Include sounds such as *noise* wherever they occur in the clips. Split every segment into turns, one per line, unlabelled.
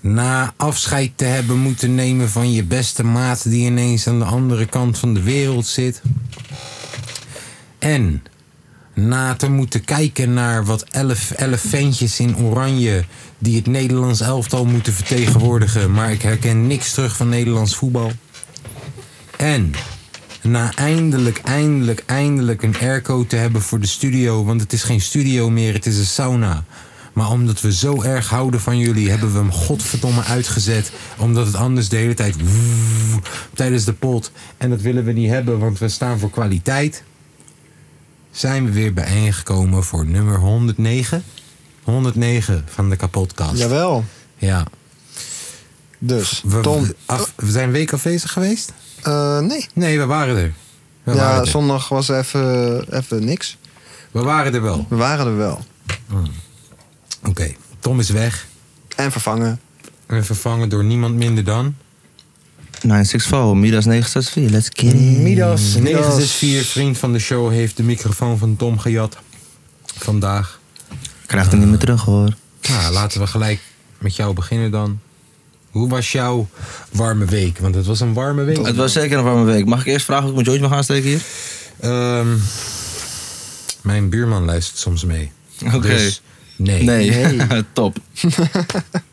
Na afscheid te hebben moeten nemen van je beste maat die ineens aan de andere kant van de wereld zit. En na te moeten kijken naar wat elf, elf ventjes in oranje die het Nederlands elftal moeten vertegenwoordigen. Maar ik herken niks terug van Nederlands voetbal. En na eindelijk, eindelijk, eindelijk een airco te hebben voor de studio. Want het is geen studio meer, het is een sauna. Maar omdat we zo erg houden van jullie, hebben we hem godverdomme uitgezet. Omdat het anders de hele tijd woe- tijdens de pot. En dat willen we niet hebben, want we staan voor kwaliteit. Zijn we weer bijeengekomen voor nummer 109? 109 van de kapotkast.
Jawel.
Ja.
Dus,
We,
Tom.
af- we zijn een week afwezig geweest?
eh, nee.
Nee, we waren er. We, waren
Ja,
er.
zondag was even, even niks.
we waren er wel.
We waren er wel.
Oké, Tom is weg.
En vervangen.
En vervangen door niemand minder dan.
964, Midas 964, let's get it.
Midas. 964, vriend van de show, heeft de microfoon van Tom gejat. Vandaag.
Krijgt hem niet meer terug hoor.
Nou, laten we gelijk met jou beginnen dan. Hoe was jouw warme week? Want het was een warme week.
Het was zeker een warme week. Mag ik eerst vragen of ik mijn George mag aansteken hier?
Ehm, mijn buurman luistert soms mee.
Oké.
Dus nee.
*laughs* top.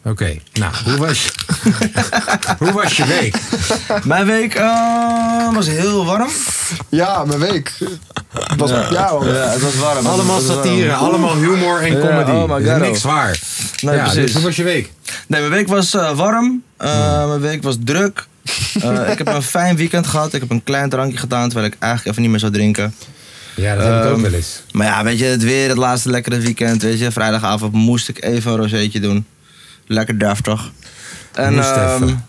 Oké, nou, hoe was, *laughs* je, hoe was je week?
Mijn week eh, was heel warm.
Ja, mijn week. Was, ja. hoor.
het was warm.
Allemaal
Het was warm.
satire, allemaal humor en
Ja,
comedy.
oh my
Dus
God,
niks
oh.
zwaar.
Nee,
ja,
precies.
Dus hoe was je week?
Nee, mijn week was eh, warm. Eh, Mijn week was druk. Eh, ik heb een fijn weekend gehad. Ik heb een klein drankje gedaan terwijl ik eigenlijk even niet meer zou drinken.
Ja, dat heb ik ook
Ehm,
wel eens.
Maar ja, weet je, het weer, het laatste lekkere weekend. Weet je, vrijdagavond moest ik even een rozeetje doen. Lekker deftig. En,
Moest
ehm,
even.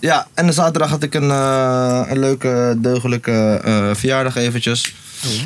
ja, en zaterdag had ik een, eh, een leuke, deugelijke eh, verjaardag eventjes.
Oh.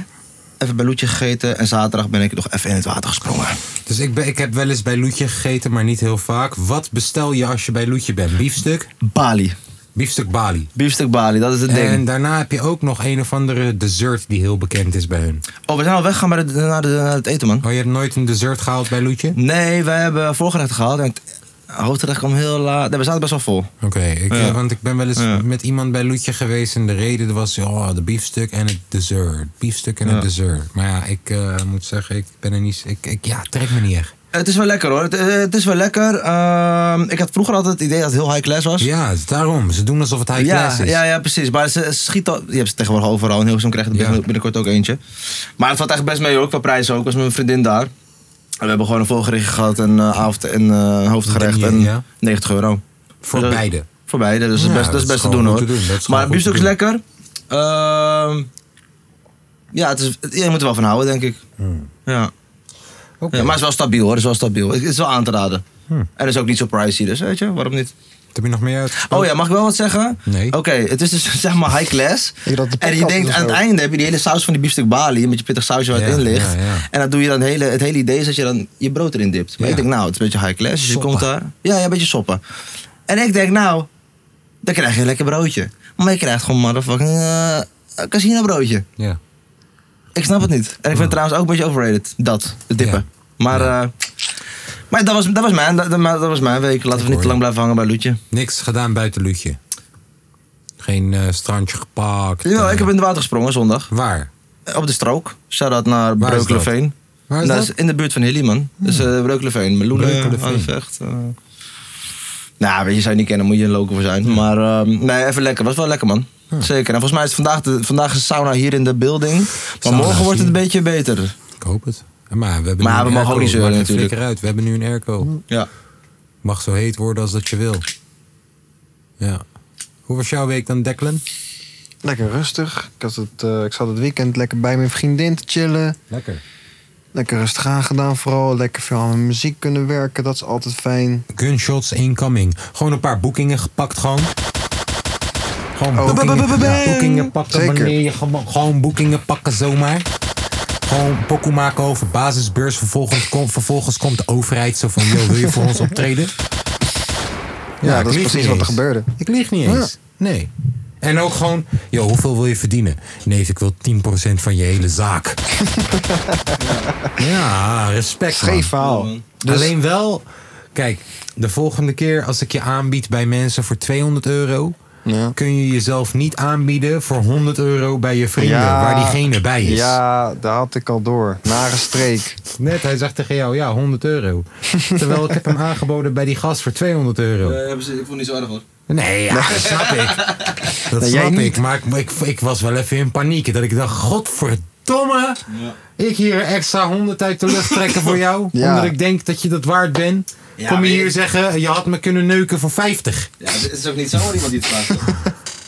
Even bij Loetje gegeten en zaterdag ben ik nog even in het water gesprongen.
Dus ik, ben, ik heb wel eens bij Loetje gegeten, maar niet heel vaak. Wat bestel je als je bij Loetje bent? Biefstuk?
Bali.
Biefstuk Bali.
Biefstuk Bali, dat is het ding.
En daarna heb je ook nog een of andere dessert die heel bekend is bij hun.
Oh, we zijn al weggegaan bij de- naar, de, naar het eten, man.
Oh, je hebt nooit een dessert gehaald bij Loetje?
Nee, wij hebben voorgerecht gehaald. En het hoofdgerecht kwam heel laat. Nee, we zaten best wel vol.
Oké, ik,
Ja.
eh, want ik ben wel eens
Ja.
met iemand bij Loetje geweest en de reden was oh, de biefstuk en het dessert. Biefstuk en
Ja.
het dessert. Maar ja, ik eh, moet zeggen, ik ben er niet. Ik, ik, ja, trek me niet echt.
Het is wel lekker hoor. Het, eh, het is wel lekker. Ehm, ik had vroeger altijd het idee dat het heel high class was.
Ja, daarom. Ze doen alsof het high
ja,
class is.
ja, ja, precies. Maar ze, ze schieten. al- Je hebt ze tegenwoordig overal. En Hilversum krijgt er
Ja.
binnen- binnenkort ook eentje. Maar het valt echt best mee hoor. Qua prijs ook. Ik was met mijn vriendin daar. En we hebben gewoon een voorgerecht gehad. Een eh, avond en eh, hoofdgerecht.
Denier,
En
ja.
90 euro.
Voor
Dus dat-
beide.
Voor beide. Dus dat
Ja,
is best, dat is
dat is
best te
gewoon
doen hoor.
goed te doen. Dat is gewoon
maar
goed
biefstuk
te
is
doen.
lekker. Ehm, ja, het is, je moet er wel van houden denk ik. Ja.
Hmm. Oké.
Ja, maar het is wel stabiel hoor, het is wel stabiel. Het is wel aan te raden. En het is ook niet zo pricey, dus weet je, waarom niet?
Wat Heb je nog meer uit?
Oh ja, mag ik wel wat zeggen?
Nee.
Oké, het is dus *laughs* zeg maar high class.
Ik dacht de
En je
podcast
denkt
of
aan
zo.
het einde heb je die hele saus van die biefstuk Bali, met je pittig sausje waar het
Ja,
in ligt.
ja, ja.
En dan doe je dan hele, het hele idee is dat je dan je brood erin dipt. Maar
Ja.
ik denk nou, het is een beetje high class, dus je
Soppen.
komt daar. Ja, ja, een beetje soppen. En ik denk nou, dan krijg je een lekker broodje. Maar je krijgt gewoon motherfucking eh, een casino broodje.
Ja.
Ik snap het niet. En ik vind het trouwens ook een beetje overrated. Dat, het dippen. Maar,
Ja.
eh, maar dat, was, dat, was mijn, dat, dat- dat was mijn week. Laten we niet
hoor
te lang blijven hangen bij Loetje.
Niks gedaan buiten Loetje. Geen eh, strandje gepakt.
Jawel,
eh,
ik heb in het water gesprongen zondag. eh,
Waar?
Op de strook. Shout-out naar
Waar is dat?
Breukeleveen.
Waar is
Nou,
dat? Hmm.
is in de buurt van Hilly, man. Dus eh Breukeleveen. Meloenen,
Breukeleveen.
Aanvecht. eh. nou, weet je, zou je niet kennen, moet je een local voor zijn. Maar ehm, nee, even lekker. Was wel lekker, man. Zeker. En volgens mij is het vandaag, de, vandaag is sauna hier in de building. Maar
Sauna
morgen wordt het
hier.
een beetje beter.
Ik hoop het. Maar we hebben
Maar
nu
we
een
mogen
airco.
ook niet zeuren
Maakt geen
natuurlijk.
flikker uit. We hebben nu een airco.
Ja.
Mag zo heet worden als dat je wil. Ja. Hoe was jouw week dan, Declan?
Lekker rustig. Ik, had het, eh, ik zat het weekend lekker bij mijn vriendin te chillen.
Lekker.
Lekker rustig aangedaan vooral. Lekker veel aan mijn muziek kunnen werken. Dat is altijd fijn.
Gunshots incoming. Gewoon een paar boekingen gepakt gewoon.
Oh,
Gewoon boekingen,
ba-ba-ba-bang.
boekingen pakken
Zeker.
wanneer je gewoon... Gewoon boekingen pakken zomaar. Gewoon pokoe maken over basisbeurs. Vervolgens, kom- vervolgens komt de overheid zo van... Yo, wil je voor ons optreden?
Ja,
ik
dat is
lieg
precies
niet
wat er
eens.
gebeurde.
Ik lieg niet eens. Nee. En ook gewoon... Yo, hoeveel wil je verdienen? Nee, ik wil 10% van je hele
*laughs*
zaak. ja, respect man.
Scheef dus- verhaal.
Alleen wel, kijk, de volgende keer als ik je aanbied bij mensen voor 200 euro,
Ja.
kun je jezelf niet aanbieden voor 100 euro bij je vrienden,
Ja.
waar diegene bij is.
Ja, daar had ik al door. Nare streek.
Net, hij zegt tegen jou, ja, 100 euro. Terwijl ik heb
*laughs*
hem aangeboden bij die gast voor 200 euro.
Eh, hebben ze, ik vond het niet zo erg hoor.
Nee, ja, dat snap *laughs* ik. Dat
Nee, jij
snap ik,
niet.
maar ik, ik, ik was wel even in paniek. Dat ik dacht, godverdomme, ik hier extra 100 uit de lucht trekken voor *laughs* jou.
Ja.
Omdat ik denk dat je dat waard bent.
Ja,
Kom je
maar je-
hier zeggen, je had me kunnen neuken voor 50.
Ja, het is ook niet zo iemand die
*laughs*
het vraagt.
Eh,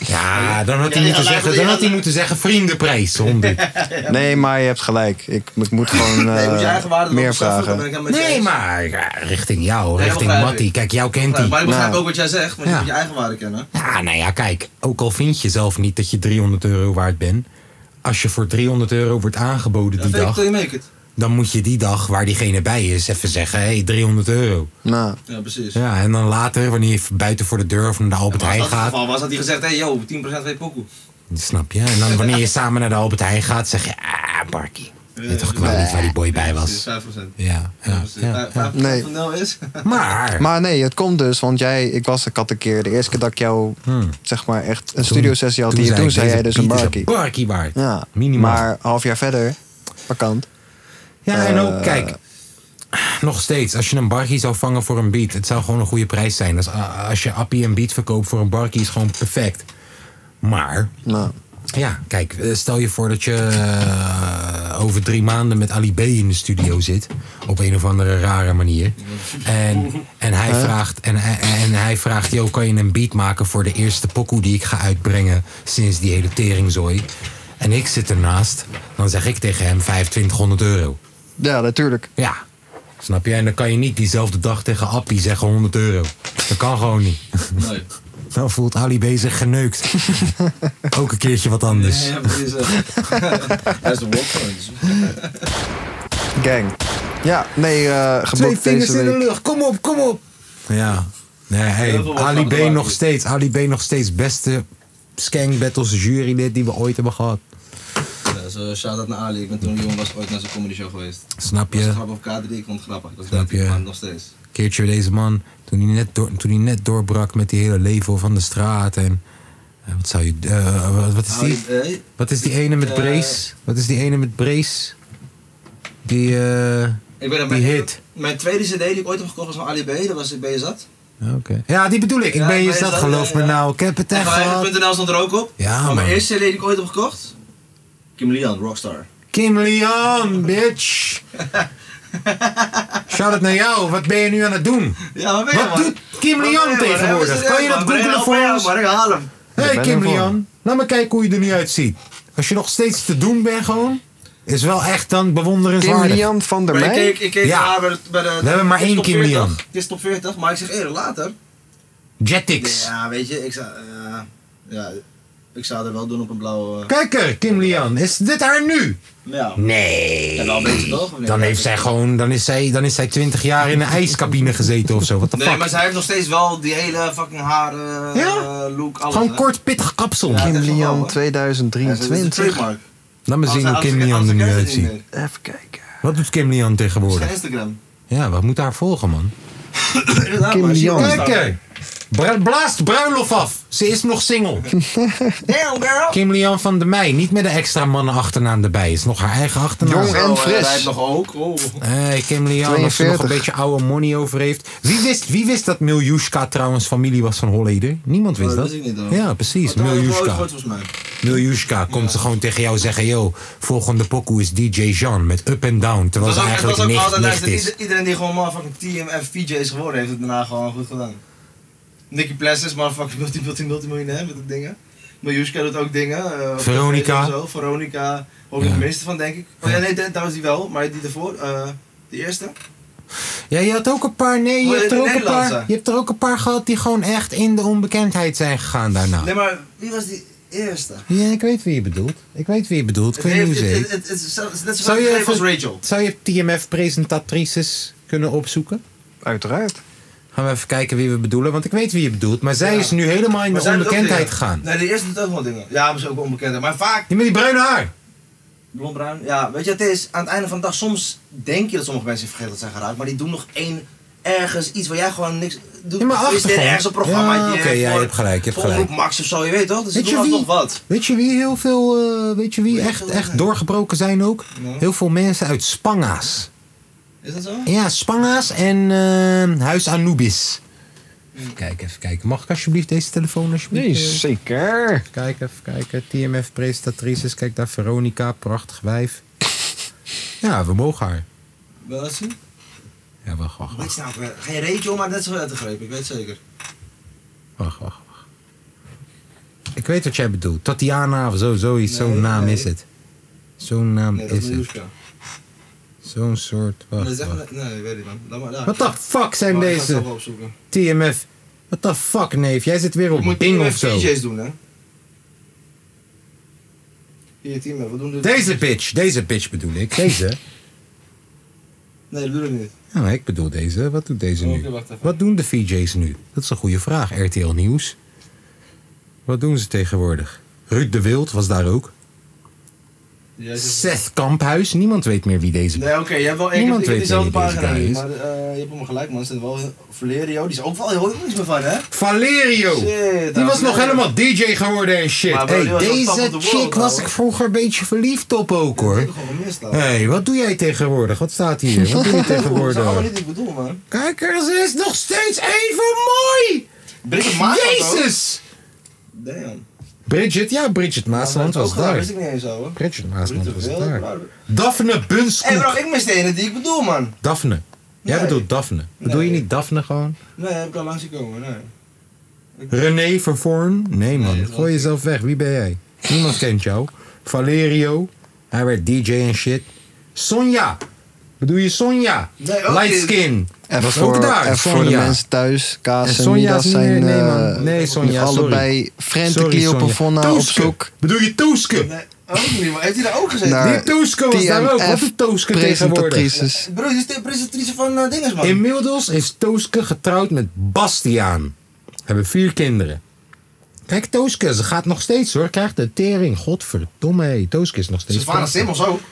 Ja, dan had hij,
Ja,
moeten,
ja,
zeggen,
ja,
dan
ja,
had hij
ja.
moeten zeggen
*laughs*
vriendenprijs. 100.
Nee, maar je hebt gelijk. Ik, ik moet gewoon eh,
Nee, moet je eigen waarde erop
meer
bestraffen, dan
vragen.
ben ik helemaal met je
Nee,
eens.
maar ja, richting jou,
Ja,
richting
begrijp
Matty.
ik.
Kijk, jou kent
Ja, Maar
hij.
ik begrijp
Nou.
ook wat jij zegt, want
Ja.
je moet je eigen waarde kennen.
Ja, nou ja, kijk. Ook al vind je zelf niet dat je 300 euro waard bent. Als je voor 300 euro wordt aangeboden
Dat
die
vind ik
dag.
till you make it.
Dan moet je die dag waar diegene bij is even zeggen. Hé, hey, 300 euro.
Nou,
Ja, precies.
Ja, en dan later wanneer je buiten voor de deur of naar de Albert
Maar als
Heijn
dat het
gaat.
geval was, had hij gezegd, hey yo, 10% van je pokoe.
Snap je? En
*laughs*
dan wanneer je samen naar de Albert Heijn gaat zeg je. Ah, Barkie. Weet toch ik wel niet waar die boy bij was.
Precies, 5%.
Ja, ja,
Precies.
ja,
Vijf-
ja.
5%
Nee.
van nul is.
Maar.
maar nee, het komt dus, want jij, ik was ik had een keer, de eerste keer dat ik jou,
Hmm.
zeg maar, echt een studio sessie had, hier, toen zei jij dus een barkie.
barkie waard.
Ja,
Minimaal.
maar half jaar verder, vakant.
ja, en ook,
eh,
kijk. Nog steeds, als je een barkie zou vangen voor een beat, het zou gewoon een goede prijs zijn. Als, als je appie een beat verkoopt voor een barkie, is gewoon perfect. Maar,
Nou,
ja, kijk, eh, stel je voor dat je eh, over drie maanden met Ali B in de studio zit. Op een of andere rare manier. En, en, hij, vraagt, en, hij- en hij vraagt, yo, kan je een beat maken voor de eerste pokoe die ik ga uitbrengen sinds die hele teringzooi? En ik zit ernaast, dan zeg ik tegen hem 2500 euro.
ja, natuurlijk.
Ja, snap je? En dan kan je niet diezelfde dag tegen Appie zeggen 100 euro. Dat kan gewoon niet.
*laughs* Nee.
*laughs* Dan voelt Ali B zich geneukt. *laughs* Ook een keertje wat anders.
Ja, precies. *laughs* Dat is de walkpoint.
Gang. Ja, nee, eh
Twee
geboekt
vingers
deze
in de
week.
lucht, kom op, kom op. Ja. Nee, hey,
Heel veel wat
Ali
van de
B
waar
nog
is.
steeds. Ali B nog steeds beste skank battles jurylid die we ooit hebben gehad.
Ja, zo shout-out naar Ali. Ik ben toen jong was ooit naar zijn comedy show geweest.
Snap
Was een
je?
grap op K3, ik vond het grappig. Dat
Snap
weet ik,
je?
maar nog steeds.
Keertje deze man, toen hij net, door, toen hij net doorbrak met die hele level van de straat en... eh, Wat zou je... eh, wat, wat is die?
hey,
Wat is die ene met
Eh,
Brace? Wat is die ene met Brace? Die, eh
ik ben
die hit.
Mijn tweede cd die ik ooit heb gekocht was van Ali B. Dat was ik ben je zat.
Ja, Oké. Ja, die bedoel ik. Ik
Ja,
ben je
maar is
zat,
dat-
geloof
ja,
me
ja.
nou. Ik heb het
En
echt
van
gehad.
eigen.nl stond er ook op.
Ja,
maar mijn
man.
eerste cd die ik ooit heb gekocht. Kim Lian, Rockstar.
Kim Leon, bitch. Shout out naar jou. Wat ben je nu aan het doen?
Ja, maar ben je,
Wat
man? Oh,
doet Kim
Wat ben
Leon
je, man? Hij
tegenwoordig?
was
Kan je
er,
dat
man. Breng
googlen voor
hem, breng
ons?
hem, breng hem, haal hem.
Daar
hey,
ben
Kim
ik voor.
Leon. Laat me kijken hoe je er nu uitziet. Als je nog steeds te doen bent gewoon, is wel echt dan
Kim
bewonderenswaardig.
Lian van der
Maar ik
Meij.
keek, ik keek
Ja.
naar haar bij de, bij de
We hebben maar
het is
één
top
Kim
40.
Lian.
Het is top 40, maar ik zeg eerder later.
Jetix.
Ja, weet je, ik zou, eh, ja, ik zou er wel doen op een blauwe... eh,
Kijk er, Kim Lian. Is dit haar nu?
Ja.
Nee.
Ja, wel een beetje toch, of niet?
Dan heeft zij gewoon, dan is zij, dan is zij 20 jaar in een ijskabine gezeten of zo. Wat de
Nee,
fuck?
maar zij heeft nog steeds wel die hele fucking haar eh,
Ja?
look, alles.
Gewoon
hè.
kort pittig kapsel.
Ja,
Kim
dat is wel
Lian
wel. Ja, ze- ze is een
2023.
trademark.
Laat me zien
Als-
hoe
als-
Kim
als-
Lian
als-
er nu
als-
uitziet.
als-
Even kijken.
Wat doet Kim Lian
als-
tegenwoordig?
Geen Instagram.
Ja, wat moet haar volgen, man?
Inderdaad,
Kim
maar als je-
Lian.
Kijk, bra- blaast bruiloft af. Ze is nog single.
Damn girl.
Kim Lian van de Meij, niet met de extra mannen achternaam erbij. Is nog haar eigen achternaam.
Jong, hè? En
Oh,
fris.
Hij heeft nog ook. Oh.
Hey, Kim Lian, als ze nog
42.
een beetje oude money over heeft. Wie wist, wie wist dat Miljushka trouwens familie was van Holleder? Niemand wist
Oh,
dat.
dat wist ik niet, hoor.
ja, precies.
Dat heb ik nog nooit
Miljushka.
gehoord, volgens mij.
Miljushka komt ze gewoon tegen jou zeggen... yo, volgende pokoe is DJ Jean met Up and Down. Terwijl
Dat
ze
was ook, dat
eigenlijk
was ook
nicht,
altijd
nicht
luister,
is.
ieder- iedereen die gewoon motherfucking TMF PJ is geworden, heeft het daarna gewoon goed gedaan. Nicky Pless is motherfucking multi multi multi miljonair met dat dingen. Maar Juska doet ook dingen. eh, op
Veronica.
tv en Zo. Veronica. Hoor ik
Ja.
het meeste van, denk ik. Oh ja, nee, de- trouwens die wel. Maar die ervoor, eh de eerste.
Ja, je had ook een paar. Nee, je
Maar
hebt,
de
er ook een paar,
Nederlandse.
je hebt er ook een paar gehad die gewoon echt in de onbekendheid zijn gegaan daarna.
Nee, maar wie was die eerste?
Ja, ik weet wie je bedoelt. Ik weet wie je bedoelt. Ik
Het
weet niet hoe
heeft-
ze
het-
heet.
het- het- het is zo- het is net zo
Zou je
gegeven als
even-
Rachel.
Zou je TMF-presentatrices kunnen opzoeken?
Uiteraard.
Gaan we even kijken wie we bedoelen, want ik weet wie je bedoelt. Maar zij
Ja.
is nu helemaal in
Maar
de
zij doet ook
onbekendheid
dingen.
gegaan.
Nee, de eerste doet ook wel dingen. Ja, maar ze is ook onbekend. Maar vaak,
Die met die bruine haar.
blondbruin. Ja, weet je, het is aan het einde van de dag. Soms denk je dat sommige mensen vergeten zijn geraakt. Maar die doen nog één ergens iets waar jij gewoon niks doet.
Ja, maar
is dit
achtergrond.
ergens een programma?
Ja, oké, ja, je hebt gelijk, je hebt gelijk.
Max of zo, je weet toch? Dus
Weet
ze
je
doen
wie?
alsnog wat.
Weet je wie heel veel, eh, weet je wie
Weet je
echt,
wel,
echt
nee.
doorgebroken zijn ook?
Nee.
Heel veel mensen uit Spanga's.
Is dat zo?
Ja, Spanga's en eh, Huis Anubis. Even kijken, even kijken. Mag ik alsjeblieft deze telefoon alsjeblieft?
Nee,
Eh,
zeker.
Even kijken, even kijken. TMF-presentatrices, kijk daar, Veronica, prachtig wijf. Ja, we mogen haar.
Wel eens zien?
Ja, wacht, wacht,
Weet
wacht,
je nou ook weer? Geen Rachel, maar net zo uit de greep. Ik weet het zeker.
wacht, wacht. wacht. Ik weet wat jij bedoelt. Tatiana of zo, zoiets,
Nee,
zo'n naam
nee.
is het. Zo'n naam
Nee, dat
is
is
het.
Miljuska.
Zo'n soort,
Nee,
wacht,
dat is
wacht.
echt- nee, weet ik dan. Laat maar daar.
Wat de fuck zijn
Maar ik ga het
deze
zelf wel opzoeken.
TMF? Wat de fuck, neef? Jij zit weer
Je
op
moet
Bing
Team
of
F
zo.
DJ's doen, hè? Hier, team, F, wat doen dit?
Deze bitch, deze bitch bedoel ik. *laughs* Deze?
Nee, dat bedoel ik niet.
Ja, maar Nou, ik bedoel deze. Wat doet deze nu?
Oh, Oké, wacht even.
Wat doen de VJ's nu? Dat is een goede vraag, RTL Nieuws. Wat doen ze tegenwoordig? Ruud de Wild was daar ook.
Jij zegt-
Seth Kamphuis, niemand weet meer wie deze...
Nee, oké, jij hebt wel één keer
Niemand
ik heb
weet
diezelfde
wie deze
pagina
guy
niet,
is.
maar eh, je hebt hem gelijk, man. Er zit wel Valerio, die is ook wel heel ook niks meer van, hè?
Valerio!
Shit,
die was
nou,
nog
nee.
helemaal DJ geworden en shit.
Maar bro,
Hey,
die was wel top
deze
of the world,
chick was
ouwe.
ik vroeger een beetje verliefd op ook
Dat heb
hoor.
ik gewoon gemist, man.
Hé, hey, wat doe jij tegenwoordig? Wat staat hier? Wat doe je
*laughs* Dat is allemaal
tegenwoordig?
niet wat ik bedoel, man.
Kijk, er is nog steeds even mooi!
Britt Maasland ook?
Jezus!
Damn.
Bridget, ja, Bridget Maasland
Ook
was
gedaan,
daar.
wist ik niet eens, ouwe.
Bridget Maasland
Britt
was
de Wild,
daar.
bro.
Daphne
Hé, bro,
Bunskoek.
ik mis de ene die ik bedoel, man.
Daphne. Jij
Nee.
bedoelt Daphne. Bedoel je
Nee.
niet Daphne gewoon?
Nee, heb ik al langs gekomen, nee.
René Vervorm? Nee man,
Nee, dat
gooi
was-
jezelf weg. Wie ben jij? Niemand kent jou. Valerio. Hij werd DJ en shit. Sonja. Bedoel je Sonja?
Nee, oh, ook
Light
niet.
skin.
Even
was
voor,
ook daar.
even voor de
Sonja.
mensen thuis.
En
Kaas en,
Sonja
Midas
is niet
zijn
meer- nee, man.
eh,
Nee, Sonja, sorry.
allebei
Sorry,
frantically op een
Sonja.
Vonna op
Tooske.
zoek
Bedoel je Tooske?
Nee, ook niet, maar heeft hij daar ook gezeten?
naar
Eh, Die Tooske was daar ook. Wat doet Tooske tegenwoordig?
presentatrices.
Bro, die is de presentatrice van eh, Dinges, man.
Oh. Inmiddels is Tooske getrouwd met Bastiaan. Hebben vier kinderen. Kijk, Tooske, ze gaat nog steeds hoor. Krijgt de tering. Godverdomme. Hey. Tooske is nog steeds.
Sylvana
prachtig.
Simmons ook. *laughs*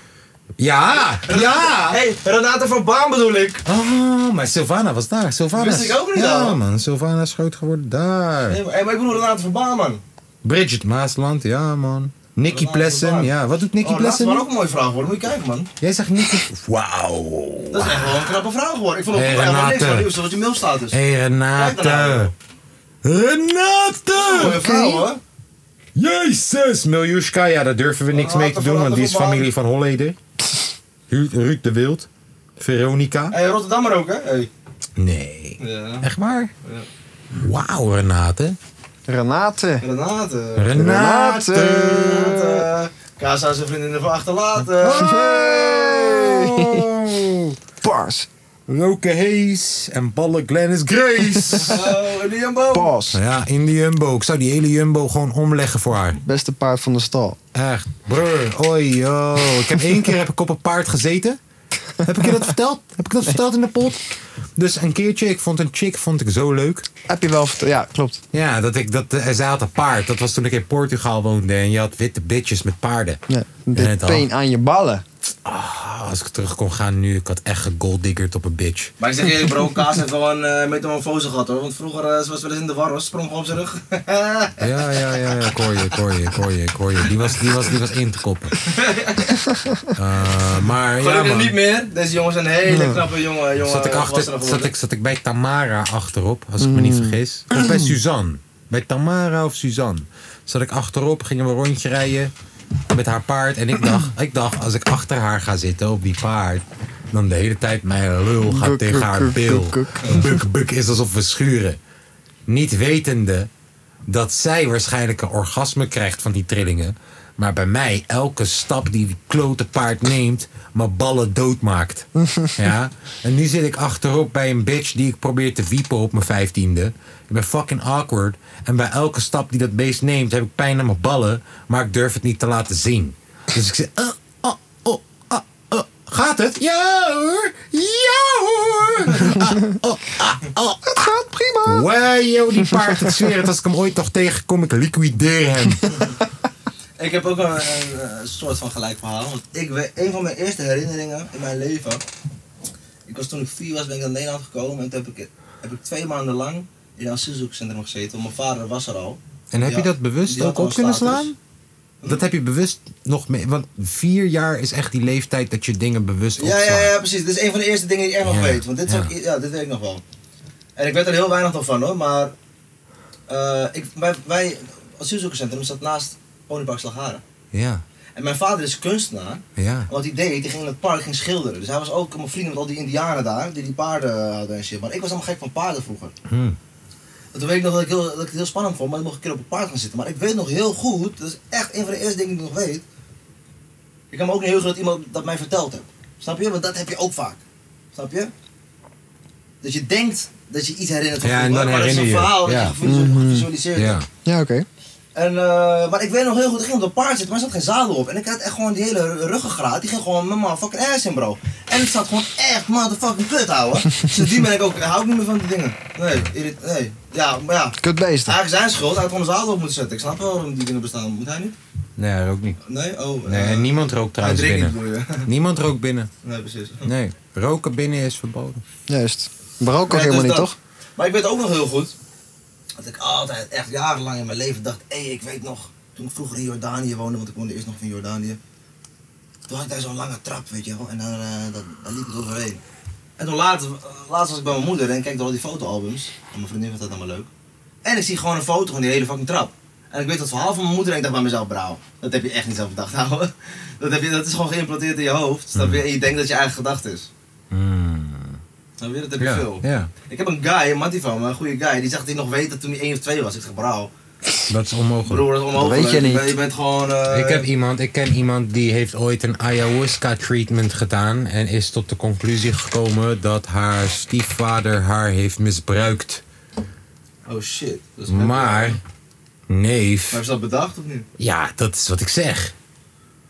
Ja, ja.
Hé, hey, Renate van Baan bedoel ik.
Ah, maar Sylvana was daar. Sylvana
Wist
is-
ik ook niet,
Ja,
ouwe.
man. Sylvana is groot geworden daar.
Hé, maar, hé, maar ik bedoel Renate van Baan, man.
Bridget Maasland, ja, man. Nicky
Renate van
Plessen,
Baan.
ja. Wat doet Nicky
Oh, laatst
Plessen
was
nu?
ook een mooie vraag geworden. Moet je kijken, man.
Jij zegt Nicky... Wauw.
Dat is echt wel een knappe vraag geworden. Ik vond het
Hey,
helemaal niks
Renate.
van nieuws, wat je mail staat dus.
Hé, hey,
Kijk daarnaar.
Renate. Renate!
Mooie vrouw, hoor.
Jezus! Miljuska, ja, daar durven we niks
Van
mee te
Hatten,
doen,
van
want die is
Hatten, van
familie van Holleden. Ruud, Ruud de Wild. Veronica.
Hé, Rotterdammer ook, hè? Hey.
Nee.
Ja.
Echt waar? Wauw, Renate.
Renate.
Renate.
Renate!
Renate. Kaas aan zijn vriendin ervan achterlaten.
Wow.
Bars.
Roke Hayes en Balle Glennis *laughs* Grace.
Oh, en die Jambo.
Bars.
ja, in die Jumbo. Ik zou die hele Jumbo gewoon omleggen voor haar.
Beste paard van de stal.
Echt, brr, oi, yo. Ik heb één keer *laughs* heb ik op een paard gezeten. Heb ik je dat verteld? Heb ik dat verteld in de pot? Dus een keertje, ik vond een chick vond ik zo leuk.
Heb je wel verteld? Ja, klopt.
Ja, dat ik, dat, eh, zij had een paard. Dat was toen ik in Portugal woonde en je had witte bitches met paarden.
Ja,
en
dit
het had,
peen aan je ballen.
ah, als ik terug kon gaan nu, ik had echt gegolddiggerd op een bitch.
Maar ik zeg je, bro, Kaas heeft wel een eh, metamorfose gehad, hoor. Want vroeger eh, ze was wel eens in de war, hoor. Ze sprong gewoon op zijn rug. *laughs*
Ja, ja, ja, ja, ik hoor je, ik hoor je, ik hoor je, ik hoor je. Die was, die was, die was in te koppen. Eh, maar ja,
Gelukkig
man.
niet meer. Deze jongen is een hele knappe jongen. jongen eh,
zat ik, achter, zat, ik, zat ik bij Tamara achterop, als ik me niet vergis. Of bij Suzanne. Bij Tamara of Suzanne. Zat ik achterop, gingen we een rondje rijden met haar paard. En ik dacht, ik dacht, als ik achter haar ga zitten op die paard... dan de hele tijd mijn lul gaat
Kuk,
tegen
kuk,
haar
kuk,
bil.
kuk,
Buk, buk is alsof we schuren. Niet wetende dat zij waarschijnlijk een orgasme krijgt van die trillingen. Maar bij mij, elke stap die die klote paard neemt, mijn ballen doodmaakt. Ja? En nu zit ik achterop bij een bitch die ik probeer te wiepen op mijn vijftiende. Ik ben fucking awkward. En bij elke stap die dat beest neemt, heb ik pijn aan mijn ballen. Maar ik durf het niet te laten zien. Dus ik zeg, "Eh, oh, oh, ah, oh, gaat het? Ja hoor, ja hoor. Ah, oh, ah, oh,
Het gaat prima.
Wow, yo, die paard, ik zweer het. Als ik hem ooit nog tegenkom, ik liquideer hem.
Ik heb ook een, een, eh, soort van gelijk verhaal. Want ik weet, een van mijn eerste herinneringen in mijn leven. Ik was toen ik vier was, ben ik naar Nederland gekomen. En toen heb ik, heb ik twee maanden lang in een asielzoekcentrum gezeten. Want mijn vader was er al.
En heb
Die
je
had-
dat bewust
die had
ook
al
op kunnen
status.
slaan? Dat heb je bewust nog mee. Want vier jaar is echt die leeftijd dat je dingen bewust
Ja,
opslaat.
ja, ja, precies. Dit is een van de eerste dingen die ik echt nog
Ja,
weet. Want dit, is
ja.
ook, ja, dit weet ik nog wel. En ik weet er heel weinig nog van hoor, maar eh, ik, wij, wij, asielzoekerscentrum zat naast Ponypark Slagharen.
Ja,
En mijn vader is kunstenaar.
ja.
En wat hij deed, die ging in het park ging schilderen. Dus hij was ook mijn vrienden met al die indianen daar, die die paarden eh, hadden en shit. Maar ik was helemaal gek van paarden vroeger.
Hmm.
En toen weet ik nog dat ik, heel, dat ik het heel spannend vond, maar ik mocht een keer op een paard gaan zitten. Maar ik weet nog heel goed, dat is echt een van de eerste dingen die ik nog weet. Ik kan me ook niet heugen dat iemand dat mij verteld heeft. Snap je? Want dat heb je ook vaak. Snap je? Dat je denkt dat je iets herinnert van
Ja, en
vroeger,
dan
maar dat is een
herinner je.
verhaal
Ja.
dat je gevisu- gevisualiseerd hebt.
Ja,
Ja, oké.
En, eh, maar ik weet nog heel goed, ik ging op dat paard zitten, maar er zat geen zadel op. En ik had echt gewoon die hele ruggengraat, die ging gewoon met mijn fucking ass in, bro. En het zat gewoon echt motherfucking kut,
*laughs*
ouwe. Sindsdien ben ik ook, hou ik niet meer van die dingen. Nee, irrit- nee. Ja, maar ja.
Kutbeesten.
Eigenlijk zijn schuld, hij had gewoon een zadel op moeten zetten. Ik snap wel waarom die dingen bestaan, moet hij niet?
nee, hij rookt niet.
Nee? Oh,
Nee,
eh,
en niemand rookt
Hij
trouwens
drinkt niet,
binnen.
bedoel je? *laughs*
Niemand rookt binnen.
Nee, precies.
Nee, roken binnen is verboden.
Juist. Maar ook
Ja,
helemaal
dus
niet,
dat.
toch?
Maar ik weet ook nog heel goed dat ik altijd, echt jarenlang in mijn leven dacht: hé, ik weet nog, toen ik vroeger in Jordanië woonde, want ik woonde eerst nog in Jordanië. Toen had ik daar zo'n lange trap, weet je wel, en dan, eh, dat, daar liep ik overheen. En toen later, eh, laatst was ik bij mijn moeder en ik kijk door al die fotoalbums. En mijn vriendin vindt dat allemaal leuk. En ik zie gewoon een foto van die hele fucking trap. En ik weet dat verhaal van mijn moeder en ik dacht bij mezelf, brouw, dat heb je echt niet zelf bedacht, *laughs* ouwe. Dat, heb je, dat is gewoon geïmplanteerd in je hoofd. Snap
Hmm.
je? En je denkt dat je eigen gedachte is.
Hmm.
Snap je? Dat heb je
Ja,
veel.
ja,
Ik heb een guy, een mattie van me, een goede guy, die zegt dat hij nog weet dat toen hij 1 of 2 was. Ik zeg, brouw,
dat is onmogelijk.
broer, dat is onmogelijk.
weet je niet.
bent- Je bent gewoon... eh,
Ik, heb iemand, ik ken iemand die heeft ooit een ayahuasca treatment gedaan en is tot de conclusie gekomen dat haar stiefvader haar heeft misbruikt.
Oh shit. Dat is
Maar
Maar
neef,
is dat bedacht of niet?
ja, dat is wat ik zeg.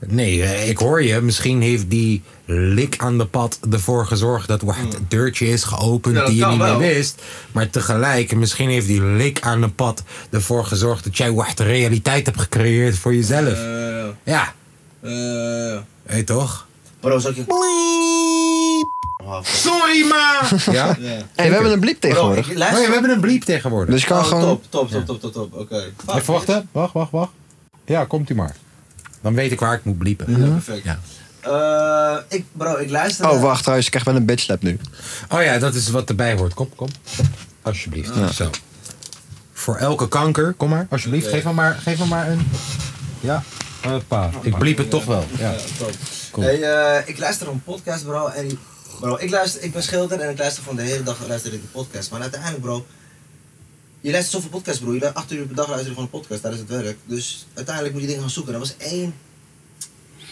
Nee, eh, ik hoor je. Misschien heeft die lik aan de pad ervoor gezorgd dat waar het deurtje is geopend
Ja, dat
die je
kan
niet meer
wel.
wist. Maar tegelijk, misschien heeft die lik aan de pad ervoor gezorgd dat jij waar de realiteit hebt gecreëerd voor jezelf.
Eh,
Ja,
eh...
hé toch?
Bro, zou ik je... Oh,
Sorry, ma! Ja?
*laughs* Ja.
Hé, we hebben een bliep
Bro,
tegenwoordig.
ik
Oh
luister...
ja, we hebben een bliep tegenwoordig.
Dus je kan
Oh,
gewoon...
Top, top, top, top, top, top. Oké. Fuck,
Even wachten. Wacht, wacht, wacht. Ja, komt u maar. Dan weet ik waar ik moet bliepen.
Ja, perfect.
Ja.
Eh, ik, bro, ik luister...
Oh, wacht trouwens, ik krijg wel een bitchlap nu.
Oh ja, dat is wat erbij hoort. Kom, kom. Alsjeblieft. Zo. Voor elke kanker. Kom maar, alsjeblieft.
Oké.
Geef hem maar, geef hem maar een... Ja. Hoppa. Ik bliep het toch wel. Ja.
Ja, top.
Cool.
Hey, eh, ik luister een podcast, bro. En die- bro, ik, luister, ik ben schilder en ik luister van de hele dag luister ik de podcast. Maar uiteindelijk, bro, je luistert zoveel podcasts, bro. Je luistert acht uur per dag luisteren van een podcast tijdens het werk. Dus uiteindelijk moet je dingen gaan zoeken. Er was één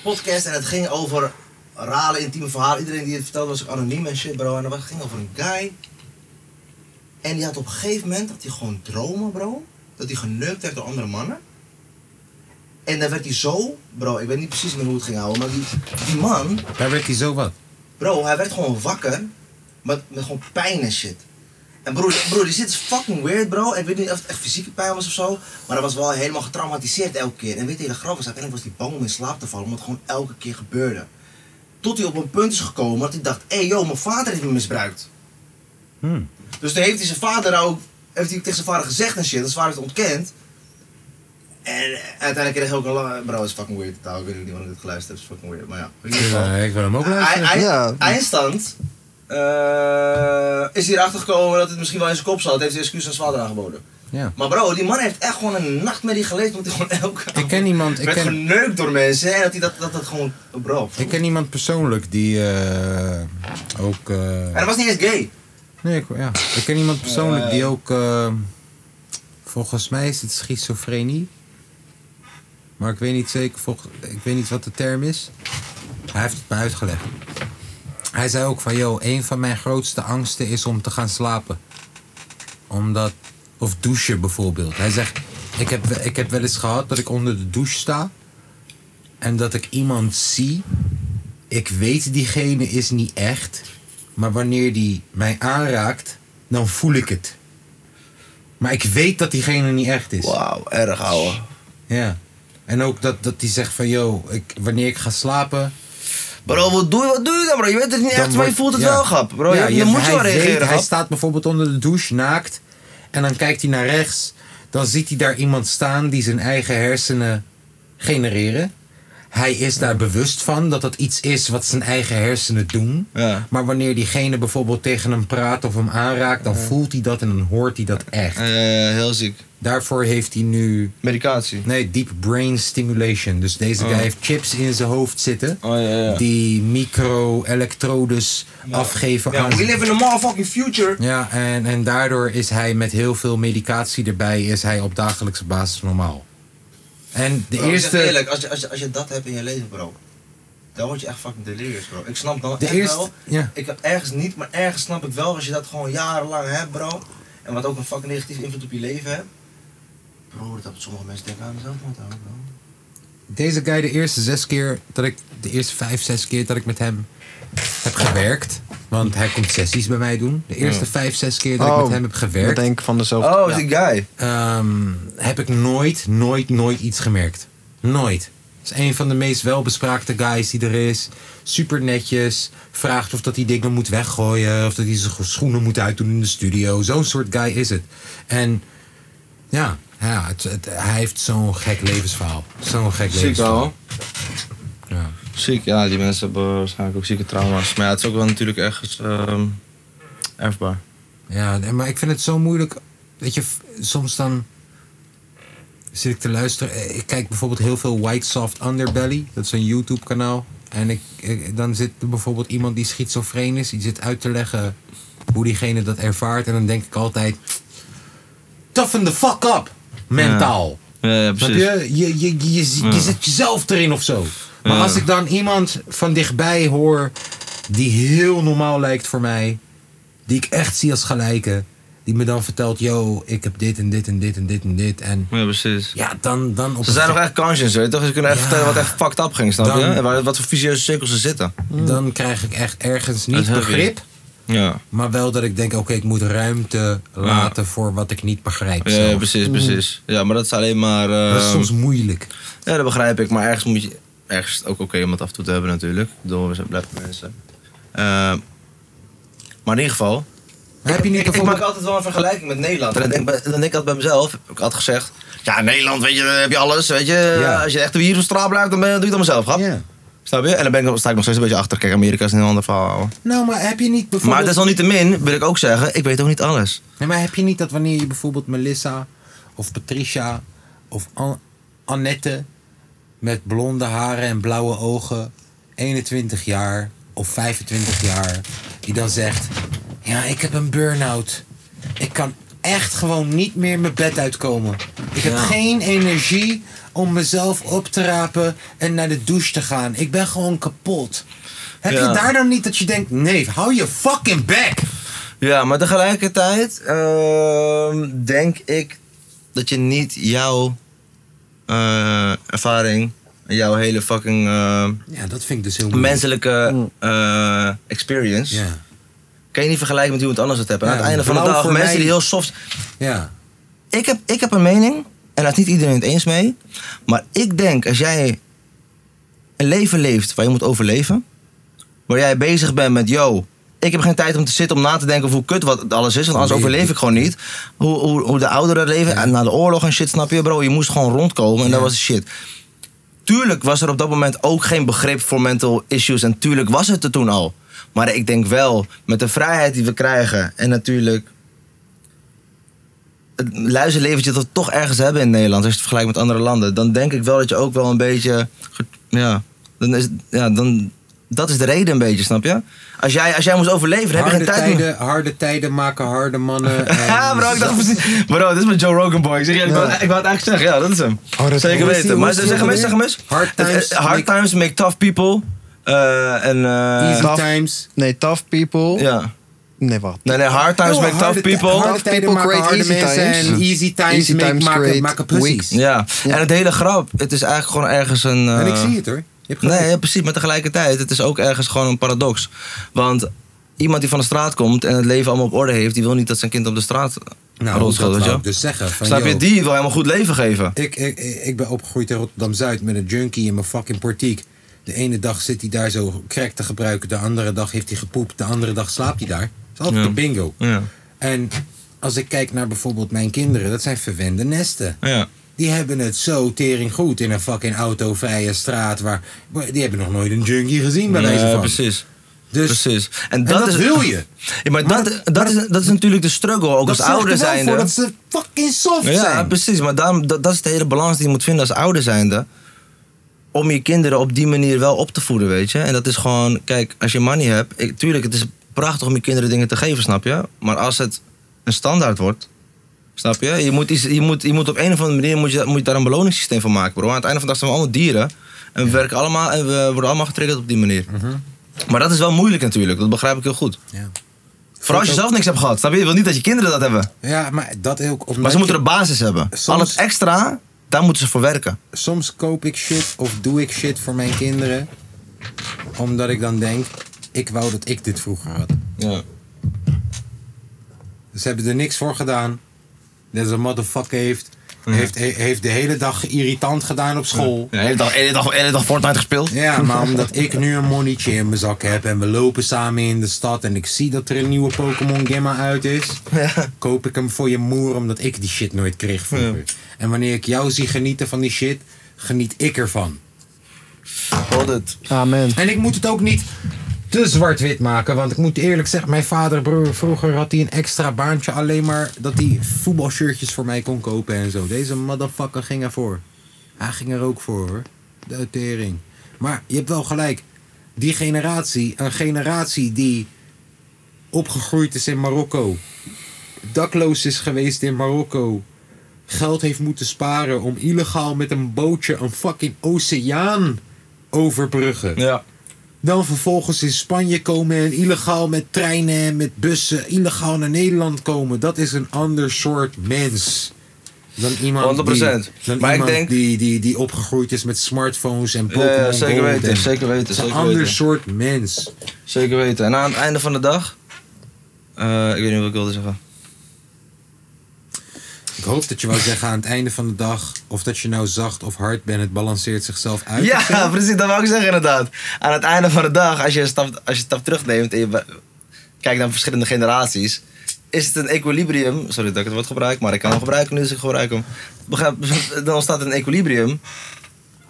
podcast en het ging over rare, intieme verhalen. Iedereen die het vertelde was ook anoniem en shit, bro. En het ging over een guy. En die had op een gegeven moment dat hij gewoon dromen, bro. Dat hij geneukt werd door andere mannen. En dan werd hij zo, bro, ik weet niet precies meer hoe het ging houden, maar die, die man,
Daar werd hij zo wat.
bro, hij werd gewoon wakker met, met gewoon pijn en shit. En broer, broer, die zit is fucking weird, bro. Ik weet niet of het echt fysieke pijn was of zo, maar hij was wel helemaal getraumatiseerd elke keer. En weet je, de grap was, uiteindelijk was hij bang om in slaap te vallen, omdat het gewoon elke keer gebeurde. Tot hij op een punt is gekomen dat hij dacht, hé hey, yo, mijn vader heeft me misbruikt.
Hmm.
Dus toen heeft hij zijn vader ook, heeft hij tegen zijn vader gezegd en shit, en zijn vader heeft het ontkend. En uiteindelijk kreeg hij ook een la- Bro, het is fucking weird. Nou, ik weet ook niet waarom ik dit geluisterd heb, het is fucking weird. Maar ja, in ieder geval.
Ja, ik wil hem ook
Ei-
luisteren.
ei-
Ja.
Eindstand eh, is hierachter gekomen dat het misschien wel in zijn kop zat. Heeft hij excuus aan zijn vader aangeboden.
Ja.
Maar bro, die man heeft echt gewoon een nachtmerrie geleefd. Omdat hij gewoon elke
Ik ken iemand... Ik
werd
ken...
geneukt door mensen. En dat hij dat, dat, dat gewoon... Bro.
Ik ken iemand persoonlijk die eh, ook. eh,
En hij was niet eens gay.
nee, ik, ja. ik ken iemand persoonlijk die ook. eh, Volgens mij is het schizofrenie. Maar ik weet niet zeker, volgens, ik weet niet wat de term is. Hij heeft het me uitgelegd. Hij zei ook van, joh, een van mijn grootste angsten is om te gaan slapen. Omdat, of douchen bijvoorbeeld. Hij zegt, ik heb, ik heb wel eens gehad dat ik onder de douche sta. En dat ik iemand zie. Ik weet diegene is niet echt. Maar wanneer die mij aanraakt, dan voel ik het. Maar ik weet dat diegene niet echt is.
Wauw, erg ouwe.
Ja. En ook dat, dat die zegt van, joh, ik, wanneer ik ga slapen,
Bro, wat doe, je- wat doe je dan, bro? Je weet het niet
dan
echt, maar je
wordt-
voelt het
ja.
wel, grap. Bro,
Ja,
je, dan moet je
hij
wel
weet-
reageren,
Hij
grap.
staat bijvoorbeeld onder de douche naakt. En dan kijkt hij naar rechts. Dan ziet hij daar iemand staan die zijn eigen hersenen genereren. Hij is daar bewust van dat dat iets is wat zijn eigen hersenen doen.
Ja.
Maar wanneer diegene bijvoorbeeld tegen hem praat of hem aanraakt, dan voelt hij dat en dan hoort hij dat echt.
Eh, heel ziek.
Daarvoor heeft hij nu.
Medicatie.
Nee, deep brain stimulation. Dus deze guy heeft chips in zijn hoofd zitten.
Oh, ja, ja.
Die micro-elektrodes afgeven
Ja,
aan
we live in the motherfucking future.
ja, en, en daardoor is hij met heel veel medicatie erbij, is hij op dagelijkse basis normaal. En de
Bro, ik zeg
eerste.
eerlijk, als je, als, je, als je dat hebt in je leven, bro, dan word je echt fucking delirious, bro. Ik snap dan
de
echt
eerste.
wel.
Ja.
Ik heb ergens niet, maar ergens snap ik wel als je dat gewoon jarenlang hebt, bro. En wat ook een fucking negatieve invloed op je leven hebt. Bro, dat sommige mensen denken aan mezelf moet houden, bro.
Deze guy, de eerste zes keer dat ik. De eerste vijf, zes keer dat ik met hem heb gewerkt. Want hij komt sessies bij mij doen. De eerste vijf, zes keer dat ik met hem heb
Oh, dat
gewerkt.
denk ik van dezelfde.
Oh, die guy.
ehm, heb ik nooit, nooit, nooit iets gemerkt. Nooit. Het is een van de meest welbespraakte guys die er is. Super netjes. Vraagt of dat hij dingen moet weggooien. Of dat hij zijn schoenen moet uitdoen in de studio. Zo'n soort guy is het. En ja, ja het, het- hij heeft zo'n gek levensverhaal. Zo'n gek levensverhaal. Ja.
Ziek, ja, die mensen hebben waarschijnlijk ook zieke trauma's. Maar ja, het is ook wel natuurlijk ergens ehm erfbaar.
Ja, nee, maar ik vind het zo moeilijk. Weet je, f- soms dan zit ik te luisteren. Eh, Ik kijk bijvoorbeeld heel veel White Soft Underbelly. Dat is een YouTube kanaal. En ik, ik- dan zit er bijvoorbeeld iemand die schizofreen is. Die zit uit te leggen hoe diegene dat ervaart. En dan denk ik altijd... Toughen the fuck up! Mentaal.
Ja, ja,
Snap je? Je, je, je, je, je zet jezelf erin of zo. Maar
Ja.
als ik dan iemand van dichtbij hoor die heel normaal lijkt voor mij, die ik echt zie als gelijke, die me dan vertelt, yo, ik heb dit en dit en dit en dit en dit. En
Ja, precies.
ja, dan, dan op
Ze zijn nog echt conscious, weet je toch? Ze kunnen echt
Ja.
vertellen wat echt fucked up ging, snap
Dan-
je? En waar, wat voor visieuze cirkels ze zitten.
dan krijg ik echt ergens
Dat
niet
is heavy.
begrip,
Ja,
maar wel dat ik denk, oké, ik moet ruimte laten voor wat ik niet begrijp.
ja,
zelf.
ja, precies, precies. Ja, maar dat is alleen maar... eh,
Dat is soms moeilijk.
Ja, dat begrijp ik. Maar ergens moet je ergens is het ook oké om het af en toe te hebben natuurlijk. Ik bedoel, we zijn blijven mensen. Eh, maar in ieder geval...
Heb je niet
Ik, ik maak
bijvoorbeeld...
altijd wel een vergelijking met Nederland. En dan denk, ik bij- dan denk ik altijd bij mezelf, heb ik altijd gezegd... Ja, Nederland, weet je, dan heb je alles, weet je.
Ja.
Als je echt hier op straat blijft, dan ben je- doe je het aan mezelf, grap.
Ja.
Snap je? En dan ben ik, sta ik nog steeds een beetje achter. Kijk, Amerika is een heel ander verhaal. ouwe.
Nou, maar heb je niet
Maar
bijvoorbeeld...
desalniettemin wil ik ook zeggen, ik weet ook niet alles.
Nee, maar heb je niet dat wanneer je bijvoorbeeld Melissa of Patricia of An- Annette met blonde haren en blauwe ogen, 21 jaar of 25 jaar, die dan zegt: Ja, ik heb een burn-out. Ik kan echt gewoon niet meer mijn bed uitkomen. Ik heb geen energie om mezelf op te rapen en naar de douche te gaan. Ik ben gewoon kapot. Heb
Ja.
je daar dan niet dat je denkt: Nee, hou je fucking back.
Ja, maar tegelijkertijd ehm, denk ik dat je niet jouw eh, ervaring, jouw hele fucking eh,
Ja, dat vind ik dus heel moeilijk.
menselijke eh, experience,
Ja.
kan je niet vergelijken met iemand anders het hebt. En
Ja,
aan het einde van de
blauw
dag,
voor
mensen
mij-
die heel soft...
Ja,
Ik heb, ik heb een mening, en daar is niet iedereen het eens mee, maar ik denk als jij een leven leeft waar je moet overleven, waar jij bezig bent met, yo, ik heb geen tijd om te zitten om na te denken over hoe kut wat alles is, want anders
Nee,
overleef
ik-
ik gewoon niet. Hoe, hoe, hoe de ouderen leven, en na de oorlog en shit, snap je bro, je moest gewoon rondkomen en dat was de shit. Tuurlijk was er op dat moment ook geen begrip voor mental issues en tuurlijk was het er toen al. Maar ik denk wel, met de vrijheid die we krijgen en natuurlijk het luizenleventje dat we toch ergens hebben in Nederland, als je het vergelijkt met andere landen, dan denk ik wel dat je ook wel een beetje. ge- Ja, dan is, het- ja, dan Dat is de reden een beetje, snap je? Als jij, als jij moest overleven, dan heb je
Harde
geen tijd meer.
tijden, harde tijden maken harde
*laughs*
mannen. en-
Ja, bro, ik dacht precies. Bro, dit is mijn Joe Rogan boy. Ik, zeg, je, ik, wou, ik wou het eigenlijk zeggen, ja, dat is hem.
Oh, dat-
is
hoe
Zeker
die-
weten.
hoe
Maar
is die
zeg hem eens,
ook
zeg hem eens.
alweer? Hard times
Eh, eh, hard
make-
times make tough people. Eh, en, eh,
Easy
Tough-
times.
Nee, tough people.
ja.
Nee, wat?
Nee, nee, hard times
Oh,
make tough
harde ti-
people.
Harde
Tough
tijden
people
maken
create
harde
easy
mensen
times.
en easy times,
Easy
make-
times
maken,
create
maken pussies.
weak-
Ja. en het hele grap, het is eigenlijk gewoon ergens een... eh,
En ik zie het hoor. Je hebt gelijk.
Nee, ja, precies, maar tegelijkertijd, het is ook ergens gewoon een paradox. Want iemand die van de straat komt en het leven allemaal op orde heeft, die wil niet dat zijn kind op de straat
nou,
rolt.
dat
gaat, weet je
wou
wel.
ik dus zeggen. Van,
Snap je,
yo,
die wil helemaal goed leven geven.
Ik, ik, ik ben opgegroeid in Rotterdam-Zuid met een junkie in mijn fucking portiek. De ene dag zit hij daar zo crack te gebruiken. De andere dag heeft hij gepoept. De andere dag slaapt hij daar. Dat is altijd
Ja.
de bingo.
Ja.
En als ik kijk naar bijvoorbeeld mijn kinderen. Dat zijn verwende nesten.
Ja.
Die hebben het zo tering goed in een fucking autovrije straat. Waar, die hebben nog nooit een junkie gezien bij deze
Nee,
van.
precies.
Dus,
Precies.
En dat, wil je.
Ja, maar,
Maar
dat,
dat-
dat, is, dat is natuurlijk de struggle, ook als
zorgt er
ouder
wel
zijnde.
voor dat ze fucking soft
ja,
zijn.
precies. Maar daarom, dat, dat is de hele balans die je moet vinden als ouder zijnde. Om je kinderen op die manier wel op te voeden, weet je. En dat is gewoon, kijk, als je money hebt... Ik, tuurlijk, het is prachtig om je kinderen dingen te geven, snap je? Maar als het een standaard wordt, snap je? Je moet, iets, je moet, je moet op een of andere manier moet je, moet je daar een beloningssysteem van maken, bro. Aan het einde van de dag zijn we allemaal dieren. En we werken allemaal en we worden allemaal getriggerd op die manier. Maar dat is wel moeilijk natuurlijk, dat begrijp ik heel goed.
Mhm. Ja.
Vooral als je zelf niks hebt gehad, snap je? Je wil niet dat je kinderen dat hebben.
Ja, maar dat ook.
Maar
omdat
ze
je-
moeten een basis hebben.
Soms-
Al het extra, daar moeten ze voor werken.
soms koop ik shit of doe ik shit voor mijn kinderen. Omdat ik dan denk, ik wou dat ik dit vroeger had.
Ja.
Ze hebben er niks voor gedaan. Deze motherfucker heeft,
Mhm.
heeft, he- heeft de hele dag irritant gedaan op school.
De hele dag, hele dag, hele dag Fortnite gespeeld.
Ja, maar omdat ik nu een monnetje in mijn zak heb en we lopen samen in de stad en ik zie dat er een nieuwe Pokémon Gamma uit is, koop ik hem voor je moer omdat ik die shit nooit kreeg vroeger. En wanneer ik jou zie genieten van die shit, geniet ik ervan.
Hold it.
Amen.
En ik moet het ook niet te zwart-wit maken. Want ik moet eerlijk zeggen, mijn vader broer, vroeger had hij een extra baantje. Alleen maar dat hij voetbalshirtjes voor mij kon kopen en zo. Deze motherfucker ging ervoor. Hij ging er ook voor hoor. De uitering. Maar je hebt wel gelijk. Die generatie, een generatie die opgegroeid is in Marokko. Dakloos is geweest in Marokko. Geld heeft moeten sparen om illegaal met een bootje een fucking oceaan overbruggen.
Ja.
Dan vervolgens in Spanje komen en illegaal met treinen en met bussen illegaal naar Nederland komen. Dat is een ander soort mens. Dan iemand,
100%.
Die, dan
Maar ik
iemand
denk-
die, die, die opgegroeid is met smartphones en Pokémon
ja, zeker
Gold
weten,
en-
zeker weten,
Het is een
zeker
ander
weten.
soort mens.
Zeker weten. En aan het einde van de dag. eh, ik weet niet wat ik wilde zeggen.
Ik hoop dat je wou zeggen aan het einde van de dag... of dat je nou zacht of hard bent, het balanceert zichzelf uit. of zo.
Ja, precies, dat wou ik zeggen inderdaad. Aan het einde van de dag, als je een stap, als je een stap terugneemt en je be- kijkt naar verschillende generaties, is het een equilibrium. Sorry dat ik het woord gebruik, maar ik kan hem gebruiken nu, dus ik gebruik hem. Begrijp- *laughs* Dan ontstaat een equilibrium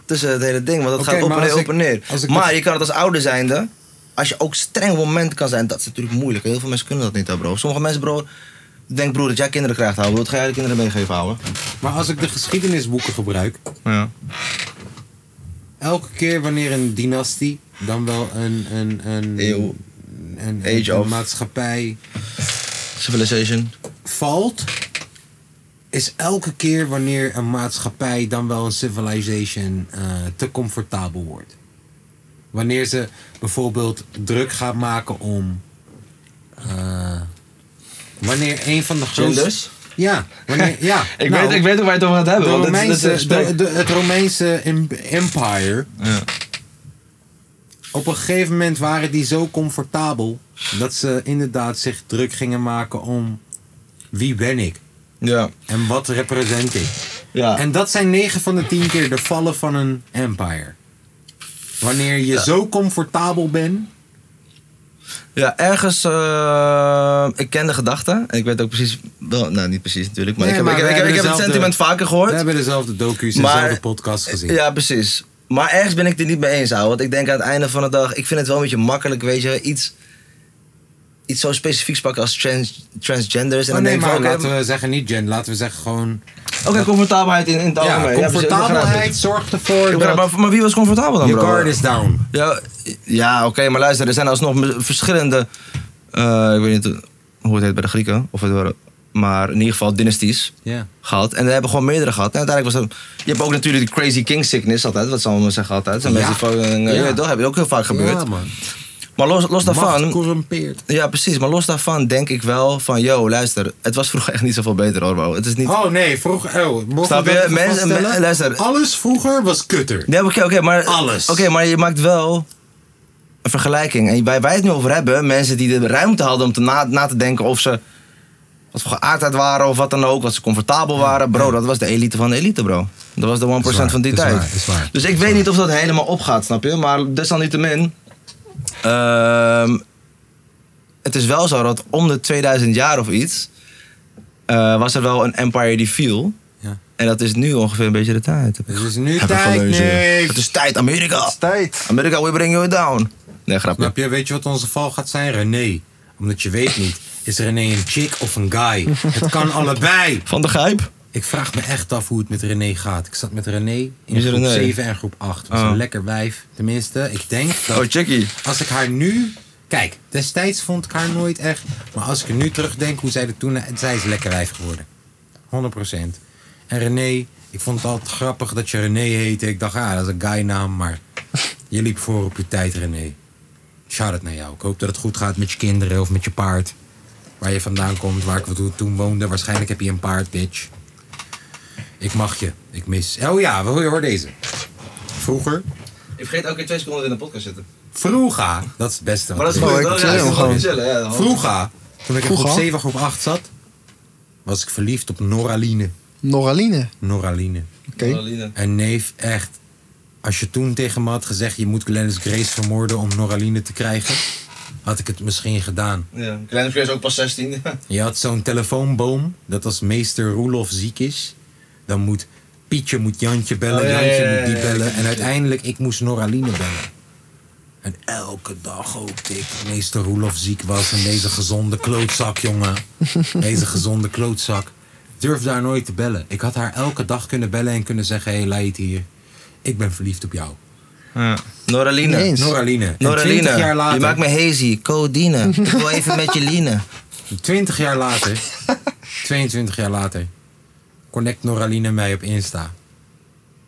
tussen het hele ding, want dat
Oké,
gaat op
maar
en neer,
als
op
ik-
en neer.
als ik
Maar
dat-
je kan het als ouder zijnde, als je ook streng op het moment kan zijn, dat is natuurlijk moeilijk. Heel veel mensen kunnen dat niet, hè, bro. Sommige mensen, bro, denk broer dat jij kinderen krijgt, houden. Wat ga jij de kinderen meegeven, houden?
Maar als ik de geschiedenisboeken gebruik...
Ja.
elke keer wanneer een dynastie, dan wel een, een, een,
Eeuw.
een, een-
Age
een
of.
maatschappij
Civilization.
valt, is elke keer wanneer een maatschappij, dan wel een civilization, eh, te comfortabel wordt. Wanneer ze bijvoorbeeld druk gaat maken om. eh, wanneer een van de grootste.
Genders?
Ja, wanneer, ja.
*laughs* Ik,
nou,
weet, ik weet ook waar je het over gaat hebben.
de
want dit is- dit
Romeinse,
is respect.
de, de- het Romeinse em- Empire.
Ja.
Op een gegeven moment waren die zo comfortabel dat ze inderdaad zich druk gingen maken om wie ben ik
Ja.
en wat represent ik.
ja.
En dat zijn 9 van de 10 keer de vallen van een empire. Wanneer je zo comfortabel bent.
ja, ergens. eh, ik ken de gedachte. En ik weet ook precies. Wel, nou, niet precies natuurlijk. Maar
Nee,
ik heb,
maar
ik, heb-
we
ik
hebben
heb- ik heb het
dezelfde-
sentiment vaker
We
gehoord.
hebben dezelfde docu's en
Maar-
dezelfde podcast gezien.
Ja, precies. Maar ergens ben ik er niet mee eens, ouwe. Want ik denk aan het einde van de dag, ik vind het wel een beetje makkelijk, weet je, iets iets zo specifieks pakken als trans, transgenders. En
Oh,
dan
nee,
denk ik
maar
van, oké,
laten we zeggen niet gen, laten we zeggen gewoon...
oké, comfortabelheid in, in het
ja,
algemeen. precies. Ik begrijp het.
comfortabelheid zorgt ervoor
Ik begrijp,
dat
maar, maar wie was comfortabel dan,
je
bro?
guard is down.
Ja, ja oké, maar luister, er zijn alsnog m- verschillende. eh, ik weet niet hoe het heet bij de Grieken, of het waren, maar in ieder geval dynasties
Ja.
gehad. En we hebben gewoon meerdere gehad. En uiteindelijk was dat. Je hebt ook natuurlijk de Crazy King Sickness altijd, wat ze allemaal zeggen altijd. Zijn
Ja.
mensen die fucking. eh,
Ja.
ja, dat heb je ook heel vaak gebeurd.
Ja, man.
maar los, los
Macht
daarvan.
corrumpeert.
Ja, precies. Maar los daarvan denk ik wel van, yo, luister, het was vroeger *laughs* echt niet zoveel beter hoor, bro. Het is niet.
Oh nee, vroeger... Oh, mocht
Snap
ik
je?
dat even
Mensen-
vaststellen?
men- luister.
Alles vroeger was kutter.
Nee, oké, oké, maar...
Alles.
Oké, maar je maakt wel een vergelijking. En waar wij het nu over hebben, mensen die de ruimte hadden om te na, na te denken of ze... Wat voor geaardheid waren of wat dan ook, wat ze comfortabel waren. Bro, dat was de elite van de elite, bro. Dat was de 1%
Is waar,
van die
is
tijd.
waar, is waar.
Dus ik weet niet of dat helemaal opgaat, snap je? Maar desalniettemin... ehm, het is wel zo dat om de 2000 jaar of iets... eh, was er wel een empire die viel.
Ja.
En dat is nu ongeveer een beetje de tijd.
Het is nu
Heb ik
tijd,
gelezen.
neef.
Het is tijd, Amerika.
Tijd.
Amerika, we bring you down. Nee, grapje.
Snap je? Weet je wat onze val gaat zijn? René. Omdat je weet niet. Is René een chick of een guy? Het
*laughs*
kan allebei.
Van de Gijp?
Ik vraag me echt af hoe het met René gaat. Ik zat met René
is
in groep
René?
7 en groep 8. Was
Oh.
een lekker wijf. Tenminste, ik denk dat
Oh, chickie.
als ik haar nu... Kijk, destijds vond ik haar nooit echt. Maar als ik er nu terugdenk hoe zij er toen... Zij is lekker wijf geworden. 100%. En René, ik vond het altijd grappig dat je René heette. Ik dacht, ah, dat is een guy naam, maar je liep voor op je tijd, René. Shout-out naar jou. Ik hoop dat het goed gaat met je kinderen of met je paard. Waar je vandaan komt, waar ik toen woonde. Waarschijnlijk heb je een paard, bitch. Ik mag je. Ik mis... Oh ja, hoor hoor deze. Vroeger.
Ik vergeet elke twee seconden in de podcast zitten.
Vroeger. Dat is het beste.
Maar dat is
wat
Oh,
er
goed.
ik
dat-
chill
ja, ik
hem
wil
gewoon.
chillen, ja, dan-
Vroeger, Oh. toen ik in groep
Vroeger?
7, groep 8 zat, was ik verliefd op Noraline.
Noraline.
Noraline.
Oké.
Aline.
En neef, echt. Als je toen tegen me had gezegd, je moet Glennis Grace vermoorden om Noraline te krijgen, had ik het misschien gedaan.
Ja, Kleine Vlees is ook pas *laughs* 16.
Je had zo'n telefoonboom, dat als meester Roelof ziek is, dan moet Pietje moet Jantje bellen,
Oh, ja,
Jantje
ja, ja,
moet die
ja, ja.
bellen. En uiteindelijk, ik moest Noraline bellen. En elke dag hoopte ik dat meester Roelof ziek was en deze gezonde klootzak,
*laughs*
jongen. Deze gezonde klootzak. Ik durfde haar nooit te bellen. Ik had haar elke dag kunnen bellen en kunnen zeggen, hé, hey, Leid hier. Ik ben verliefd op jou.
Noraline.
Nee.
Noraline. En
Noraline.
20 jaar later.
Je maakt me hazy. *laughs* Codine. Ik wil even met je Line.
20 jaar
*laughs*
later, 22 jaar later, connect Noraline mij op Insta.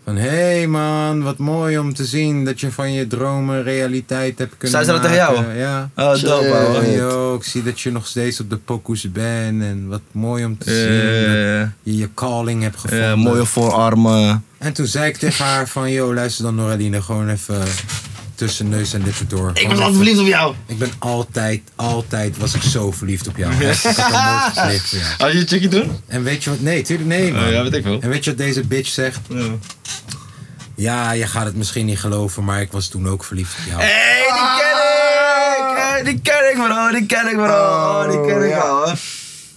Van hé hey man, wat mooi om te zien dat je van je dromen realiteit hebt kunnen
Zei ze dat
maken.
tegen jou?
Ja.
Oh, dope, ouwe.
Van,
Shit.
yo, ik zie dat je nog steeds op de pokoes bent en wat mooi om te
Ja,
zien dat
ja,
je je calling hebt
Eh. ja.
gevonden.
Ja, mooie voorarmen.
En toen zei ik tegen haar van yo, luister dan Noraline, gewoon even tussen neus en lippen door. Gewoon even-
op jou.
ik ben altijd, altijd was ik zo verliefd op jou. Ik had een moord gepleegd voor jou.
Had je een chickie doen?
En weet je wat? Nee, tuurlijk nee, man.
Oh, ja, weet ik wel.
En weet je wat deze bitch zegt? Ja, je gaat het misschien niet geloven, maar ik was toen ook verliefd op jou.
Hé, hey, die ken ik! Hey, die ken ik, bro. Die ken ik, bro.
Oh,
die ken ik,
ja.
ouwe.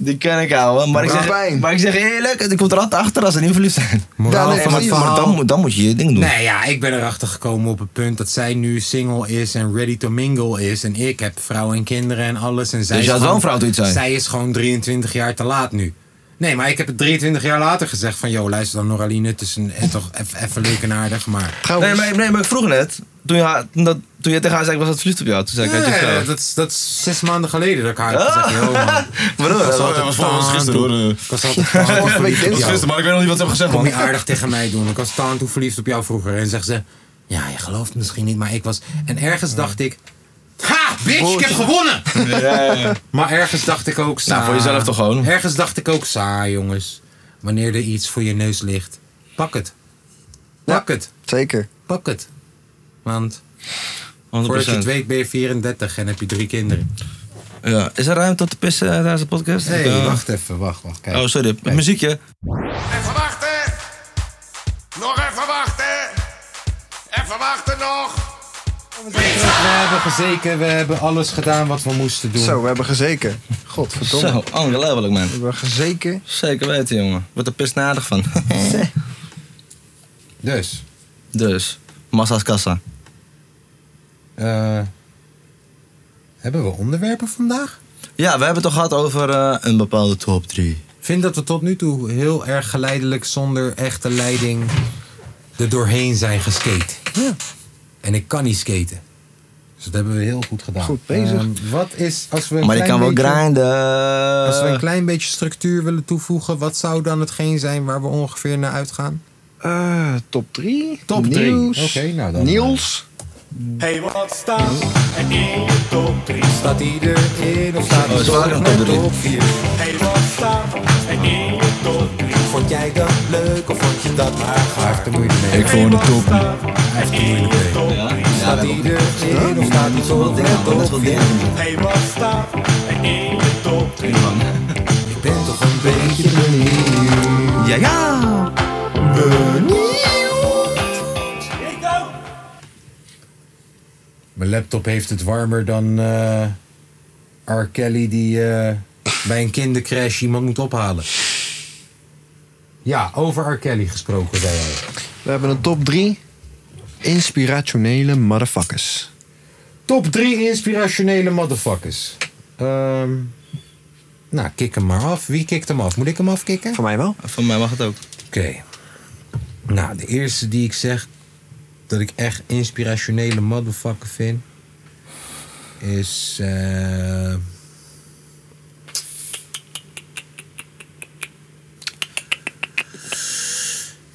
Die ken ik, ouwe. Maar ik,
Doet
zeg,
pijn.
maar ik zeg eerlijk, er komt er altijd achter als ze niet verliefd zijn.
Moraal
nee,
van
maar
het
maar-
verhaal.
dan, moet- dan moet je je ding doen.
Nee, ja, ik ben erachter gekomen op het punt dat zij nu single is en ready to mingle is. En ik heb vrouw en kinderen en alles. En zij
Dus
is
je had wel
gewoon-
een vrouw toen je het zei?
Zij is gewoon 23 jaar te laat nu. Nee, maar ik heb het 23 jaar later gezegd van... joh, luister dan Noraline, het is, een, het is toch eff- even leuk en aardig, maar...
Nee,
Trouwens.
maar, nee, maar ik vroeg net, toen je, haar- toen dat, toen je tegen haar zei, ik was het verliefd op jou. Toen zei ik, had je
Ja,
vrouw.
dat, is, dat is zes maanden geleden dat ik haar heb
*laughs*
gezegd. joh, man.
Waarom?
Ik was
Dat
altijd
was gewoon- dat was
taan
gisteren,
toe-
hoor.
Ik was altijd taan
*laughs*
toe
Vorige week
verliefd op
dinsdag.
jou.
Gisteren, maar ik weet nog niet wat ze hebben gezegd,
Kom
man.
je aardig tegen mij doen. Ik was taan toe verliefd op jou vroeger. En zegt ze, ja, je gelooft het misschien niet, maar ik was... En ergens dacht ik, ha, bitch, ik heb gewonnen! Maar ergens dacht ik ook, saai.
Nou, voor jezelf toch gewoon?
Ergens dacht ik ook, saai, jongens. Wanneer er iets voor je neus ligt, pak het. Pak het,
Zeker.
pak het. Want voordat je het
100%.
weet ben je 34 en heb je drie kinderen.
Ja. Is er ruimte om te pissen eh, tijdens de podcast?
Hé,
Ik, eh,
wacht even, wacht, wacht, kijk.
Oh, sorry.
Kijk.
Muziekje.
Even wachten. Nog even wachten. Even wachten nog.
We hebben gezeken, we hebben alles gedaan wat we moesten doen.
Zo, we hebben gezeken. Godverdomme.
Zo, ongelooflijk, man.
We hebben gezeken.
Zeker weten, jongen. Wordt er
*laughs*
pisnadig van.
Dus,
dus, massa's kassa.
eh, hebben we onderwerpen vandaag?
Ja, we hebben het toch gehad over eh, een bepaalde top 3.
vind dat we tot nu toe heel erg geleidelijk, zonder echte leiding, er doorheen zijn geskate. En ik kan niet skaten. Dus dat hebben we heel goed gedaan.
Goed bezig.
Ehm, wat is, als we een
Maar ik
klein
kan wel Eh.
beetje-
grinden. Oh,
Als we een klein beetje structuur willen toevoegen, wat zou dan hetgeen zijn waar we ongeveer naar uitgaan?
Eh, top 3.
Top drie.
Niels.
Oké, nou dan,
Niels.
Hey, wat staat er in je top 3?
Staat hij erin of staat
Oh, is waar een top drie?
4?
Hey, wat staat er in je top 3?
Vond jij dat leuk of vond je dat maar gaaf? Daar moet je mee.
Ik vond het top.
Hij heeft in je top 3.
Staat hij erin of staat hij
Wat dingen, man. Dat is
zo?
wel dingen. man.
Hey, wat staat er in je top 3?
Ik ben toch een beetje benieuwd.
Ja, ja.
Mijn laptop heeft het warmer dan eh R. Kelly die eh, bij een kindercrash iemand moet ophalen. Ja, over R. Kelly gesproken, zei hij.
We hebben een top 3. Inspirationele motherfuckers.
Top 3 inspirationele motherfuckers. Ehm, nou, kik hem maar af. Wie kikt hem af? Moet ik hem afkikken?
Voor mij wel.
Van mij mag het ook.
Oké. Nou, de eerste die ik zeg dat ik echt inspirationele motherfucker vind, is. eh,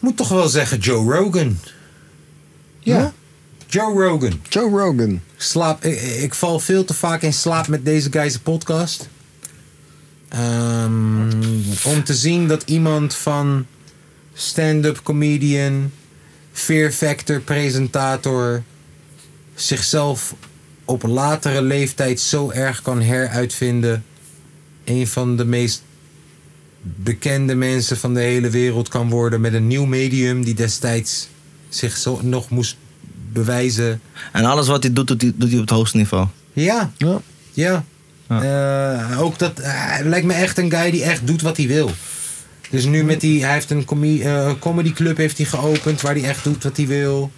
Moet toch wel zeggen Joe Rogan. Ja. Joe Rogan.
Joe Rogan.
Slaap, ik, ik val veel te vaak in slaap met deze guy's podcast. Ehm, om te zien dat iemand van stand-up comedian, fear factor presentator zichzelf op latere leeftijd zo erg kan heruitvinden. Een van de meest bekende mensen van de hele wereld kan worden met een nieuw medium die destijds zich zo nog moest bewijzen.
En alles wat hij doet, doet hij, doet hij op het hoogste niveau.
Ja.
Ja.
Ja. Eh, ook dat eh, hij lijkt me echt een guy die echt doet wat hij wil. Dus nu met die, hij heeft een comedy comedyclub heeft hij geopend waar hij echt doet wat hij wil.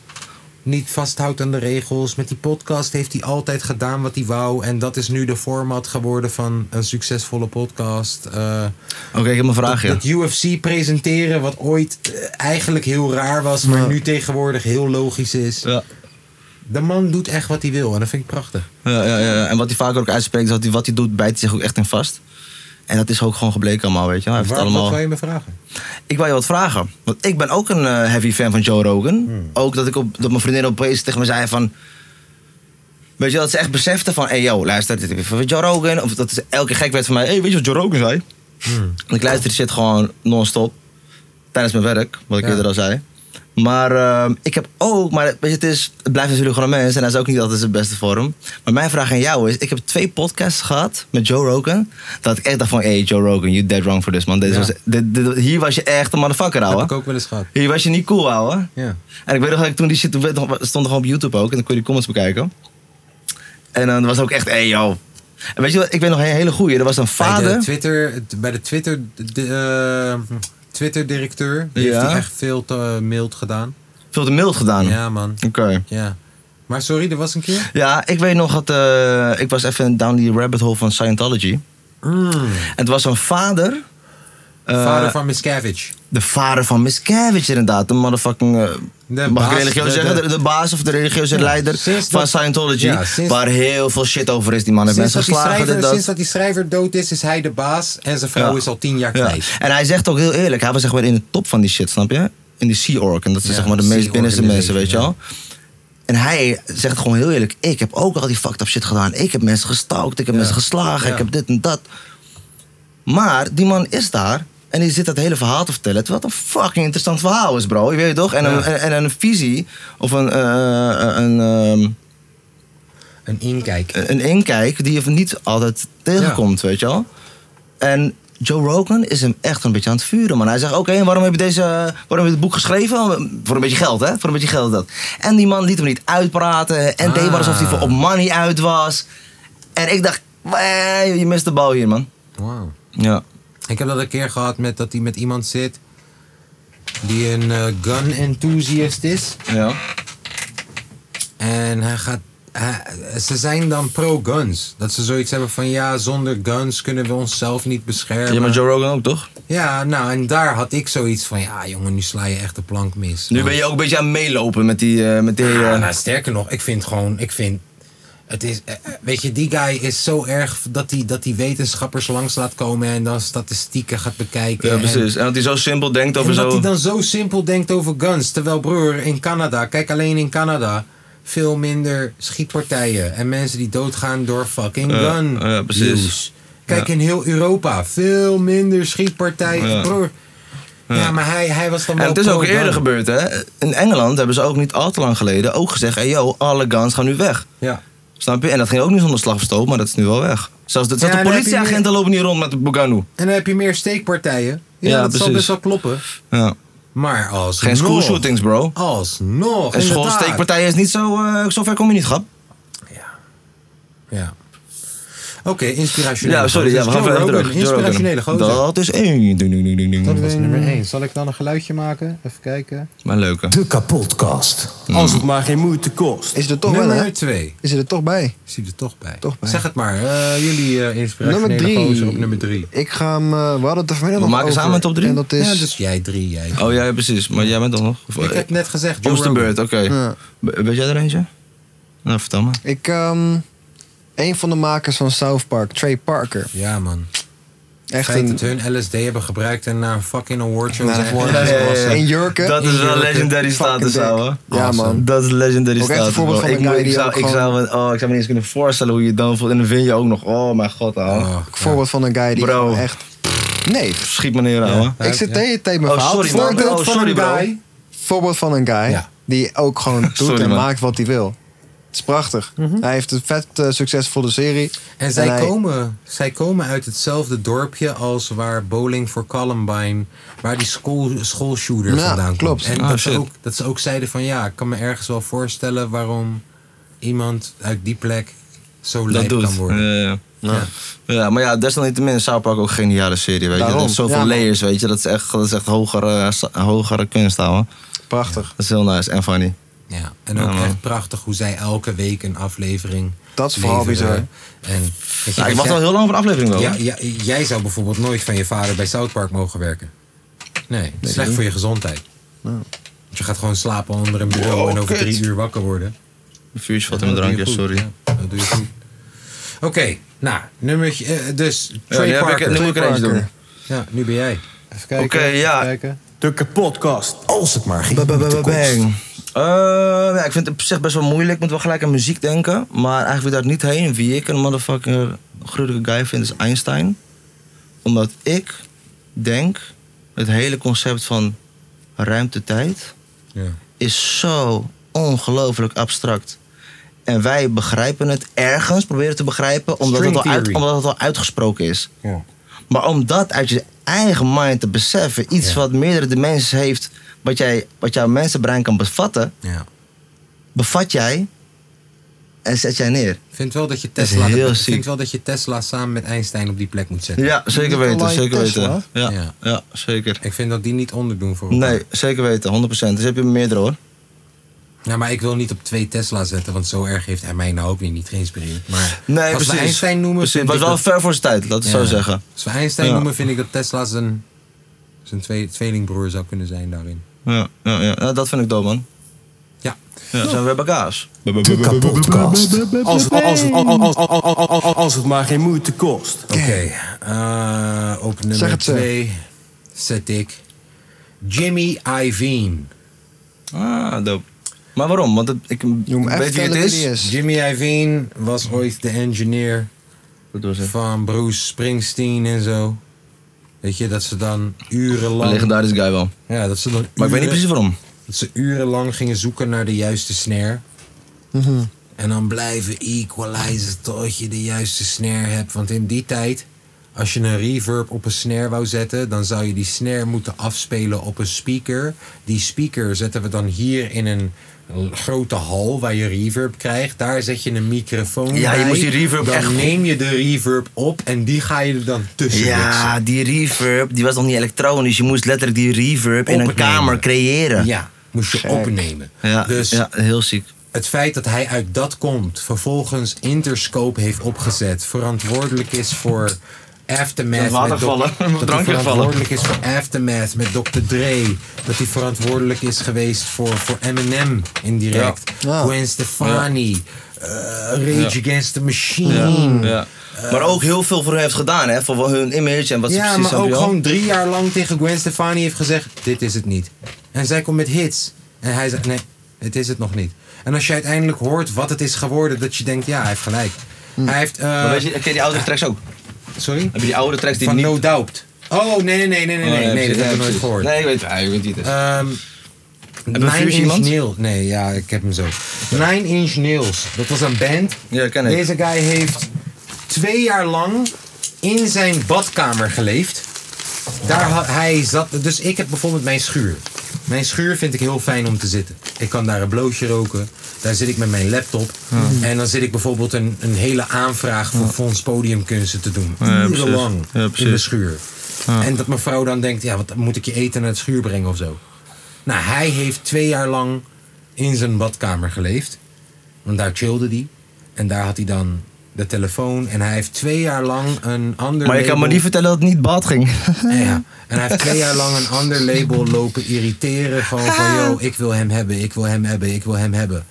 Niet vasthoudt aan de regels. Met die podcast heeft hij altijd gedaan wat hij wou. En dat is nu de format geworden van een succesvolle podcast. Eh,
Oké, ik heb een vraagje.
dat UFC presenteren, wat ooit eh, eigenlijk heel raar was, maar nu tegenwoordig heel logisch is.
Ja.
De man doet echt wat hij wil en dat vind ik prachtig.
Ja, ja, ja. En wat hij vaker ook uitspreekt, is dat hij, wat hij doet, bijt hij zich ook echt in vast. En dat is ook gewoon gebleken allemaal, weet je. wel. Hij heeft
Waar,
het
Wat
allemaal...
wil je me vragen?
Ik wil je wat vragen. Want ik ben ook een eh, heavy fan van Joe Rogan. Ook dat, ik op, dat mijn vriendin opeens tegen me zei van... Weet je, dat ze echt besefte van... hey, yo, luister, dit heb ik van Joe Rogan. Of dat ze elke keer gek werd van mij. hey, weet je wat Joe Rogan zei? En ik luister die shit gewoon non-stop. Tijdens mijn werk, wat ik
Ja.
eerder al zei. Maar ehm, ik heb ook... Maar weet je, het, is, het blijft natuurlijk gewoon een mens. En hij is ook niet altijd zijn beste vorm. Maar mijn vraag aan jou is... Ik heb twee podcasts gehad met Joe Rogan. Dat ik echt dacht van... hey, Joe Rogan, you dead wrong for this, man. Dit
Ja.
was, dit, dit- hier was je echt een motherfucker, ouwe.
Heb ik ook wel eens gehad.
Hier was je niet cool, ouwe.
Ja.
En ik weet nog dat ik toen die shit... toen werd nog- stond nog op YouTube ook. En dan kon je die comments bekijken. En dan was het ook echt... Hey, yo. En weet je wat? Ik weet nog een hele goeie. Er was een
Bij de
vader...
Twitter, bij de Twitter, de, eh, Twitter-directeur die
Ja. Hm.
heeft hij echt veel te eh, mild gedaan.
Veel te mild gedaan.
Ja, man.
Oké.
Ja. Maar sorry, er was een keer.
Ja, ik weet nog dat... eh, ik was even down die rabbit hole van Scientology. En het was een vader... Mm. eh,
Vader van Miscavige.
De vader van Miscavige inderdaad. De motherfucking... eh,
De
mag ik
baas,
religieus
de-
zeggen?
de-
De, de baas of de religieuze leider van
sinds dat-
Scientology.
Ja, sinds-
waar heel veel shit over is. Die man heeft
Sinds
mensen
dat, die
geslagen.
schrijver,
dit, dat.
sinds dat die schrijver dood is, is hij de baas en zijn vrouw
Ja.
is al tien jaar
Ja.
kwijt.
En hij zegt ook heel eerlijk, hij was zeg maar in de top van die shit, snap je? In die Sea Org. En dat zijn
Ja,
zeg maar de
Sea
meest binnenste mensen,
Organization,
weet je
ja.
wel? En hij zegt gewoon heel eerlijk, ik heb ook al die fucked up shit gedaan. Ik heb mensen gestalkt, ik heb
Ja.
mensen geslagen,
Ja.
ik heb dit en dat. Maar die man is daar en die zit dat hele verhaal te vertellen. Terwijl het een fucking interessant verhaal is, bro. Je weet het toch? En, een, en, en een visie of een, eh, een, ehm,
Een inkijk.
eh, een inkijk die je niet altijd tegenkomt, weet je wel. En Joe Rogan is hem echt een beetje aan het vuren, man. Hij zegt, oké, en waarom heb je deze, eh, waarom heb je dit boek geschreven? Voor een beetje geld, hè? Voor een beetje geld dat. En die man liet hem niet uitpraten en deed maar alsof hij voor op money uit was. En ik dacht, "Wee, je mist de bal hier, man.
Wauw.
Ja.
Ik heb dat een keer gehad met dat hij met iemand zit die een eh, gun enthusiast is.
Ja.
En hij gaat eh, ze zijn dan pro-guns. Dat ze zoiets hebben van ja, zonder guns kunnen we onszelf niet beschermen.
Ja, maar Joe Rogan ook, toch?
Ja, nou, en daar had ik zoiets van ja, jongen, nu sla je echt de plank mis.
Nu ben je ook een beetje aan het meelopen met die... eh, met die eh,
Ja, nou, sterker nog, ik vind gewoon, ik vind. Het is, eh, eh, weet je, die guy is zo erg dat hij dat die wetenschappers langs laat komen en dan statistieken gaat bekijken.
ja,
en-
precies. En dat hij zo simpel denkt
En
over
dat
zo...
hij dan zo simpel denkt over guns. Terwijl broer, in Canada, kijk alleen in Canada, veel minder schietpartijen. En mensen die doodgaan door fucking
Ja,
gun
ja, precies.
use. Kijk in heel Europa, veel minder schietpartijen.
Ja.
Broer. Ja, maar hij, hij was dan
En
wel
het is ook
pro-gun.
eerder gebeurd, hè? In Engeland hebben ze ook niet al te lang geleden ook gezegd... Hey, yo, alle guns gaan nu weg.
Ja.
Snap je? En dat ging ook niet zonder slag of stoot, maar dat is nu wel weg. Zelfs de, zelfs
Ja,
de
dan heb je
politieagenten lopen niet rond met de Bugano.
En dan heb je meer steekpartijen. Ja,
Ja,
dat zal
precies.
best wel kloppen.
Ja.
Maar als
Geen school shootings, bro.
Alsnog.
Een
inderdaad.
schoolsteekpartij is niet zo... eh zo ver kom je niet, grap.
Ja. Oké, inspirationele
Ja, sorry.
gozer.
Ja, we gaan
Joe
weer even
Rogan,
terug. Joe Rogan.
Inspirationele gozer.
Dat is één. Ding, ding, ding, ding,
Dat
ding.
was nummer
Eh.
1. Zal ik dan een geluidje maken? Even kijken.
Maar leuke.
De kapotkast.
Als het maar geen moeite kost.
Is het er toch wel, hè?
Nummer 2.
Is het er toch bij?
Zie er toch bij.
Toch bij.
Zeg het maar. eh, jullie eh inspirationele
Nummer drie.
gozer op nummer 3.
Ik ga hem... eh, we hadden het er vanmiddag
We
nog
maken
over.
samen een top drie?
En dat is...
Ja, dus jij 3. Jij.
Oh ja, ja, precies. Maar jij bent dan nog? Of,
ik
eh,
heb net gezegd. Joe
Om zijn
Rogan.
beurt, oké.
Ja.
Be- Weet jij er eentje? Nou, vertel maar.
eh, Ik... ehm, een van de makers van South Park, Trey Parker.
Ja, man. Het
Echt
feit
een...
dat hun LSD hebben gebruikt en naar een fucking awardshow
Naar een
zijn geworden.
awardshow.
is awesome.
En jurken.
Dat is wel
Jurken.
legendary status,
Fucking
ouwe.
dik. Ja,
Awesome.
man.
Dat is legendary
Ook echt een
status,
voorbeeld
bro.
van
Ik
een
moet-
guy
ik
die
zou
ook
ik
gewoon-
zou me- oh, ik zou me niet eens kunnen voorstellen hoe je dan voelt. En dan win je ook nog. Oh mijn god, ouwe.
Oh,
Een Voorbeeld van een guy die
Bro.
gewoon echt... Nee,
Schiet me neer, ouwe.
ik zit
Nou, ja.
de hele tijd mijn
Oh,
verhaal.
sorry, man.
voorbeeld,
Oh,
van
sorry,
een
bro.
guy, voorbeeld van een guy
Ja.
die ook
*laughs*
gewoon doet
Sorry,
en
man.
maakt wat hij wil. Het is prachtig.
Mhm.
Hij heeft een vet eh, succesvolle serie.
En zij,
hij-
komen, zij komen uit hetzelfde dorpje als waar Bowling voor Columbine, waar die school, schoolshooter
Ja,
vandaan
klopt.
komt. En
Ah,
dat, ze
shit.
ook, dat ze ook zeiden van ja, ik kan me ergens wel voorstellen waarom iemand uit die plek zo
Dat
lijp
doet.
kan worden.
Ja, ja, ja. Ja, maar ja, desalniettemin, South Park ook een geniale serie, weet je.
Daarom.
Er is zoveel
Ja, man.
layers, weet je. Dat is echt, dat is echt hogere, eh, sa- hogere kunst, ouwe.
Prachtig.
Dat is heel nice en funny.
Ja, en ook
Ja, man.
echt prachtig hoe zij elke week een aflevering
Dat is vooral
leveren. En, weet je,
Nou, ik
jij-
wacht al heel lang op een aflevering wel.
ja,
hoor.
ja, Jij zou bijvoorbeeld nooit van je vader bij South Park mogen werken. Nee, slecht voor je gezondheid. Want je gaat gewoon slapen onder een bureau
Wow,
en over
Oh, kut.
drie uur wakker worden.
Een vuurtje valt in
Dat
mijn
doe je
drankje,
goed,
sorry.
ja. dat doe je goed. Oké, nou, nummertje, eh, dus
Ja,
Trey
nu, heb ik,
Parker.
nu moet ik er eentje doen.
Ja, nu ben jij.
Even kijken.
Oké, ja.
kijken.
De kapotkast.
Als het maar geen moeite kost.
Bang. Eh, ja, ik vind het op zich best wel moeilijk. Ik moet wel gelijk aan muziek denken. Maar eigenlijk wil ik daar niet heen. Wie ik een motherfucking gruwelijke guy vind is Einstein. Omdat ik denk, het hele concept van ruimte-tijd
Ja.
is zo ongelooflijk abstract. En wij begrijpen het ergens, proberen te begrijpen, omdat het,
String
al uit,
theory.
omdat het al uitgesproken is.
Ja.
Maar om dat uit je eigen mind te beseffen, iets
Ja.
wat meerdere dimensies heeft, wat, jij, wat jouw mensenbrein kan bevatten,
ja.
bevat jij en zet jij neer.
Ik vind wel dat je
Dat is
Tesla,
heel
ik
ziek.
vind wel dat je Tesla samen met Einstein op die plek moet zetten.
Ja, zeker
Nikolai
weten, zeker
Tesla?
weten. Ja,
Ja.
ja. zeker.
Ik vind dat die niet onderdoen voor elkaar.
Nee, zeker weten, 100%. Dus heb je meerdere hoor.
Ja, maar ik wil niet op twee Tesla zetten, want zo erg heeft hij mij nou ook weer niet geïnspireerd. Maar
Nee,
als
precies.
we Einstein noemen,
Precies,
vind
was
ik
wel
dat-
ver voor zijn tijd, laat ik
Ja.
zo zeggen.
Als we Einstein
Ja.
noemen, vind ik dat Tesla zijn, zijn twee, tweelingbroer zou kunnen zijn daarin.
Ja, ja, ja. Nou, dat vind ik dood man.
Ja.
Ja, zijn we weer bij kaas.
De kapotkast.
Als, als, als, als, als, als, als, als, als het maar geen moeite kost.
Oké, eh, op
Zeg
nummer
het, Sir.
twee zet ik Jimmy Iovine.
Ah, dope. Maar waarom? Want het, ik
Noem even
weet wie het
vertellen wie die
is.
is.
Jimmy Iovine was ooit de engineer
Dat was het.
van Bruce Springsteen en zo. Weet je, dat ze dan
Een
urenlang...
legendarische guy wel.
Ja, dat ze dan
Maar ik weet niet
uren-
precies waarom.
Dat ze urenlang gingen zoeken naar de juiste snare.
Mhm.
En dan blijven equalizen tot je de juiste snare hebt. Want in die tijd, als je een reverb op een snare wou zetten, dan zou je die snare moeten afspelen op een speaker. Die speaker zetten we dan hier in een l- grote hal waar je reverb krijgt. Daar zet je een microfoon
Ja, je
bij.
moest die reverb
dan
echt-
neem je de reverb op en die ga je er dan tussen mixen.
Ja, die reverb, die was nog niet elektronisch. Je moest letterlijk die reverb in een
Opnemen.
kamer creëren.
Ja, moest je opnemen.
Ja,
dus
ja, heel ziek.
het feit dat hij uit dat komt, vervolgens Interscope heeft opgezet, verantwoordelijk is voor Aftermath.
Dat watervallen,
met
*laughs*
Dr. dat hij
drankje vallen.
verantwoordelijk is voor Aftermath met Dr. Dre. Dat hij verantwoordelijk is geweest voor, voor Eminem indirect.
Ja.
Gwen Stefani. eh, Rage Against the Machine.
Ja. maar ook heel veel voor hun heeft gedaan, hè? Voor wel hun image en wat ze
Ja,
precies
maar ook
hebben. joh.
gewoon drie jaar lang tegen Gwen Stefani heeft gezegd: Dit is het niet. En zij komt met hits. En hij zegt: Nee, het is het nog niet. En als je uiteindelijk hoort wat het is geworden, dat je denkt: Ja, hij heeft gelijk. Hij heeft. eh,
Hm. Maar weet je, ken je die oudere tracks ook?
sorry?
Heb je die oudere tracks die
Van
niet...
No Doubt. Oh, nee, nee, nee, nee, nee,
Oh,
nee, nee
precies,
dat heb ik
precies.
nooit gehoord.
Nee, ik weet, ah, ik weet niet. eens.
Ehm,
Heb je een
Nine
vuurtje
Inch
iemand?
Nails. Nee, ja, ik heb hem zo. Nine Inch Nails. Dat was een band.
Ja, eh, ken ik.
Deze guy heeft twee jaar lang in zijn badkamer geleefd. Daar had, hij zat, dus ik heb bijvoorbeeld mijn schuur. Mijn schuur vind ik heel fijn om te zitten. Ik kan daar een blootje roken. Daar zit ik met mijn laptop.
Hmm.
En dan zit ik bijvoorbeeld een, een hele aanvraag voor Fonds Podiumkunsten te doen.
ja, precies.
Urenlang
Ja,
in
precies.
mijn schuur. En dat mijn vrouw dan denkt, ja, wat moet ik je eten naar het schuur brengen of zo. Nou, hij heeft twee jaar lang in zijn badkamer geleefd. Want daar chillde hij. En daar had hij dan de telefoon. En hij heeft twee jaar lang een ander
maar je kan me
label-
niet vertellen dat het niet bad ging. *laughs*
ja. En hij heeft twee jaar lang een ander label lopen irriteren. Gewoon van, yo, ik wil hem hebben, ik wil hem hebben, ik wil hem hebben.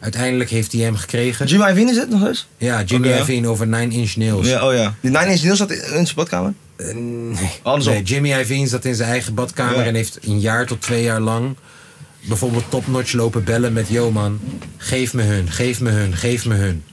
Uiteindelijk heeft hij hem gekregen.
Jimmy Iovine is het nog eens?
Ja, Jimmy
Oké.
Iovine over Nine Inch Nails.
Ja, oh ja. Die Nine Inch Nails zat in in zijn badkamer?
Eh, nee.
Andersom.
Nee, Jimmy Iovine zat in zijn eigen badkamer
Ja.
en heeft een jaar tot twee jaar lang... bijvoorbeeld topnotch lopen bellen met... yo man, geef me hun, geef me hun, geef me hun.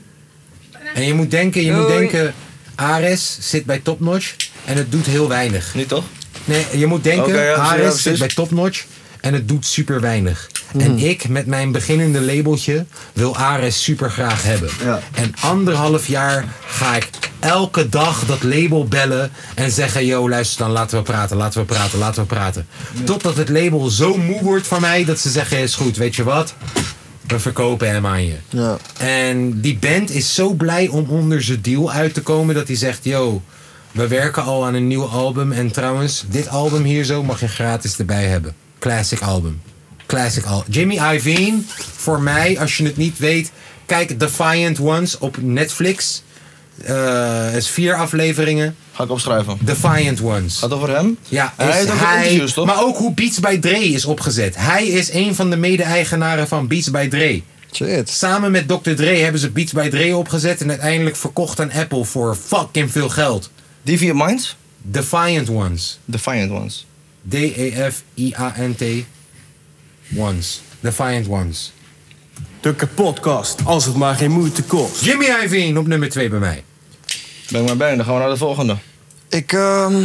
En je moet denken, je moet denken... Ares zit bij topnotch en het doet heel weinig.
Nu toch?
Nee, je moet denken,
Oké, ja, precies, ja,
Ares
precies.
zit bij topnotch en het doet super weinig. En ik met mijn beginnende labeltje wil Ares super graag hebben. En anderhalf jaar ga ik elke dag dat label bellen en zeggen: Yo, luister dan, laten we praten, laten we praten, laten we praten. Totdat het label zo moe wordt van mij dat ze zeggen: Is goed, weet je wat? We verkopen hem aan je.
Ja.
En die band is zo blij om onder zijn deal uit te komen dat hij zegt: Yo, we werken al aan een nieuw album. En trouwens, dit album hier zo mag je gratis erbij hebben. Classic album. Classic album. Jimmy Iovine, voor mij, als je het niet weet, kijk Defiant Ones op Netflix. Eh is vier afleveringen.
Ga ik opschrijven.
Defiant Ones.
Gaat over hem?
Ja,
En hij
is
heeft ook
hij-
interviews, toch?
Maar ook hoe Beats by Dre is opgezet. Hij is een van de mede-eigenaren van Beats by Dre.
Shit.
Samen met Dr. Dre hebben ze Beats by Dre opgezet en uiteindelijk verkocht aan Apple voor fucking veel geld.
Deviant Minds?
Defiant Ones. E
Defiant Ones.
D-E-F-I-A-N-T. Ones. Defiant Ones.
De kapotkast, als het maar geen moeite kost.
Jimmy Iovine op nummer 2 bij mij.
Ben ik maar bij, dan gaan we naar de volgende.
Ik, ehm,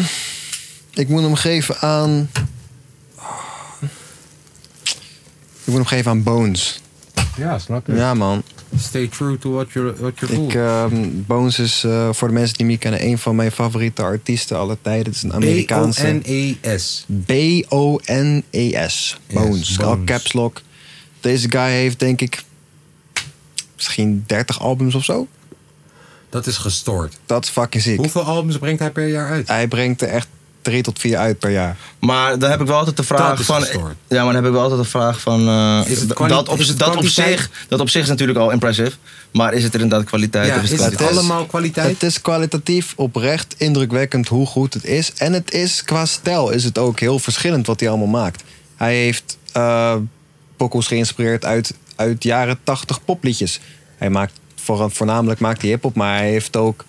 ik moet hem geven aan... Ik moet hem geven aan Bones.
Ja, snap
Ja, man.
Stay true to what you what you
eh,
Ik, ehm, Bones is eh, voor de mensen die hem niet kennen... een van mijn favoriete artiesten aller tijden. Het is
E.
een Amerikaanse...
B-O-N-E-S.
E B-O-N-E-S. Bones.
Yes,
Al
Bones.
caps lock. Deze guy heeft denk ik... misschien 30 albums of zo.
Dat is gestoord.
Dat is fucking ziek.
Hoeveel albums brengt hij per jaar uit?
Hij brengt er echt drie tot vier uit per jaar.
Maar dan heb ik wel altijd de
Dat
vraag
is
van.
gestoord.
Ja, maar dan heb ik wel altijd de vraag van. eh,
Is het
d-
kwali-
dat, op,
is het
dat, op
kwantiteit?
zich, dat op zich is natuurlijk al impressive. Maar is het er inderdaad kwaliteit?
Ja,
of
is
het
het
kwaliteit?
allemaal kwaliteit?
Het is kwalitatief oprecht indrukwekkend hoe goed het is. En het is qua stijl is het ook heel verschillend wat hij allemaal maakt. Hij heeft eh pokkels geïnspireerd uit, uit jaren 80 popliedjes. Hij maakt voor, voornamelijk maakt hij hip-hop, maar hij heeft ook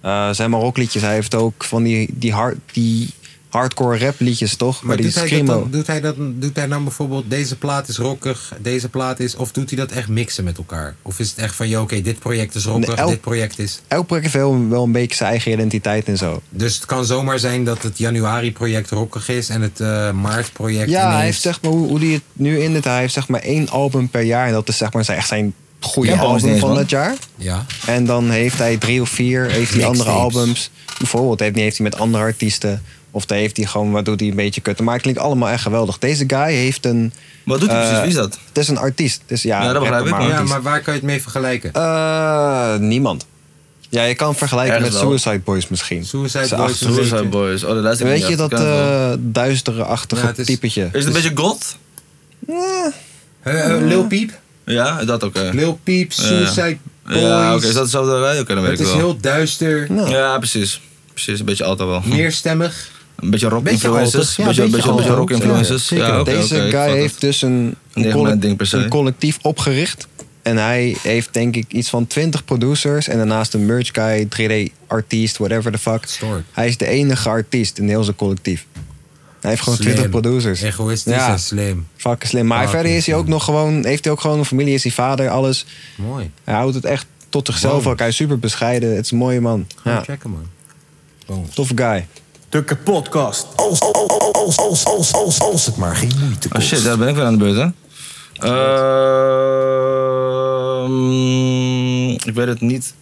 eh zijn rockliedjes. Hij heeft ook van die, die, hard, die hardcore rap liedjes, toch? Maar,
Maar
die
doet hij, dat
screamo.
dan, doet, hij dat, doet hij dan bijvoorbeeld deze plaat is rockig, deze plaat is... Of doet hij dat echt mixen met elkaar? Of is het echt van, joh, oké, dit project is rockig,
Nee, elk-
dit project is...
Elk project heeft wel, wel een beetje zijn eigen identiteit en zo.
Dus het kan zomaar zijn dat het januari-project rockig is en het eh, maart-project
Ja,
ineens-
hij heeft zeg maar hoe, hoe die het nu in het. Hij heeft zeg maar één album per jaar. En dat is zeg maar zijn, echt zijn goede
Tempo is niet
album
eens,
van
man.
het jaar.
Ja,
En dan heeft hij drie of vier. Heeft hij andere
Mixtapes.
albums. Bijvoorbeeld heeft, heeft hij met andere artiesten. Of dan heeft hij gewoon, wat doet hij een beetje kutten. Maar het klinkt allemaal echt geweldig. Deze guy heeft een...
Wat doet hij
eh,
precies? Wie is dat?
Het is een artiest. Het is, ja,
Ja, dat begrijp
rapper,
ik,
maar
ja
artiest.
maar waar kan je het mee vergelijken?
Eh, niemand. Ja, je kan hem vergelijken
Ergens
met
wel.
Suicide Boys misschien.
Suicide
Zijn
Boys
achter-
een
Suicide
beetje.
Boys. Oh, daar luister ik
Weet
niet
je
naar.
dat
Ik ken het wel.
eh duistere-achtige Dus
Ja, het is-
typetje?
Is het een beetje gold?
Eh, eh, Lil Peep?
Ja, dat ook. eh.
Lil Peep, Suicide Boys.
Ja, oké, is dat hetzelfde rij? Oké, dan weet
het
ik
is
wel.
heel duister,
Ja, precies. Precies, een beetje altijd wel.
meerstemmig.
Een beetje rock
Beetje
influencers.
alter, ja,
beetje,
beetje
beetje, beetje
alter.
rock influencers.
Zeker.
Ja, oké,
Deze
oké, ik vat
guy
het.
heeft dus een, een,
echt
colle-
mijn ding per se.
een collectief opgericht. En hij heeft denk ik iets van 20 producers. En daarnaast een merch guy, 3D-artiest, whatever the fuck.
Story.
Hij is de enige artiest in heel zijn collectief. Hij heeft gewoon
Slim.
20 producers.
Egoïstisch
Ja.
en slim.
Fucking slim. Maar
Fucking
verder is hij ook
slim.
nog gewoon, heeft hij ook gewoon een familie, is hij vader, alles.
Mooi.
Hij houdt het echt tot zichzelf
Wow.
ook. Hij is super bescheiden. Het is een mooie man.
Ga
Ja,
checken, man.
toffe guy.
De kapotkast.
Als, als, als, als, als, als, als het maar geen moeite
Oh
kost.
shit, daar ben ik weer aan de beurt, hè? Ehm, ik weet het niet.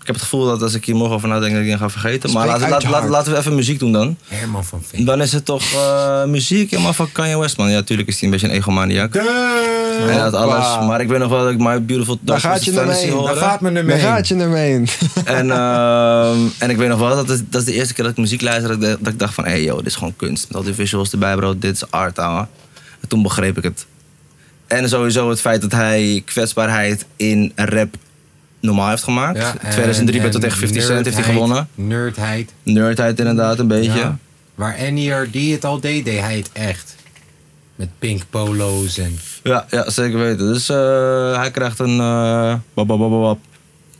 Ik heb het gevoel dat als ik hier morgen over nadenk, dat ik dingen ga vergeten. Maar
Spreek
laten,
uit
laten,
je
laten,
hart.
laten we even muziek doen dan.
Herman van Veen.
Dan is het toch eh, muziek helemaal van Kanye West, man. Ja, natuurlijk is hij een beetje een egomaniac. Hij had alles, maar ik weet nog wel dat ik My Beautiful Dark
gaat
Twisted
je naar
Fantasy
mee.
hoorde.
Daar gaat mijn nummer
Daar
heen.
gaat je ermee
*laughs*
in.
En, ehm, en ik weet nog wel, dat is, dat is de eerste keer dat ik muziek luisterde, dat, ik- dat ik dacht van, hé hey, yo, dit is gewoon kunst. Met al die visuals erbij, bro, dit is art, ouwe. En toen begreep ik het. En sowieso het feit dat hij kwetsbaarheid in rap normaal heeft gemaakt.
Ja, en-
2003
en
werd tot echt 50 Cent, heeft hij
nerdheid-
gewonnen.
Nerdheid.
Nerdheid inderdaad, een beetje.
Ja. Waar NERD het al deed, deed hij het echt. Met pink polo's en...
Ja, ja zeker weten. Dus eh, hij krijgt een eh bababababab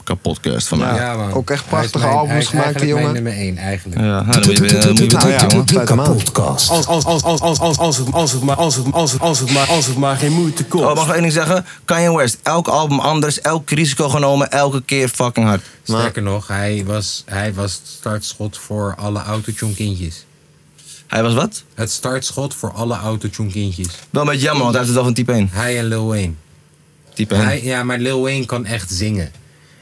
kapotcast van mij. Ja,
man.
ook echt
Hij is
prachtige
mijn-
albums
hij is
gemaakt, die
eigenlijk
jongen.
mijn nummer 1 eigenlijk.
nou, dan moet je weer- dan moet je
Nou ja, hoor,
De
sluit hem aan.
kapotkast.
Als, als, als, als, als, als, als het, als het maar, als het, als het, als het maar, als het maar geen moeite kost.
Oh, mag ik nog één ding zeggen? Kanye West, elk album anders, elk risico genomen, elke keer fucking hard.
Sterker nog, hij was, hij was het startschot voor alle autotune kindjes.
Hij was wat?
Het startschot voor alle autotune kindjes.
Wel met jammer, want hij heeft het wel van type 1.
Hij en Lil Wayne.
Type 1.
Hij, ja, maar Lil Wayne kan echt zingen.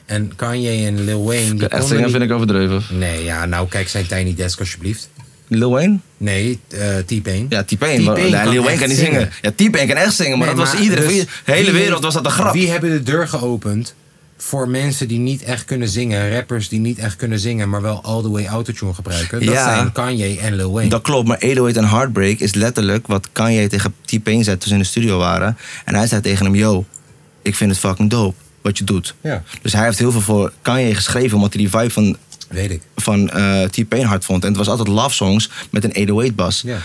En Kanye en Lil Wayne... Die
Echt
konden
zingen
niet-
vind ik overdreven.
Nee, ja, nou kijk zijn Tiny Desk alsjeblieft.
Lil Wayne?
Nee, eh type 1.
Ja, type 1.
Type 1
Ja,
kan
Lil Wayne
echt
kan niet
zingen.
zingen. Ja, type 1 kan echt zingen, maar
Nee,
dat was iedereen.
dus
voor de hele
wie
wereld
heeft-
was dat een grap.
Wie hebben de deur geopend voor mensen die niet echt kunnen zingen? Rappers die niet echt kunnen zingen, maar wel all the way autotune gebruiken. Dat
Ja.
zijn Kanye en Lil Wayne.
Dat klopt, maar 808 en Heartbreak is letterlijk wat Kanye tegen Type 1 zei toen ze in de studio waren. En hij zei tegen hem, yo, ik vind het fucking dope wat je doet.
Ja.
Dus hij heeft heel veel voor Kanye geschreven, omdat hij die vibe van
weet ik.
van eh Type 1 hard vond. En het was altijd love songs met een 808 bas.
Ja.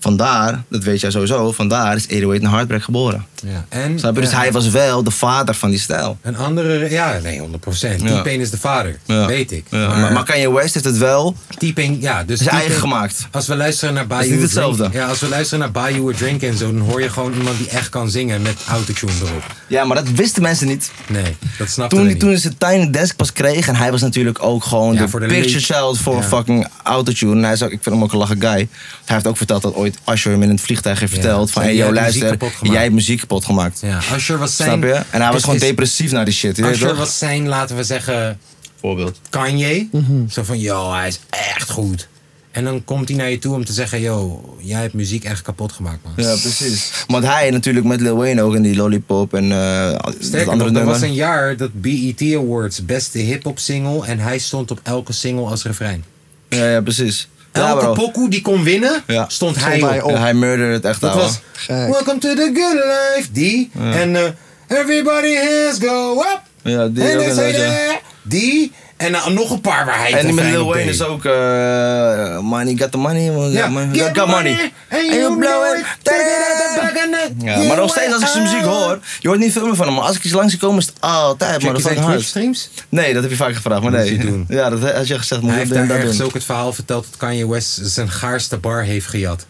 Vandaar, dat weet jij sowieso, vandaar is 808 een Heartbreak geboren.
Ja. En,
Snap je? Dus
ja,
hij was wel de vader van die stijl.
Een andere, ja, nee, 100%.
Ja.
Type 1 is de vader,
Ja.
weet ik.
Ja, maar, maar Kanye West heeft het wel.
Type 1, ja, dus.
Zijn
type
eigen
1
gemaakt.
Als we luisteren naar Buy
is
You
niet
a Drink-
hetzelfde.
Ja, als we luisteren naar Buy You a Drink en zo, dan hoor je gewoon iemand die echt kan zingen met autotune erop.
Ja, maar dat wisten mensen niet.
Nee, dat snapte
Toen,
we
die,
niet.
toen ze Tiny Desk pas kreeg en hij was natuurlijk ook gewoon
Ja,
de,
voor de
picture
lead.
child voor
Ja.
fucking autotune. En hij is ook, ik vind hem ook een lachen guy. Hij heeft ook verteld dat ooit Asher hem in het vliegtuig heeft
Ja.
verteld van,
Zei,
hey
jij
yo
hebt muziek
luister,
kapot gemaakt.
jij hebt muziek kapot gemaakt.
Ja, Usher was zijn...
Snap je? En hij was
is-
gewoon
is-
depressief naar die shit. je weet
Usher
toch?
was zijn, laten we zeggen,
Voorbeeld.
Kanye.
Mhm.
Zo van, yo, hij is echt goed. En dan komt hij naar je toe om te zeggen, yo, jij hebt muziek echt kapot gemaakt, man.
Ja, precies. Want hij natuurlijk met Lil Wayne ook en die Lollipop en eh al- dat
Sterker
andere
nog, er was
nummer.
een jaar dat BET Awards beste hip-hop single en hij stond op elke single als refrein.
Ja, ja, precies. ja,
Elke
bro.
pokoe die kon winnen,
Ja.
stond
Stond
hij op.
hij op.
Ja, hij murderde het echt
Dat
ouwe.
was
Gek.
Welcome to the good life, die. En eh, everybody hands go up.
Ja, die
en
ook
they say
inderdaad, ja.
that, die. En eh, nog een paar waar hij
En die met
refrein
Lil
op
Wayne
deed.
is ook eh money got the money, man,
Ja,
got money,
get
got money.
money, and you know it. Take it out the bag and it- Ah.
Ja, maar nog steeds als ik zijn muziek hoor, je hoort niet veel meer van hem. Maar als ik iets langs zie komen is het altijd maar
Check
dat
je
fucking
zijn
hard.
Twitch-streams?
Nee, dat heb je vaak gevraagd, maar
Moet
nee.
je doen.
*laughs* Ja, dat had je gezegd, moet
Hij
je
heeft
dat
daar
doen, dat doen.
ergens ook het verhaal verteld dat Kanye West zijn gaarste bar heeft gejat.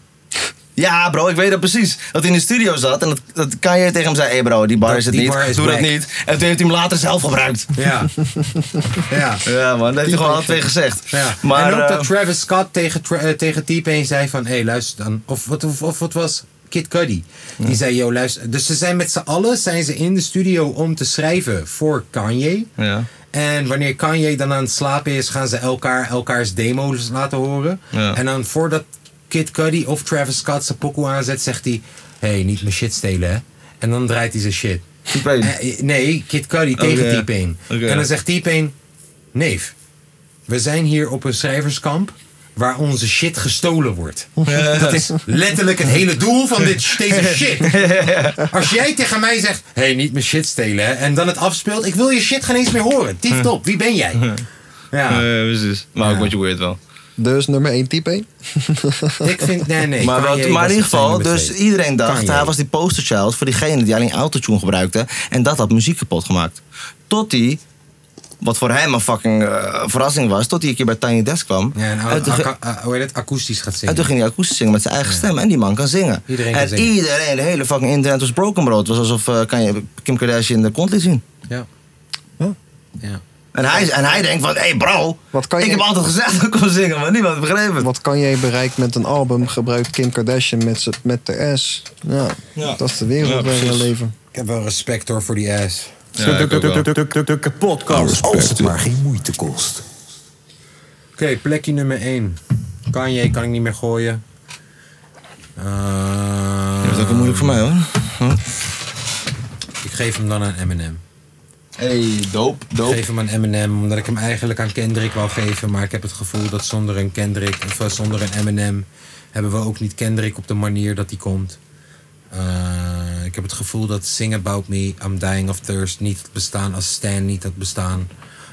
Ja, bro, ik weet dat precies. Dat hij in de studio zat en dat, dat Kanye tegen hem zei: Hé, bro, die bar
Dat-
is het
die
niet.
bar is
Doe dat
wack."
niet. En toen heeft hij hem later zelf gebruikt. *laughs*
Ja. ja.
Ja, man, dat heeft hij gewoon al twee gezegd.
Ja.
Maar,
en ook
eh,
dat Travis Scott tegen, Tra- eh, tegen T-Pain zei van... Hé, hey, luister dan. Of wat, of, of wat was Kid Cudi? Die zei, yo, luister. Dus ze zijn met z'n allen zijn ze in de studio om te schrijven voor Kanye.
Ja.
En wanneer Kanye dan aan het slapen is... gaan ze elkaar elkaars demo's laten horen.
Ja.
En dan voordat Kid Cudi of Travis Scott zijn pokoe aanzet... zegt hij... Hé, hey, niet mijn shit stelen, hè. En dan draait hij zijn shit.
T-Pain.
Eh, Nee, Kid Cudi tegen
Oké.
T-Pain.
Oké.
En dan zegt T-Pain... Neef, we zijn hier op een schrijverskamp. waar onze shit gestolen wordt.
Eh.
Dat is letterlijk het hele doel van
*laughs*
dit, deze shit. Als jij tegen mij zegt, hé, hey, niet mijn shit stelen, hè, en dan het afspeelt, ik wil je shit geen eens meer horen. Tief op, wie ben jij? Ja,
Eh, precies. Maar ook wat je weird wel.
Dus nummer 1 type 1.
ik vind, nee, nee.
Eh. maar,
Kanye
wat,
was
maar in ieder
echt
geval,
nummer
dus
twee.
iedereen dacht,
Kanye.
hij was die posterchild voor diegene die alleen autotune gebruikte. En dat had muziek kapot gemaakt. Tot hij, wat voor hem een fucking eh, verrassing was, tot hij een keer bij Tiny Desk kwam.
Ja, en
en, toen, ge-
a- a- a- hoe heet het? Akoestisch gaat
en
zingen.
toen ging hij akoestisch zingen met zijn eigen stem. En die man kan zingen.
Iedereen kan
en
zingen.
iedereen, de hele fucking internet was broken brood. Het was alsof eh, kan je Kim Kardashian de kont liet zien.
Ja. ja.
En hij, en hij denkt van, hé hey bro,
Wat kan je-
ik heb altijd gezegd dat ik kon zingen, maar niemand begreep het.
Wat kan jij bereikt met een album? Gebruikt Kim Kardashian met, z'n- met de S. Ja,
Ja.
dat is de wereld
Ja,
waar we in
precies.
leven.
Ik heb wel respect hoor voor die ass.
De podcast.
Als het maar geen moeite kost.
Oké, plekje nummer 1. Kanye kan ik niet meer gooien. Eh,
Dat is ook wel moeilijk voor mij hoor.
ik geef hem dan aan Eminem.
Hey, dope,
Ik geef hem aan Eminem, omdat ik hem eigenlijk aan Kendrick wou geven. Maar ik heb het gevoel dat zonder een Kendrick, of eh, zonder een Eminem, hebben we ook niet Kendrick op de manier dat hij komt. Eh, ik heb het gevoel dat Sing About Me, I'm Dying of Thirst niet had bestaan als Stan niet had bestaan.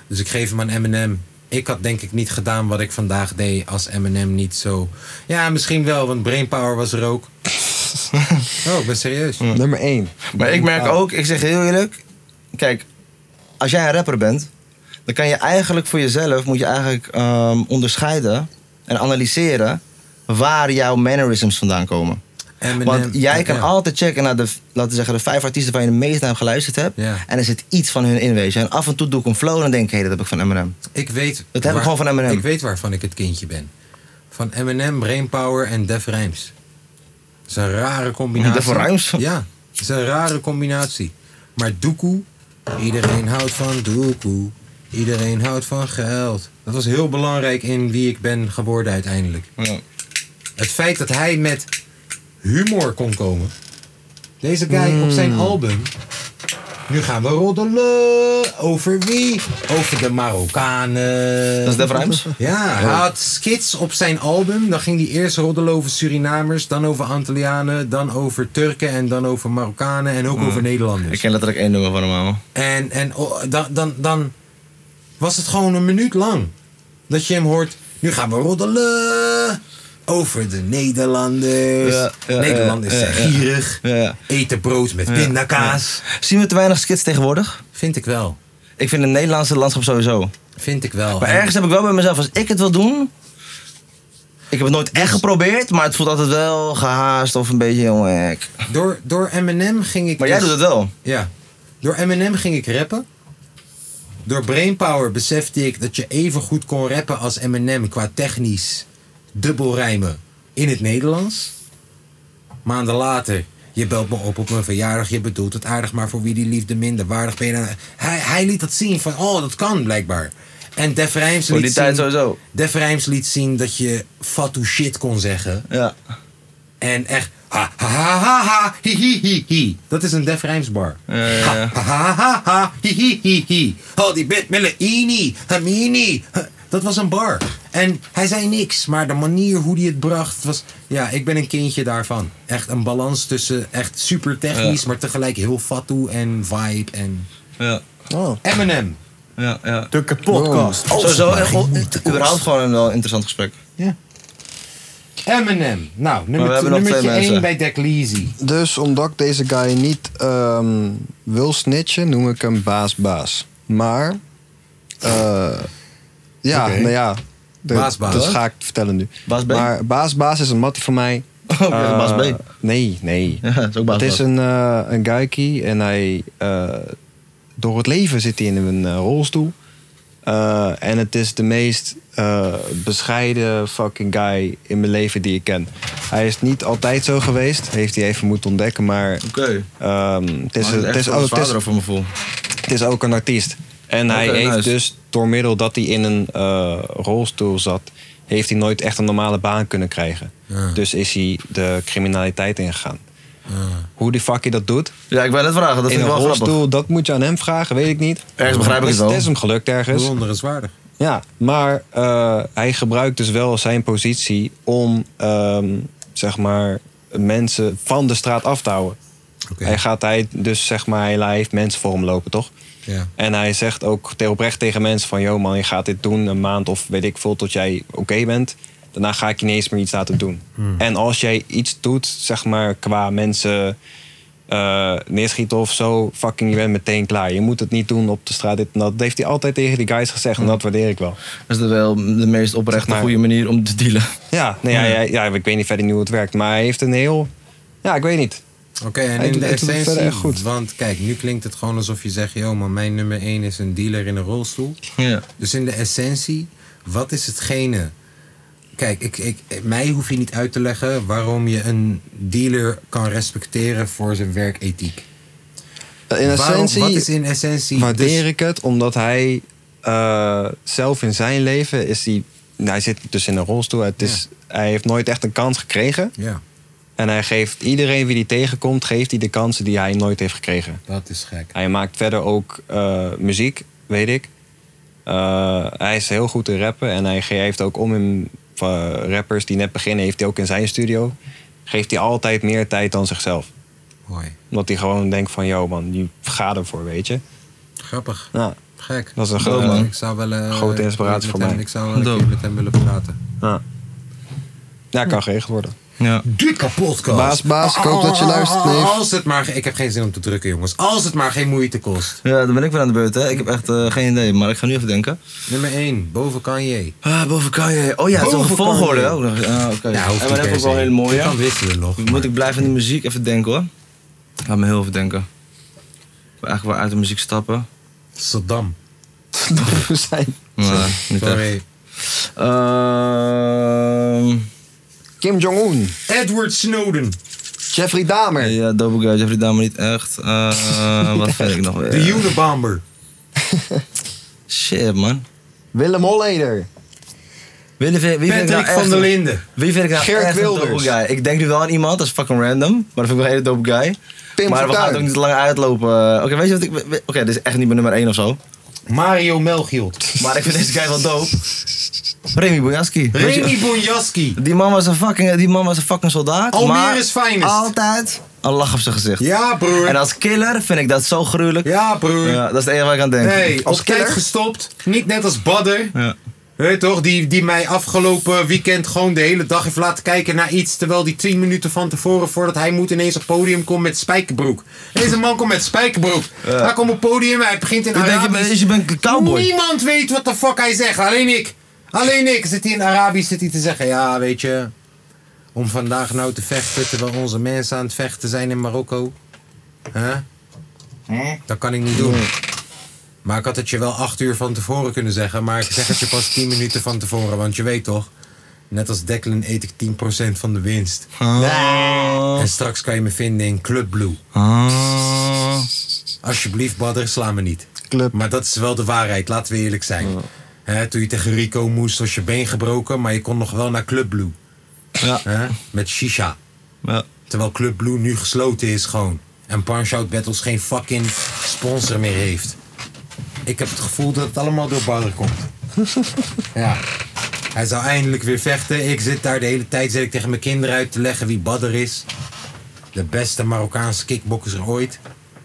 Dus ik geef hem aan Eminem. Ik had denk ik niet gedaan wat ik vandaag deed als Eminem niet zo... Ja, misschien wel, want Brainpower was er
*laughs*
ook. Oh, ik ben serieus.
Nummer 1.
Maar ik merk ook, ik zeg heel eerlijk, kijk, als jij een rapper bent, dan kan je eigenlijk voor jezelf, moet je eigenlijk ehm, onderscheiden en analyseren waar jouw mannerisms vandaan komen.
Eminem,
Want jij kan
ja.
altijd checken naar de, laten we zeggen, de vijf artiesten waar je de meest naar hebt geluisterd hebt.
Ja.
En er zit iets van hun in, weet je. En af en toe doe ik een flow en denk ik, hé, dat heb ik van Eminem.
Ik weet.
Dat heb ik gewoon van Eminem.
Ik weet waarvan ik het kindje ben. Van Eminem, Brainpower en Def Rhymes. Dat is een rare combinatie.
Def Rhymes?
Ja, dat is een rare combinatie. Maar Doekoe, iedereen houdt van Doekoe. Iedereen houdt van geld. Dat was heel belangrijk in wie ik ben geworden uiteindelijk.
Ja.
Het feit dat hij met humor kon komen. Deze guy op zijn
Hmm.
album. Nu gaan we roddelen. Over wie? Over de Marokkanen.
Dat is Def Rhymes? Oh.
Ja, hij had skits op zijn album. Dan ging hij eerst roddelen over Surinamers, dan over Antillianen, dan over Turken en dan over Marokkanen en ook over
Hmm. Ik
Nederlanders.
ken letterlijk één nummer van hem, man.
En, en oh, dan, dan, dan was het gewoon een minuut lang dat je hem hoort. Nu gaan we roddelen over de Nederlanders.
Ja, ja,
Nederland
ja,
is
ja,
zijn
ja.
gierig.
Ja.
Eten brood met pindakaas.
Zien we te weinig skits tegenwoordig?
Vind ik wel.
Ik vind het Nederlandse landschap sowieso.
Vind ik wel.
Maar
En-
ergens heb ik wel bij mezelf, als ik het wil doen. Ik heb het nooit echt geprobeerd, maar het voelt altijd wel gehaast of een beetje jongen. ik-
Door, door Eminem ging ik.
Maar jij
dus-
doet het wel.
Ja. Door Eminem ging ik rappen. Door Brainpower besefte ik dat je even goed kon rappen als Eminem qua technisch dubbelrijmen in het Nederlands. Maanden later, je belt me op op mijn verjaardag, je bedoelt het aardig, maar voor wie die liefde minder waardig ben je dan- Hij, hij liet dat zien van, oh, dat kan blijkbaar. En Def Rijms
Voor
liet,
die tijd
zien-
sowieso.
Def Rijms liet zien dat je fatu shit kon zeggen.
Ja.
En echt. Ha ha ha ha ha hi hi hi hi. Dat is een Def Rijms bar.
ja, ja.
Ha ha ha ha hi hi hi hi. Oh, die bit Melaini, Hamini. Huh, Dat was een bar. En hij zei niks, maar de manier hoe hij het bracht was... Ja, ik ben een kindje daarvan. Echt een balans tussen echt super technisch, maar tegelijk heel fatu en vibe en...
Ja,
Oh.
Eminem.
ja, ja.
De podcast.
Als het
Sowieso,
maar
echt
geen
wel,
moeite
überhaupt
kost.
gewoon een wel interessant gesprek.
Eminem. Nou,
we
nummer,
hebben nog
nummertje 1
twee mensen.
bij Dek Leezy.
Dus omdat ik deze guy niet ehm, wil snitchen, noem ik hem baas-baas. Maar, eh, ja,
Oké.
nou ja. de-
Baas-baas.
Dat ga ik vertellen nu.
Baas B?
Maar baas-baas is een mattie van mij.
Oh, ik dacht Bas
Eh,
B.
Nee, nee.
*laughs* Ja, dat is ook Bas
Het is
Bas.
een, eh een geikie en hij... eh, door het leven zit hij in een eh, rolstoel. Eh, en het is de meest eh, bescheiden fucking guy in mijn leven die ik ken. Hij is niet altijd zo geweest. Heeft hij even moeten ontdekken, maar...
Oké.
ehm, het, is,
Maar het
het, is, ook- het, is,
zwaarder over mijn gevoel.
het is ook een artiest. En hij
Oké,
heeft
nice.
dus door middel dat hij in een eh, rolstoel zat, heeft hij nooit echt een normale baan kunnen krijgen. Dus is hij de criminaliteit ingegaan. Hoe die fuck hij dat doet?
Ja, ik wil net vragen,
in
dat vind
een
ik wel
rolstoel,
grappig.
dat moet je aan hem vragen, weet ik niet.
Ergens begrijp ik
Het is-
het wel.
Het is hem gelukt ergens.
Bijzonder en zwaardig.
Ja, maar eh, hij gebruikt dus wel zijn positie om ehm, zeg maar mensen van de straat af te houden.
Oké.
Hij gaat hij dus zeg maar, hij heeft mensen voor hem lopen, toch?
Ja.
En hij zegt ook te- oprecht tegen mensen van... yo man, je gaat dit doen een maand of weet ik veel tot jij oké bent. Daarna ga ik je niet eens meer iets laten doen.
Hmm.
En als jij iets doet, zeg maar, qua mensen eh, neerschieten of zo... fucking, je bent meteen klaar. Je moet het niet doen op de straat, dit en dat. Dat heeft hij altijd tegen die guys gezegd en dat
Hmm.
waardeer ik wel.
Dat is wel de meest oprechte,
Zeg maar.
goede manier om te dealen.
Ja, nee, ja.
Hmm.
Ja, ja, ik weet niet verder niet hoe het werkt. Maar hij heeft een heel... Ja, ik weet niet.
Oké, en
Hij
in
doet-
de
hij doet het
essentie,
verder echt goed.
want kijk, nu klinkt het gewoon alsof je zegt... ...joh man, mijn nummer één is een dealer in een rolstoel.
Ja.
Dus in de essentie, wat is hetgene... Kijk, ik, ik, mij hoef je niet uit te leggen waarom je een dealer kan respecteren voor zijn werkethiek.
In
Waarom-
essentie...
wat is in essentie...
waardeer
dus-
ik het omdat hij eh, zelf in zijn leven is hij. nou, hij zit dus in een rolstoel. Het is, Hij heeft nooit echt een kans gekregen.
Ja,
En hij geeft iedereen wie die tegenkomt, geeft hij de kansen die hij nooit heeft gekregen.
dat is gek.
Hij maakt verder ook eh, muziek, weet ik. Eh, hij is heel goed in rappen en hij ge- heeft ook om in van rappers die net beginnen, heeft hij ook in zijn studio. Geeft hij altijd meer tijd dan zichzelf.
Mooi.
Omdat hij gewoon denkt van, yo man, je gaat ervoor, weet je.
Grappig.
Nou,
Gek.
dat is een
Dope,
grote
man.
Ik zou wel... eh,
Grote inspiratie
met
voor
hem-
mij.
Ik zou wel een
Dope.
keer met hem willen praten.
Ja. Ja, kan geregeld worden.
Ja.
Dikke podcast. Ah,
Baas, baas, ik hoop dat je luistert, neef.
Als het maar... Ik heb geen zin om te drukken, jongens. Als het maar geen moeite kost.
ja, dan ben ik weer aan de beurt, hè. Ik heb echt eh, geen idee, maar ik ga nu even denken.
Nummer 1, boven Kanye.
Ah, boven Kanye. Oh ja, het is ook
Boven
een
Kanye.
volgorde. hè? Ook nog. Ah, oké.
Ja, hoeft
en we
niet
hebben
per
ook wel
se.
hele mooie.
Je kan wisselen nog.
Moet ik blijven in de muziek even denken hoor. Laat me heel even denken. Ik wil eigenlijk wel uit de muziek stappen.
Saddam.
We zijn
Maar niet echt.
Sorry.
Eh,
Ehm,
Kim Jong-un,
Edward Snowden.
Jeffrey Dahmer.
ja, Double Guy, Jeffrey Dahmer niet echt. Eh, wat vind ik nog weer?
De Unabomber.
Shit man.
Willem Holleder.
Wie, wie, wie vind ik nou
Patrick van
echt-
der Linden.
Wie vind ik nou
Geert
echt
Wilders.
een dope guy? Ik denk nu wel aan iemand, dat is fucking random. Maar dat vind ik wel een hele dope guy.
Pim
maar we gaan
Fortuyn.
het ook niet te lang uitlopen. Oké, weet je wat ik... we- Oké, dit is echt niet mijn nummer 1 of zo.
Mario
*laughs*
Melchield.
Maar ik vind deze guy wel dope. Remy Bojaski.
Remy Bonjaski.
Die man was een fucking, die man was een fucking soldaat.
Almere's
maar
finest.
Altijd een lach op zijn gezicht.
Ja,
En
broer.
als killer vind ik dat zo gruwelijk.
Ja, broer.
Ja, dat is het enige waar ik aan denk.
Nee,
Als
op tijd
killer?
gestopt. Niet net als Badder.
Ja.
Weet toch, die, die mij afgelopen weekend gewoon de hele dag heeft laten kijken naar iets. Terwijl die 10 minuten van tevoren, voordat hij moet, ineens op podium komt met spijkerbroek. Deze man komt met spijkerbroek. Hij komt op podium, hij begint in
Ik denk, je
Arabisch.
bent, je bent een cowboy.
Niemand weet wat de fuck hij zegt. Alleen ik. Alleen ik. Zit hij in Arabisch zit hij te zeggen. Ja, weet je. Om vandaag nou te vechten terwijl onze mensen aan het vechten zijn in Marokko. Huh? Dat kan ik niet doen. Maar ik had het je wel acht uur van tevoren kunnen zeggen. Maar ik zeg het je
*laughs*
pas tien minuten van tevoren. Want je weet toch. Net als Declan eet ik 10% van de winst.
Ah.
En straks kan je me vinden in Club Blue.
Ah.
Alsjeblieft, Badder, sla me niet.
Club.
Maar dat is wel de waarheid, laten we eerlijk zijn. Hè, toen je tegen Rico moest, was je been gebroken, maar je kon nog wel naar Club Blue.
Ja.
Hè, met Shisha.
Ja.
Terwijl Club Blue nu gesloten is gewoon. En Punch-Out Battles geen fucking sponsor meer heeft. Ik heb het gevoel dat het allemaal door Badder komt. ja. Hij zou eindelijk weer vechten. Ik zit daar de hele tijd zit ik tegen mijn kinderen uit te leggen wie Badder is. De beste Marokkaanse kickboxer ooit.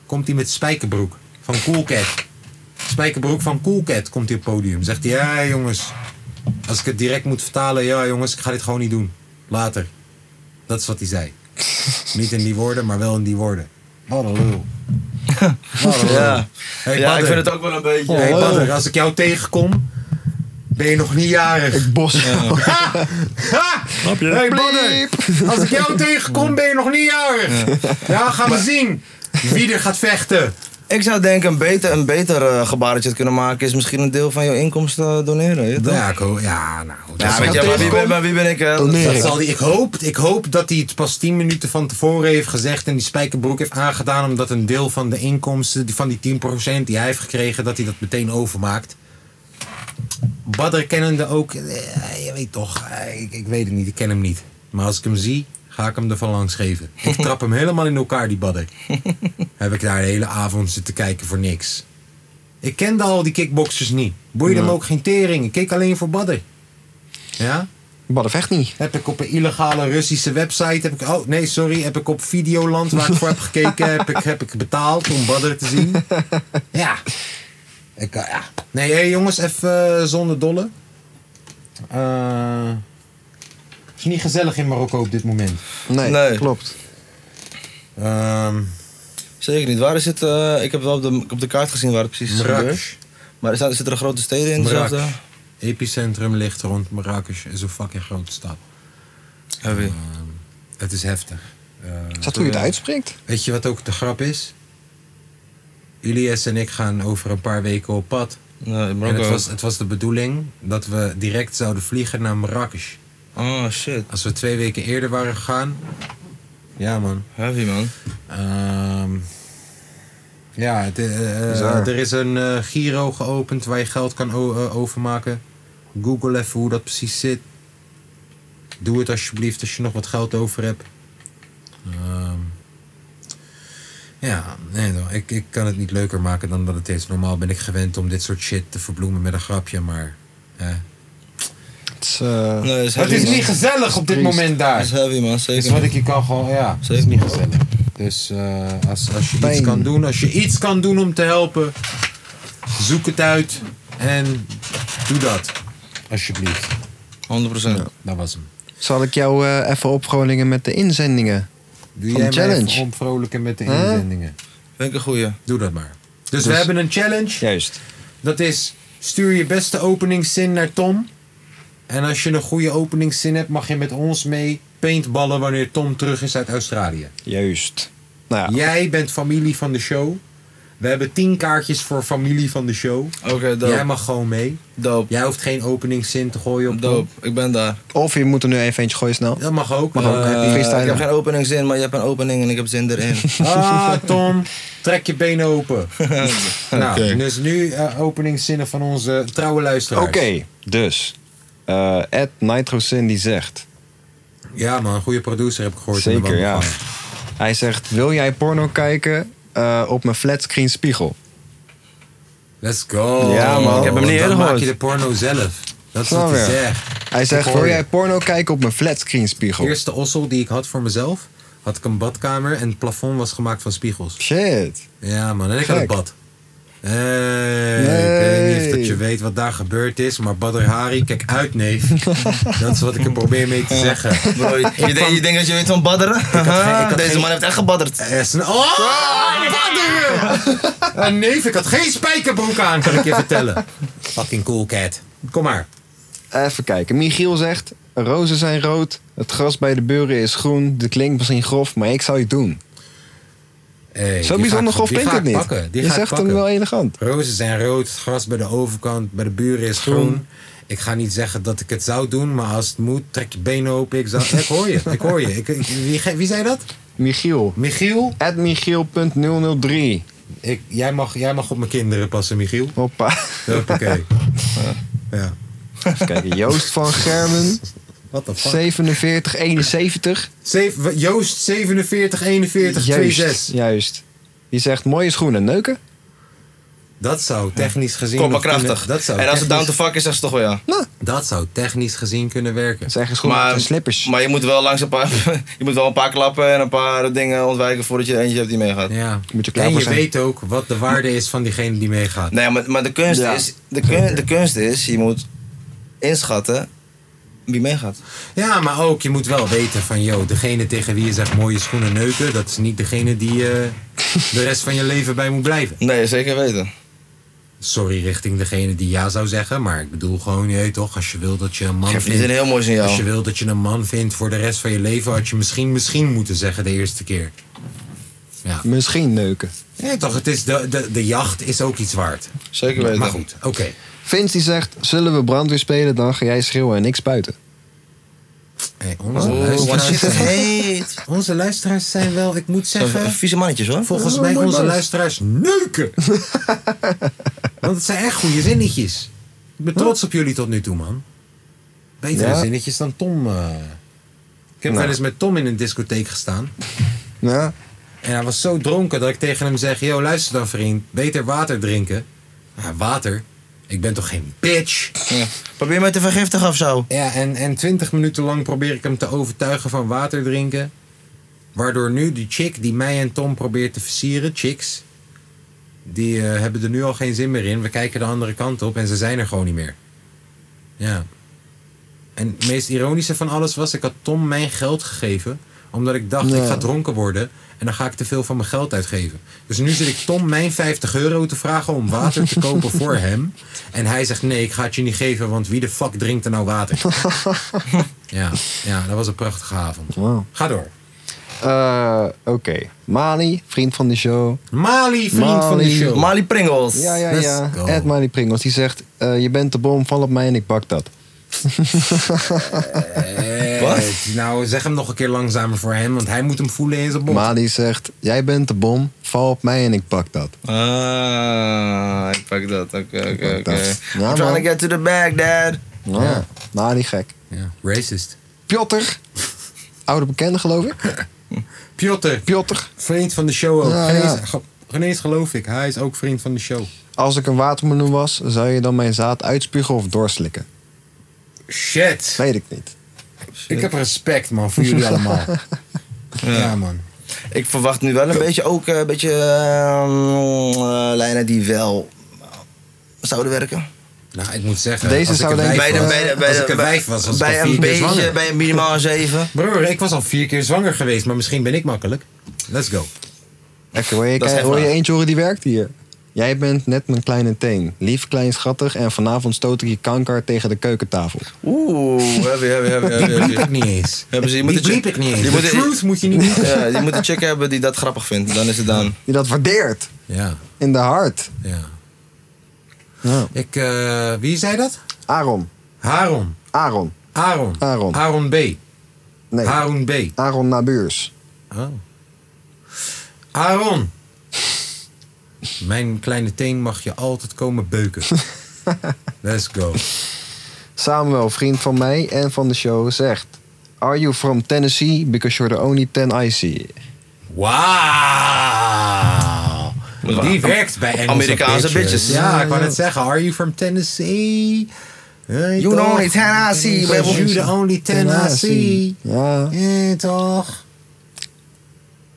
Komt hij met Spijkerbroek van Cool Cat. Spijkerbroek van Cool Cat komt hij op het podium. Zegt hij, ja jongens. Als ik het direct moet vertalen, ja jongens, ik ga dit gewoon niet doen. Later. Dat is wat hij
*laughs*
zei. Niet in die woorden, maar wel in die woorden. Wat een lul. Wat een lul.
*laughs* Ja.
Hey,
ja, ik
Badder.
vind het ook wel een beetje.
Hey, Badder, als ik jou tegenkom, ben je nog niet jarig.
*laughs*
Bos.
Ha! Ha!
je?
Hey, Badder, als ik jou tegenkom, ben je nog niet jarig. Ja, gaan we zien wie er gaat vechten.
Ik zou denken, een beter, een beter eh, gebaar dat je het kunnen maken is misschien een deel van je inkomsten eh, doneren. je toch?
Ja, ko- ja nou. Dat,
Ja,
zal-
weet je, maar wie ben, maar wie ben ik? eh?
Doneren.
dat zal die, ik, hoop, ik hoop dat hij het pas 10 minuten van tevoren heeft gezegd en die spijkerbroek heeft aangedaan. Omdat een deel van de inkomsten, die- van die 10% die hij heeft gekregen, dat hij dat meteen overmaakt. Badr kennende ook, eh, je weet toch, eh, ik, ik weet het niet, ik ken hem niet. Maar als ik hem zie, ga ik hem ervan langs geven. Ik trap hem helemaal in elkaar, die Badr. Heb ik daar de hele avond zitten kijken voor niks. Ik kende al die kickboxers niet. Boeide hem
Nee.
ook geen tering. Ik keek alleen voor badden. Ja?
Badden vecht niet.
Heb ik op een illegale Russische website. Heb ik, oh nee, sorry. Heb ik op Videoland waar ik voor heb gekeken. Heb ik, heb ik betaald om Badder te
*laughs*
zien. Ja. Ik, eh, ja. Nee, hé, jongens, even eh, zonder dolle. Eh, het is niet gezellig in Marokko op dit moment.
Nee,
Nee.
klopt.
Ehm
Zeker niet. Waar is het? eh, ik heb wel op de, ik heb de kaart gezien waar het precies is
Marrakesh.
gebeurd. Maar er zitten er grote steden in?
Marrakesh.
dezelfde?
Epicentrum ligt rond Marrakesh. Is een fucking grote stad.
Heavy.
Het is heftig. Eh,
Is dat hoe je het uitspreekt?
Weet je wat ook de grap is? Ilias en ik gaan over een paar weken op pad.
Nee, in
En
Marokko.
het was, het was de bedoeling dat we direct zouden vliegen naar Marrakesh.
Oh shit,
Als we twee weken eerder waren gegaan. Ja, man.
heavy man.
Ehm, ja, het, eh, eh,
Bizar.
er is een eh, Giro geopend waar je geld kan o- eh, overmaken. Google even hoe dat precies zit. Doe het alsjeblieft als je nog wat geld over hebt. Ehm, ja, nee, no, ik, ik kan het niet leuker maken dan dat het is. Normaal ben ik gewend om dit soort shit te verbloemen met een grapje, maar. eh,
Het is, eh,
Nee, het is heavy, man.
gezellig op dit
Triest.
moment daar.
Het is heavy man, zeker.
Dus wat
niet.
ik je kan gewoon, ja, dat is
Zeker.
niet gezellig. Dus eh, als, als je iets
Pijn.
kan doen, als je iets kan doen om te helpen, zoek het uit en doe dat. Alsjeblieft.
100%. Ja.
Dat was hem.
Zal ik jou eh, even opgroningen met de inzendingen?
Doe
Van
jij
de
maar
challenge.
even omvrolijken met de
Huh?
inzendingen.
Vind ik een goeie.
Doe dat maar. Dus, we hebben een challenge.
Juist.
Dat is, stuur je beste openingszin naar Tom. En als je een goede openingszin hebt, mag je met ons mee paintballen wanneer Tom terug is uit Australië.
Juist. Nou ja,
Jij bent familie van de show. We hebben tien kaartjes voor familie van de show.
Oké, dope.
Jij mag gewoon mee.
Dope.
Jij hoeft geen openingszin te gooien op
Dope. Ik ben daar.
of je moet er nu even eentje gooien snel.
Tom. Dat mag ook.
Mag ook.
Eh,
Heb je
Eh,
freestyle?
ik heb geen openingszin, maar je hebt een opening en ik heb zin erin.
*laughs* ah, Tom, trek je benen
*laughs*
open. nou, dus nu eh, openingszinnen van onze trouwe luisteraars.
Oké, dus. eh Ed Nitrocin die zegt...
Ja man, goede producer heb ik gehoord. in de
Zeker, ja.
wandelgangen.
Hij zegt, wil jij porno kijken eh, op mijn flatscreen spiegel?
Let's go.
Ja, man.
Ik heb hem
Dan
niet eerder
maak je
gehoord.
de porno zelf. Dat is
Snap
wat hij
je?
zegt.
Hij
Ik
zegt,
hoor
wil
je.
jij porno kijken op mijn flatscreen
De
spiegel?
eerste ossel die ik had voor mezelf, had ik een badkamer en het plafond was gemaakt van spiegels.
Shit.
Ja, man. En ik had het
Gek.
bad. Hey, Ik weet niet of dat je weet wat daar gebeurd is, maar Badr Hari, kijk uit,
*laughs*
neef. dat is wat ik er probeer mee te zeggen.
Bro, je, je denkt- je denkt dat je weet van badderen?
ik had
*laughs* Deze
geen-
man heeft echt gebadderd.
Er is een... Oh, Badr! Eh, neef, ik had geen spijkerbroek aan, kan ik je vertellen. Fucking cool cat. Kom maar.
Even kijken. Michiel zegt, rozen zijn rood, het gras bij de buren is groen. Dit klinkt misschien grof, maar ik zou het doen.
Hey,
Zo
die ga
bijzonder
ik-
grof
die
klinkt
ga
het
ik
niet.
Pakken. Die
Je
ga ik
zegt hem
pakken.
wel elegant.
Rozen zijn rood, het gras bij de overkant, bij de buren is groen. Ik ga niet zeggen dat ik het zou doen, maar als het moet, trek je benen open. Ik, zou, ik hoor je, ik hoor je. Ik, ik- wie, ge- wie zei dat?
Michiel.
Michiel?
At Michiel.003.
Ik, jij, mag, jij mag op mijn kinderen passen, Michiel.
Hoppa.
*laughs*
*laughs*
Hoppakee. Ja.
Even kijken. Joost van Germen.
What the fuck?
4771.
Zeven- Joost 47 41
Juist.
26.
Juist. Die zegt mooie schoenen neuken.
Dat zou technisch gezien...
Kom maar
nog kunnen-
krachtig.
Dat zou,
en als het down
technisch,
to fuck is, dan is het toch wel ja.
dat zou technisch gezien kunnen werken.
Dat zijn geen schoenen, maar, zijn slippers.
Maar je moet wel langs een paar, *laughs* je moet wel een paar klappen en een paar dingen ontwijken voordat je er eentje hebt die meegaat.
Ja.
Moet je klaar
en je
voor zijn.
weet ook wat de waarde is van diegene die meegaat.
Nee, maar, maar de, kunst
Ja.
is, de, kun- de kunst is, je moet inschatten wie meegaat.
Ja, maar ook, je moet wel weten van, joh, degene tegen wie je zegt mooie schoenen neuken, dat is niet degene die eh, de rest van je leven bij moet blijven.
Nee, zeker weten.
Sorry richting degene die ja zou zeggen, maar ik bedoel gewoon, je weet toch, als je wil dat je een man
Geef niet
vindt.
een heel mooi signaal.
Als je wil dat je een man vindt voor de rest van je leven, had je misschien, misschien moeten zeggen de eerste keer. Ja,
Misschien neuken.
ja toch, het is de, de, de jacht is ook iets waard.
Zeker weten.
Maar goed, oké.
Vince die zegt, zullen we brandweer spelen? Dan ga jij schreeuwen en ik spuiten.
Hey, onze,
Oh, wat
luisteraars
shit is
zijn,
heet.
onze luisteraars zijn wel, ik moet
Even
zeggen...
Vieze mannetjes hoor.
Volgens mij onze luisteraars neuken. Want het zijn echt goede zinnetjes. Ik ben trots op jullie tot nu toe, man. Betere
Ja.
zinnetjes dan Tom. eh. Ik heb wel eens met Tom in een discotheek gestaan.
Ja.
En hij was zo dronken dat ik tegen hem zeg... Yo, luister dan vriend, beter water drinken... Ja, water. Ik ben toch geen bitch?
Probeer mij te vergiftigen of zo.
Ja, en, en 20 minuten lang probeer ik hem te overtuigen van water drinken. Waardoor nu die chick die mij en Tom probeert te versieren, chicks, die eh, hebben er nu al geen zin meer in. We kijken de andere kant op en ze zijn er gewoon niet meer. Ja. En het meest ironische van alles was, ik had Tom mijn geld gegeven. Omdat ik dacht, ik ga dronken worden en dan ga ik te veel van mijn geld uitgeven. Dus nu zit ik Tom mijn 50 euro te vragen om water te
*laughs*
kopen voor hem. En hij zegt, nee, ik ga het je niet geven, want wie de fuck drinkt er nou water?
*laughs*
ja, ja, dat was een prachtige avond.
Wauw.
Ga door.
Eh, Oké. Mali, vriend van de show.
Mali, vriend van de
Mali.
show.
Mali Pringles.
Ja, ja,
Let's
ja.
go.
Ed Mali Pringels. Die zegt, eh, je bent de bom, val op mij en ik bak dat.
Eh,
Wat?
Nou, zeg hem nog een keer langzamer voor hem, want hij moet hem voelen in zijn mond.
Mali zegt, jij bent de bom, val op mij en ik bak dat.
Ah, ik pak dat. Oké, oké,
pak dat.
oké.
Ja,
I'm trying
man.
to get to the bag, dad.
Nou,
Ja.
Mali gek.
Ja, racist.
Piotr. Oude bekende geloof ik.
Piotr,
Piotr.
vriend van de show ook.
Ja,
Geen eens-
ja.
ge- geen eens geloof ik, hij is ook vriend van de show.
Als ik een watermeloen was, zou je dan mijn zaad uitspugen of doorslikken?
Shit.
Weet ik niet.
Ik heb respect, man, voor jullie allemaal. ja. man.
Ik verwacht nu wel een beetje ook eh, een beetje ehm, eh, lijnen die wel zouden werken.
Nou, ik moet zeggen,
Deze
als ik
zou
een
denk ik
wijf
Bij, de,
was-
bij, de, bij,
als
de-
ik een wijf was, was ik
bij
al
een
vier keer
beetje,
zwanger.
bij een
*laughs*
minimaal zeven.
Broer, ik was al vier keer zwanger geweest, maar misschien ben ik makkelijk. Let's go.
Even, hoor je,
Dat is geen
hoor je
vraag.
eentje horen die werkt hier? Jij bent net mijn kleine teen. Lief, klein, schattig en vanavond stoot ik je kanker tegen de keukentafel.
Oeh, hebben, hebben, hebben, hebben,
Bliep ik niet eens.
Hebben ze- je moet
Die
het je-
bliep ik niet eens.
je
De
moet-
truth moet je niet doen.
Ja, je moet een chick hebben die dat grappig vindt. Dan is het dan.
Die dat waardeert.
Ja,
In de hart.
ja.
Ja.
Ik, eh, wie zei dat?
Aaron.
Haron.
Aaron.
Aaron.
Aaron.
Aaron B.
Nee.
Haron B.
Aaron Nabuurs.
Oh. Aaron. Mijn kleine teen mag je altijd komen beuken.
*laughs*
Let's go.
Samuel, vriend van mij en van de show, zegt... Are you from Tennessee? Because you're the only 10 I see.
Wauw. Die werkt bij Engelse
Amerikaanse
bitches.
bitches.
Ja, ik wou net zeggen. Are you from Tennessee? Eh,
You
toch?
know only 10 I see,
Because
baby.
You the only 10 I see.
Ja.
Eh, toch?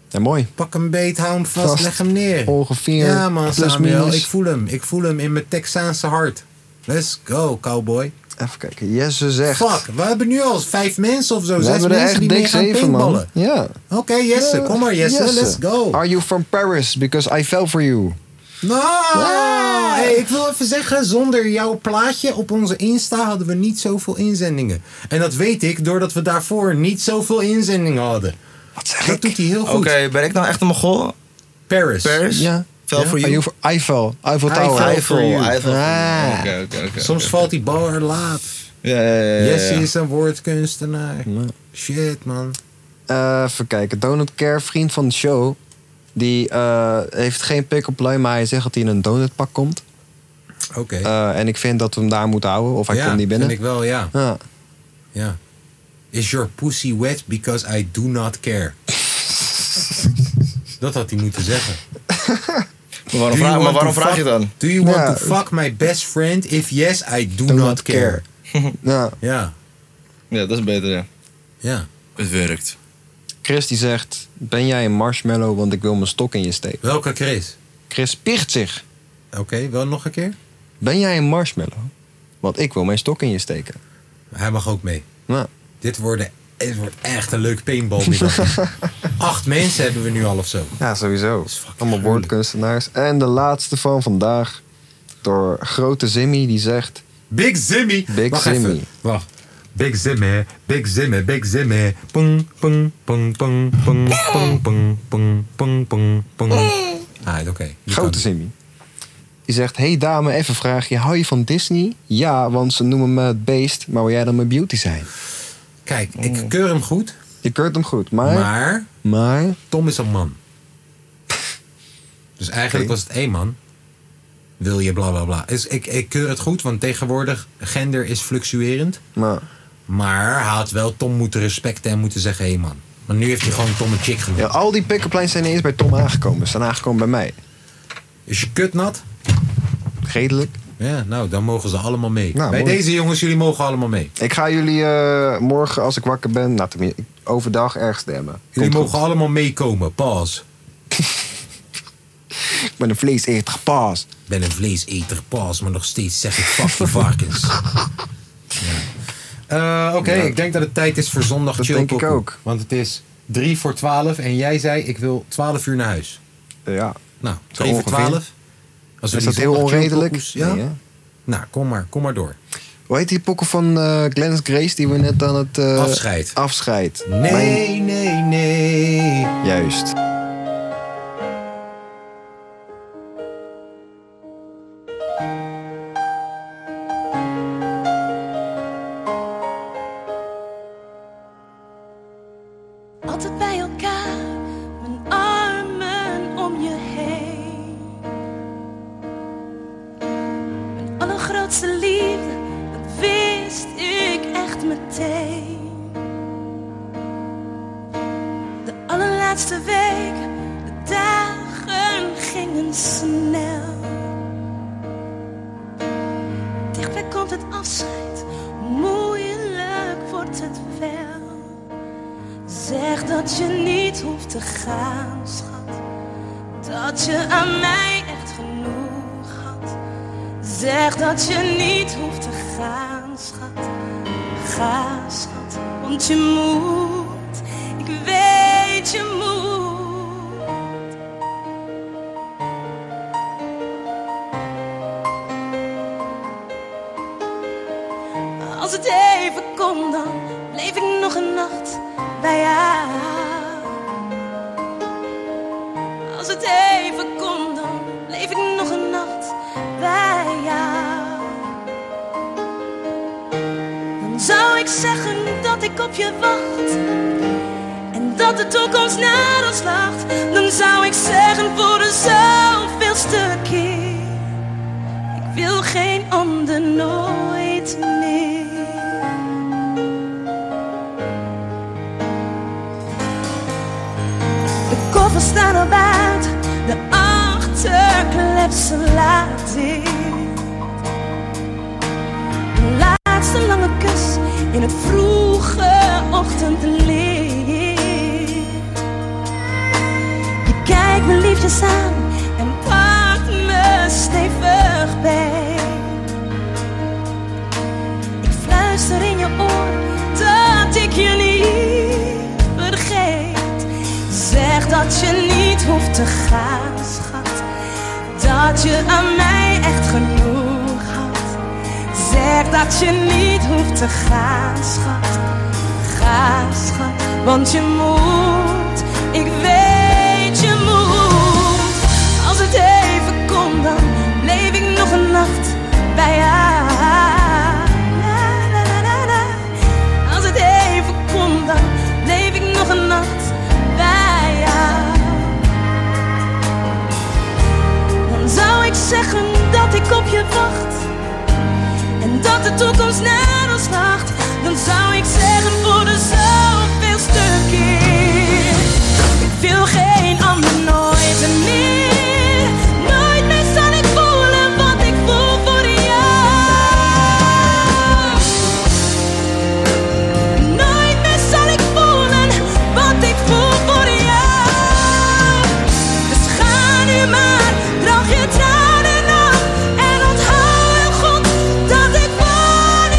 ja, mooi.
Pak hem beet, hou hem vast,
Vast.
leg hem neer.
Ongeveer
Ja man,
plus
Samuel.
minus.
Ik voel hem. Ik voel hem in mijn Texaanse hart. Let's go, cowboy.
Even kijken. Jesse zegt...
Fuck, we hebben nu al vijf mensen of zo.
We
zes
hebben er
mensen
echt
die mee
dik
gaan
zeven, man.
paintballen.
Ja.
Oké, Jesse,
Ja,
kom maar Jesse, let's go.
Are you from Paris? Because I fell for you.
Nou,
Ah.
hey, ik wil even zeggen, zonder jouw plaatje op onze Insta hadden we niet zoveel inzendingen. En dat weet ik doordat we daarvoor niet zoveel inzendingen hadden.
Wat zeg
Dat doet hij heel
Oké,
goed.
ben ik nou echt een Mogol?
Paris.
Paris?
Ja.
Fell for
Are
you.
you from Eiffel? Eiffel Tower.
Eiffel.
Eiffel.
you.
Eiffel.
Ah.
Oké, oké, oké.
Soms valt die bal er laat.
Ja, ja, ja, ja,
Jesse
ja.
is een woordkunstenaar. Shit, man.
Eh, even kijken. Donut Care, vriend van de show. Die eh, heeft geen pick-up line, maar hij zegt dat hij in een donutpak komt.
Oké.
Eh, en ik vind dat we hem daar moeten houden, of hij
ja,
komt niet binnen.
vind ik wel, ja.
Ja.
ja. Is your pussy wet because I do not care? dat had hij moeten zeggen. Do you
Maar waarom, vraag, maar
want
waarom
to
vraag je
fuck-
dan?
Do you want
Ja.
to fuck my best friend? If yes, I do,
Do
not, care.
Ja.
Ja,
Ja, dat is beter, ja.
ja.
Het werkt.
Chris die zegt, ben jij een marshmallow, want ik wil mijn stok in je steken.
Welke Chris?
Chris picht zich.
Oké, wel nog een keer?
Ben jij een marshmallow? Want ik wil mijn stok in je steken.
Hij mag ook mee.
Nou,
Dit, worden, dit wordt echt een leuk paintballmiddag. Acht mensen hebben we nu al of zo.
ja, sowieso.
fucking
Allemaal
gruwelijk.
woordkunstenaars. En de laatste van vandaag, door Grote Zimmy, die zegt...
Big Zimmy.
Big
Wacht
Zimmy.
Even. Wacht. Big Zimmy, Big Zimmy, Big Zimmy. Pong, pong, pong, pong, pong, pong, pong, pong, pong, pong, pong. Ah, oké. Die kan
Grote
ik.
Zimmy. Die zegt, hey dame, even een vraagje. Hou je van Disney? Ja, want ze noemen me het beest, maar wil jij dan mijn beauty zijn?
Kijk, ik keur hem goed,
Je keurt hem goed, maar...
maar
maar
Tom is een man. Dus eigenlijk
Oké.
was het één man. Wil je bla bla bla. Dus ik, ik keur het goed, want tegenwoordig gender is fluctuerend.
nou,
Maar hij had wel Tom moeten respecten en moeten zeggen: hé hey man. Maar nu heeft hij gewoon Tom een chick genoemd.
ja, al die pick-up lines zijn ineens bij Tom aangekomen. Ze zijn aangekomen bij mij.
Is je kut nat?
redelijk.
Ja, nou, dan mogen ze allemaal mee.
Nou,
Bij
mooi.
deze jongens, jullie mogen allemaal mee.
Ik ga jullie eh, morgen, als ik wakker ben, nou, tenminste, overdag ergens stemmen.
Jullie
Komt
mogen
goed.
allemaal meekomen. Pas.
Ik ben een vleeseter, paas.
Ik ben een vleeseter, pas. Maar nog steeds zeg ik fuck je
*laughs*
varkens. ja. Eh, Oké,
Ja.
ik denk dat het tijd is voor zondag
Dat
chill
denk ik
pokoe.
ook.
Want het is 3 voor 12 en jij zei ik wil 12 uur naar huis.
Ja.
Nou, 3 voor
ongeveer.
12. Als we
Is
die
dat heel
zondag chill
onredelijk?
pokoes- Ja?
Nee, hè?
nou, kom maar, kom maar door.
Hoe heet die pokken van eh Glennis Grace die we net aan het... eh,
Afscheid.
Afscheid. Mijn-
Nee, nee, nee.
Juist.
altijd bij elkaar, mijn armen om je heen. Mijn allergrootste liefde, dat wist ik echt meteen. De allerlaatste week, de dagen gingen snel. Dichtbij komt het afscheid, moeilijk wordt het wel. Zeg dat je niet hoeft te gaan, schat. Dat je aan mij echt genoeg had. Zeg dat je niet hoeft te gaan, schat. Ga, schat, want je moet. Ik weet je moet. Als het even kon, dan bleef ik nog een nacht bij jou. Als het even kon, dan bleef ik nog een nacht bij jou. Dan zou ik zeggen dat ik op je wacht. En dat de toekomst naar ons lacht. Dan zou ik zeggen voor de zoveelste keer. Ik wil geen ander nooit meer. De koffers staan al buiten, de achterklep slaat dicht. Een laatste lange kus in het vroege ochtendlicht. Je kijkt me liefjes aan en pakt me stevig bij. Ik fluister in je oor dat ik je niet vergeet. Zeg dat je niet hoeft te gaan, schat. Dat je aan mij echt genoeg had. Zeg dat je niet hoeft te gaan, schat. Ga, schat, want je moet. Ik weet je moet. Als het even kon, dan bleef ik nog een nacht bij jou. La, la, la, la, la. Als het even kon, dan bleef ik nog een nacht bij jou. Dan zou ik zeggen dat ik op je wacht. En dat de toekomst naar ons lacht. Dan zou ik zeggen voor de zoveelste keer. Ik wil geen ander nooit meer. Nooit meer zal ik voelen wat ik voel voor jou. Nooit meer zal ik voelen wat ik voel voor jou. Dus ga nu maar, droog oh je tranen af en onthoud heel goed dat ik van je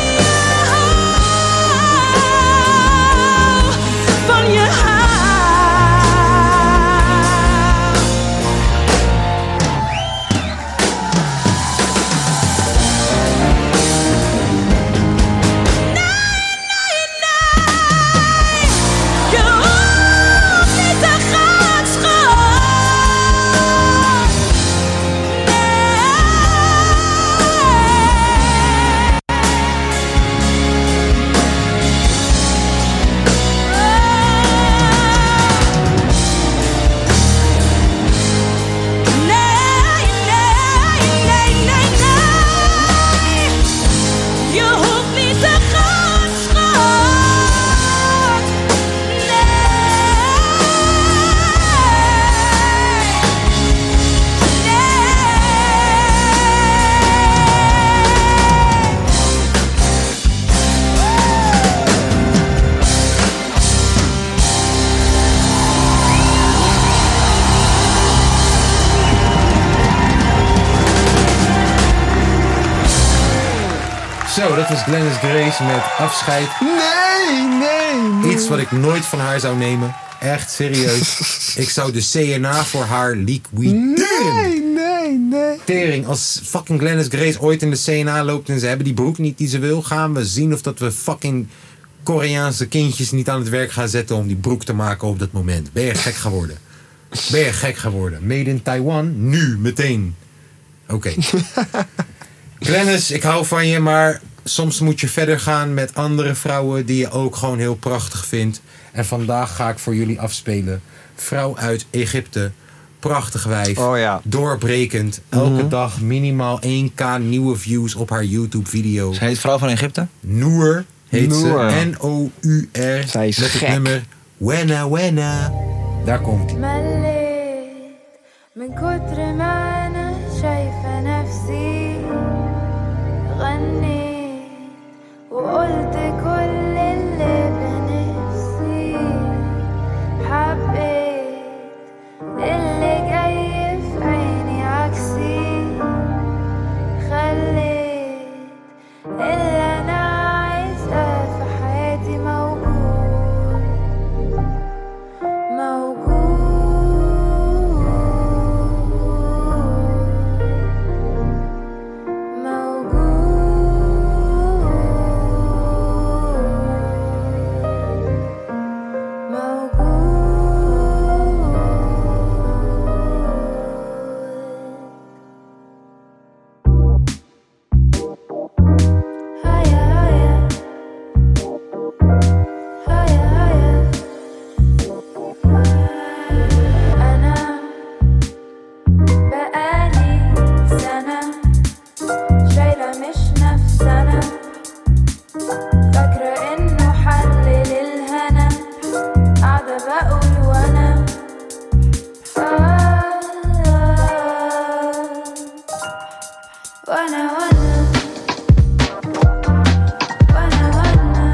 Zo, dat was Glennis Grace met afscheid.
Nee, nee, nee.
Iets wat ik nooit van haar zou nemen. Echt serieus.
*laughs*
ik zou de CNA voor haar liquideren.
Nee, nee, nee.
Tering, als fucking Glennis Grace ooit in de CNA loopt en ze hebben die broek niet die ze wil, gaan we zien of dat we fucking Koreaanse kindjes niet aan het werk gaan zetten om die broek te maken op dat moment. Ben je gek geworden? Ben je gek geworden? Made in Taiwan? Nu, meteen. Oké.
*laughs*
Glennis, ik hou van je, maar soms moet je verder gaan met andere vrouwen die je ook gewoon heel prachtig vindt. En vandaag ga ik voor jullie afspelen. Vrouw uit Egypte. Prachtig wijf.
Oh ja. Mhm.
Doorbrekend. Elke dag minimaal 1k nieuwe views op haar YouTube-video.
Ze heet Vrouw van Egypte?
Noor heet
Noor.
ze. N-O-U-R.
Zij is
met
gek.
het nummer Wenna Wenna. Daar komt ie.
مليت من كتر ما انا شايفة نفسي غنيت وقلت كل اللي بنفسي حبيت اللي جاي في عيني عكسي خليت اللي انا عايزاه في حياتي موجود موجود موجود موجود هيا هيا هيا هيا أنا بقالي سنة شايلة مش نفسنا فاكرة إنه حل للهنا قاعدة بقول وأنا آه وأنا وأنا وأنا وأنا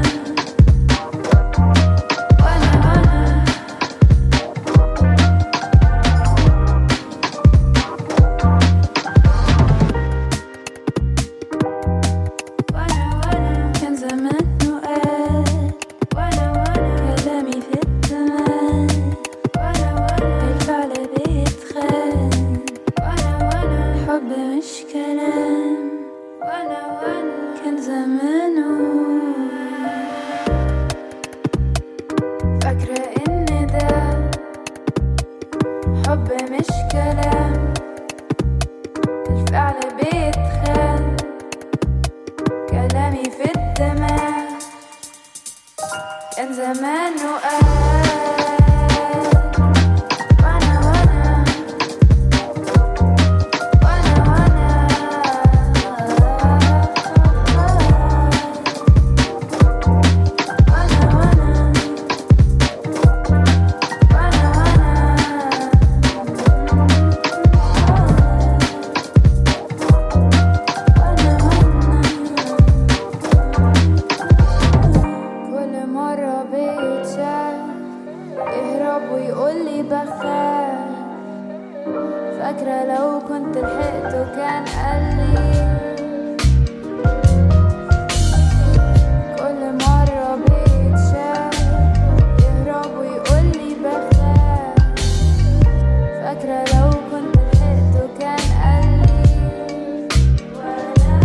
وأنا وأنا وانا وانا كان زمان وقال وانا وانا كلامي في الزمان وانا وانا الفعل بيتخان وانا وانا الحب مش كلام وانا وانا كان زمان فاكرة ان ده حب مش كلام الفعل بيتخان كلامي في الدماغ كان زمان وقال وانا وانا وانا وانا وانا وانا كل مرة بيتشاف يهرب ويقول لي بخاف فاكرة لو كنت لحقته كان قال لي كل مرة بيتشاف يهرب ويقول لي بخاف فاكرة لو كنت لحقته كان قال لي وأنا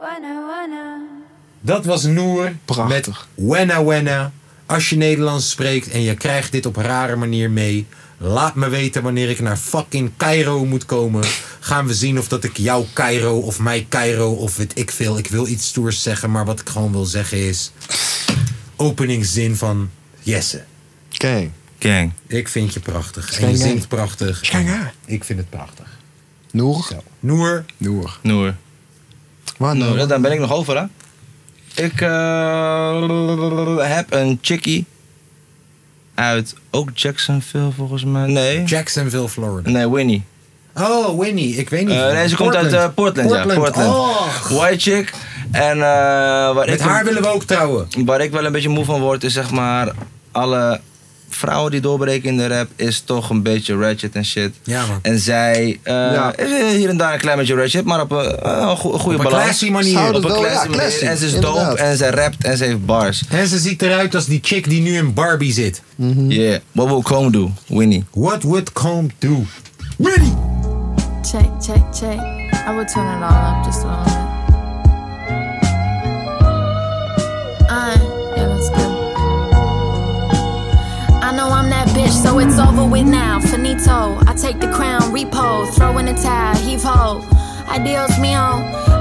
وانا وانا
Dat was Noor
Prachtig.
met Wenna Wenna. Als je Nederlands spreekt en je krijgt dit op rare manier mee, laat me weten wanneer ik naar fucking Cairo moet komen. Gaan we zien of dat ik jou Cairo of mij Cairo of weet ik veel. Ik wil iets stoers zeggen, maar wat ik gewoon wil zeggen is openingszin van Jesse.
Oké.
Gang.
Ik vind je prachtig. En je
Schijnbaar.
zingt prachtig.
Schijnbaar.
Ik vind het prachtig.
Noor.
Noor,
Noor.
Noor.
Waar
Noor,
Ah, Noor?
Nou, daar ben ik nog over, hè? Ik eh, heb een chickie uit ook Jacksonville volgens mij. Nee.
Jacksonville, Florida.
Nee, Winnie.
Oh, Winnie, ik weet niet.
Eh, nee, ze komt uit eh, Portland, ja. Portland.
Oh,
White chick. En eh, waar,
met
ik,
haar willen we ook trouwen.
waar ik wel een beetje moe van word, is zeg maar alle vrouwen die doorbreken in de rap, is toch een beetje ratchet en shit.
Ja, man.
En zij eh,
Ja.
is hier en daar een klein beetje ratchet, maar op een, eh, een goe- goede
Op een
balans.
classy manier.
Ze houden
Op een
het wel-
classy
ja,
manier.
classy,
En ze is
inderdaad.
dope en ze rapt en ze heeft bars.
En ze ziet eruit als die chick die nu in Barbie zit.
Mhm.
Yeah. What will Comb do, Winnie?
What would Comb do?
Check, check, check. I would turn it all up just a little bit. Uh, yeah, that's good. I know I'm that bitch, so it's over with now. Finito, I take the crown, repo, throw in the towel, heave ho. Ideals mio,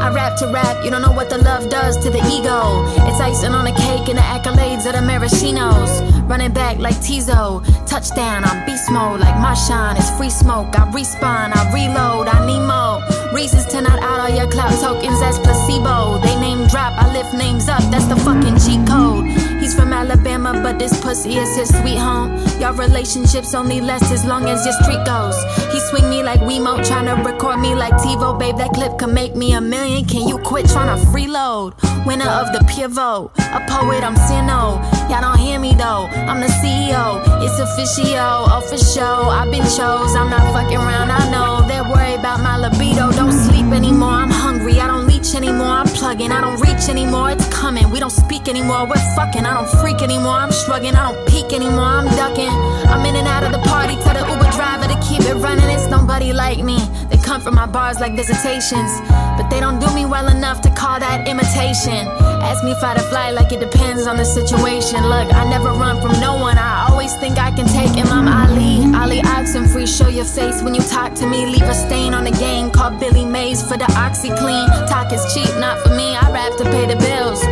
I rap to rap. You don't know what the love does to the ego. It's icing on a cake and the accolades of the maraschinos. Running back like Tizo, touchdown. I'm beast mode like Marshawn. It's free smoke. I respawn, I reload, I Nemo. Reasons to not out all your clout tokens. That's placebo. They name drop, I lift names up. That's the fucking cheat code. He's from Alabama, but this pussy is his sweet home. Your relationships only last as long as your street goes. He swing me like Wemo, tryna record me like TiVo. Babe, that clip could make me a million. Can you quit tryna freeload? Winner of the pivot, a poet, I'm Sino. Y'all don't hear me though, I'm the CEO. It's officio, oh for show. I've been chose, I'm not fucking around, I know. They're worried about my libido, don't sleep anymore. I'm hungry, I don't leech anymore. I'm plugging, I don't reach anymore. It's coming, we don't speak anymore. We're fucking, I don't freak anymore. I'm shrugging, I don't peek anymore. I'm ducking, I'm in and out of the party. Tell the Uber driver to keep it running. It's nobody like me. They come from my bars like visitations, but they don't do me well enough to call that imitation. Ask me fight or flight like it depends on the situation. Look, I never run from no one. I always think I can take him. I'm Ali, Ali Oxenfree. Show your face when you talk to me. Leave a stain on the game. Call Billy Mays for the OxyClean. Talk is cheap, not for me. I rap to pay the bills.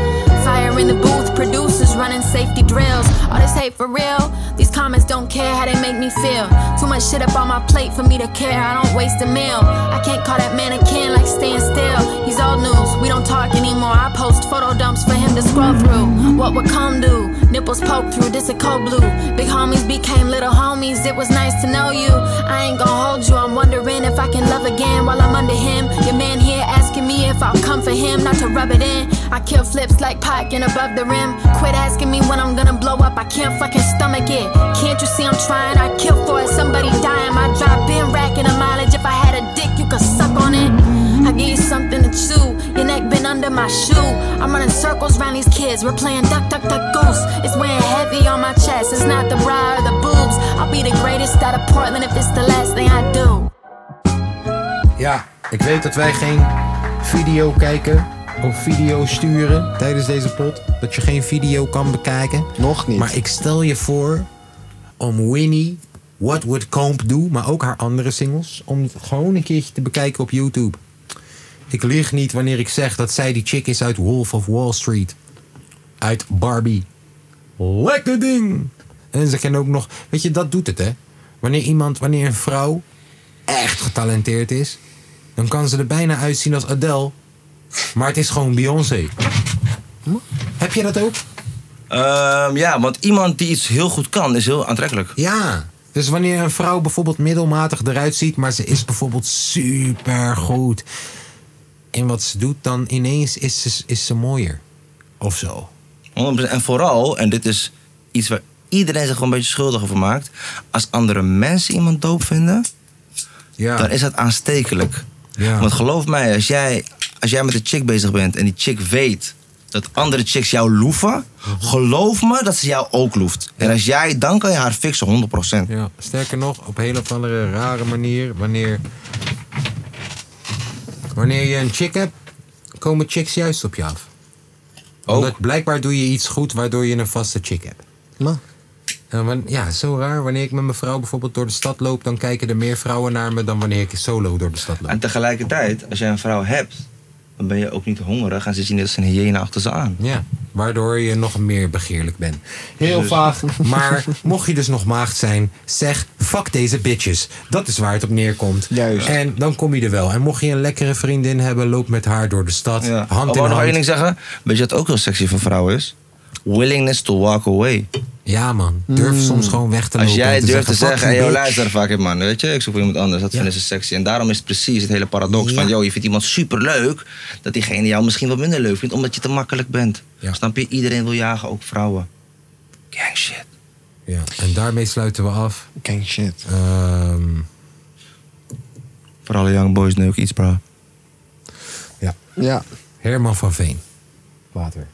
Fire in the booth, producers running safety drills. All this hate for real. These comments don't care how they make me feel. Too much shit up on my plate for me to care. I don't waste a meal. I can't call that man a kin like staying still. He's old news, we don't talk anymore. I post photo dumps for him to scroll through. What would come do? Nipples poke through, this a cold blue. Big homies became little homies. It was nice to know you. I ain't gonna hold you. I'm wondering if I can love again while I'm under him. Your man here asking me if I'll come for him, not to rub it in. I kill flips like Pac and above the rim. Quit asking me when I'm gonna blow up. I can't fucking stomach it. Can't you see I'm trying? I kill for it. Somebody dying. My job been racking a mileage. If I had a dick, you could suck on it. I give you something to chew. Your neck been under my shoe. I'm running circles round these kids. We're playing duck, duck, duck, goose. It's weighing heavy on my chest. It's not the bra or the boobs. I'll be the greatest out of Portland if it's the last thing I do.
Ja, ik weet dat wij geen video kijken of video sturen tijdens deze pot. Dat je geen video kan bekijken.
Nog niet.
Maar ik stel je voor om Winnie, What Would Comp Do, maar ook haar andere singles, om gewoon een keertje te bekijken op YouTube. Ik lieg niet wanneer ik zeg dat zij die chick is uit Wolf of Wall Street. Uit Barbie. Lekker ding! En ze kan ook nog... Weet je, dat doet het, hè? Wanneer iemand, wanneer een vrouw echt getalenteerd is... dan kan ze er bijna uitzien als Adele. Maar het is gewoon Beyoncé. Heb je dat ook?
Ehm, ja, want iemand die iets heel goed kan, is heel aantrekkelijk.
Ja. Dus wanneer een vrouw bijvoorbeeld middelmatig eruit ziet, maar ze is bijvoorbeeld supergoed. En wat ze doet, dan ineens is ze, is ze mooier. Of zo.
100%. En vooral, en dit is iets waar iedereen zich wel een beetje schuldig over maakt. Als andere mensen iemand doop vinden, dan
Ja.
is dat aanstekelijk.
Ja.
Want geloof mij, als jij, als jij met een chick bezig bent en die chick weet dat andere chicks jou loeven, geloof me dat ze jou ook loeft. En als jij, dan kan je haar fixen 100%.
ja. Sterker nog, op een hele of andere rare manier, wanneer. Wanneer je een chick hebt, komen chicks juist op je af.
Ook.
Omdat blijkbaar doe je iets goed waardoor je een vaste chick hebt.
Maar,
En wan- ja, zo raar. Wanneer ik met mijn vrouw bijvoorbeeld door de stad loop, dan kijken er meer vrouwen naar me dan wanneer ik solo door de stad loop.
En tegelijkertijd, als jij een vrouw hebt, dan ben je ook niet hongerig en ze zien dat ze een hyena achter ze aan.
Ja. Waardoor je nog meer begeerlijk bent. Heel
Dus-
vaag. Maar mocht je dus nog maagd zijn, zeg fuck deze bitches. Dat is waar het op neerkomt.
Juist.
En dan kom je er wel. En mocht je een lekkere vriendin hebben, loop met haar door de stad.
Ja. Oh,
Hand in
wou nog één
hand.
ding zeggen? Weet je wat ook heel sexy voor vrouwen is? Willingness to walk away.
Ja man, durf
Mm.
soms gewoon weg te lopen.
Als jij
en
durft te
"Fuck
zeggen,
you,
hey, yo,
bitch."
luister, fuck it man, weet je, ik zoek iemand anders, dat vinden ze sexy. En daarom is het precies het hele paradox van,
Ja.
yo, je vindt iemand superleuk, dat diegene jou misschien wat minder leuk vindt, omdat je te makkelijk bent.
Ja.
Snap je? Iedereen wil jagen, ook vrouwen. Gang shit.
Ja. En daarmee sluiten we af.
Gang shit.
Ehm,
Voor alle young boys neuk iets, bro.
Ja.
Herman van Veen. Water.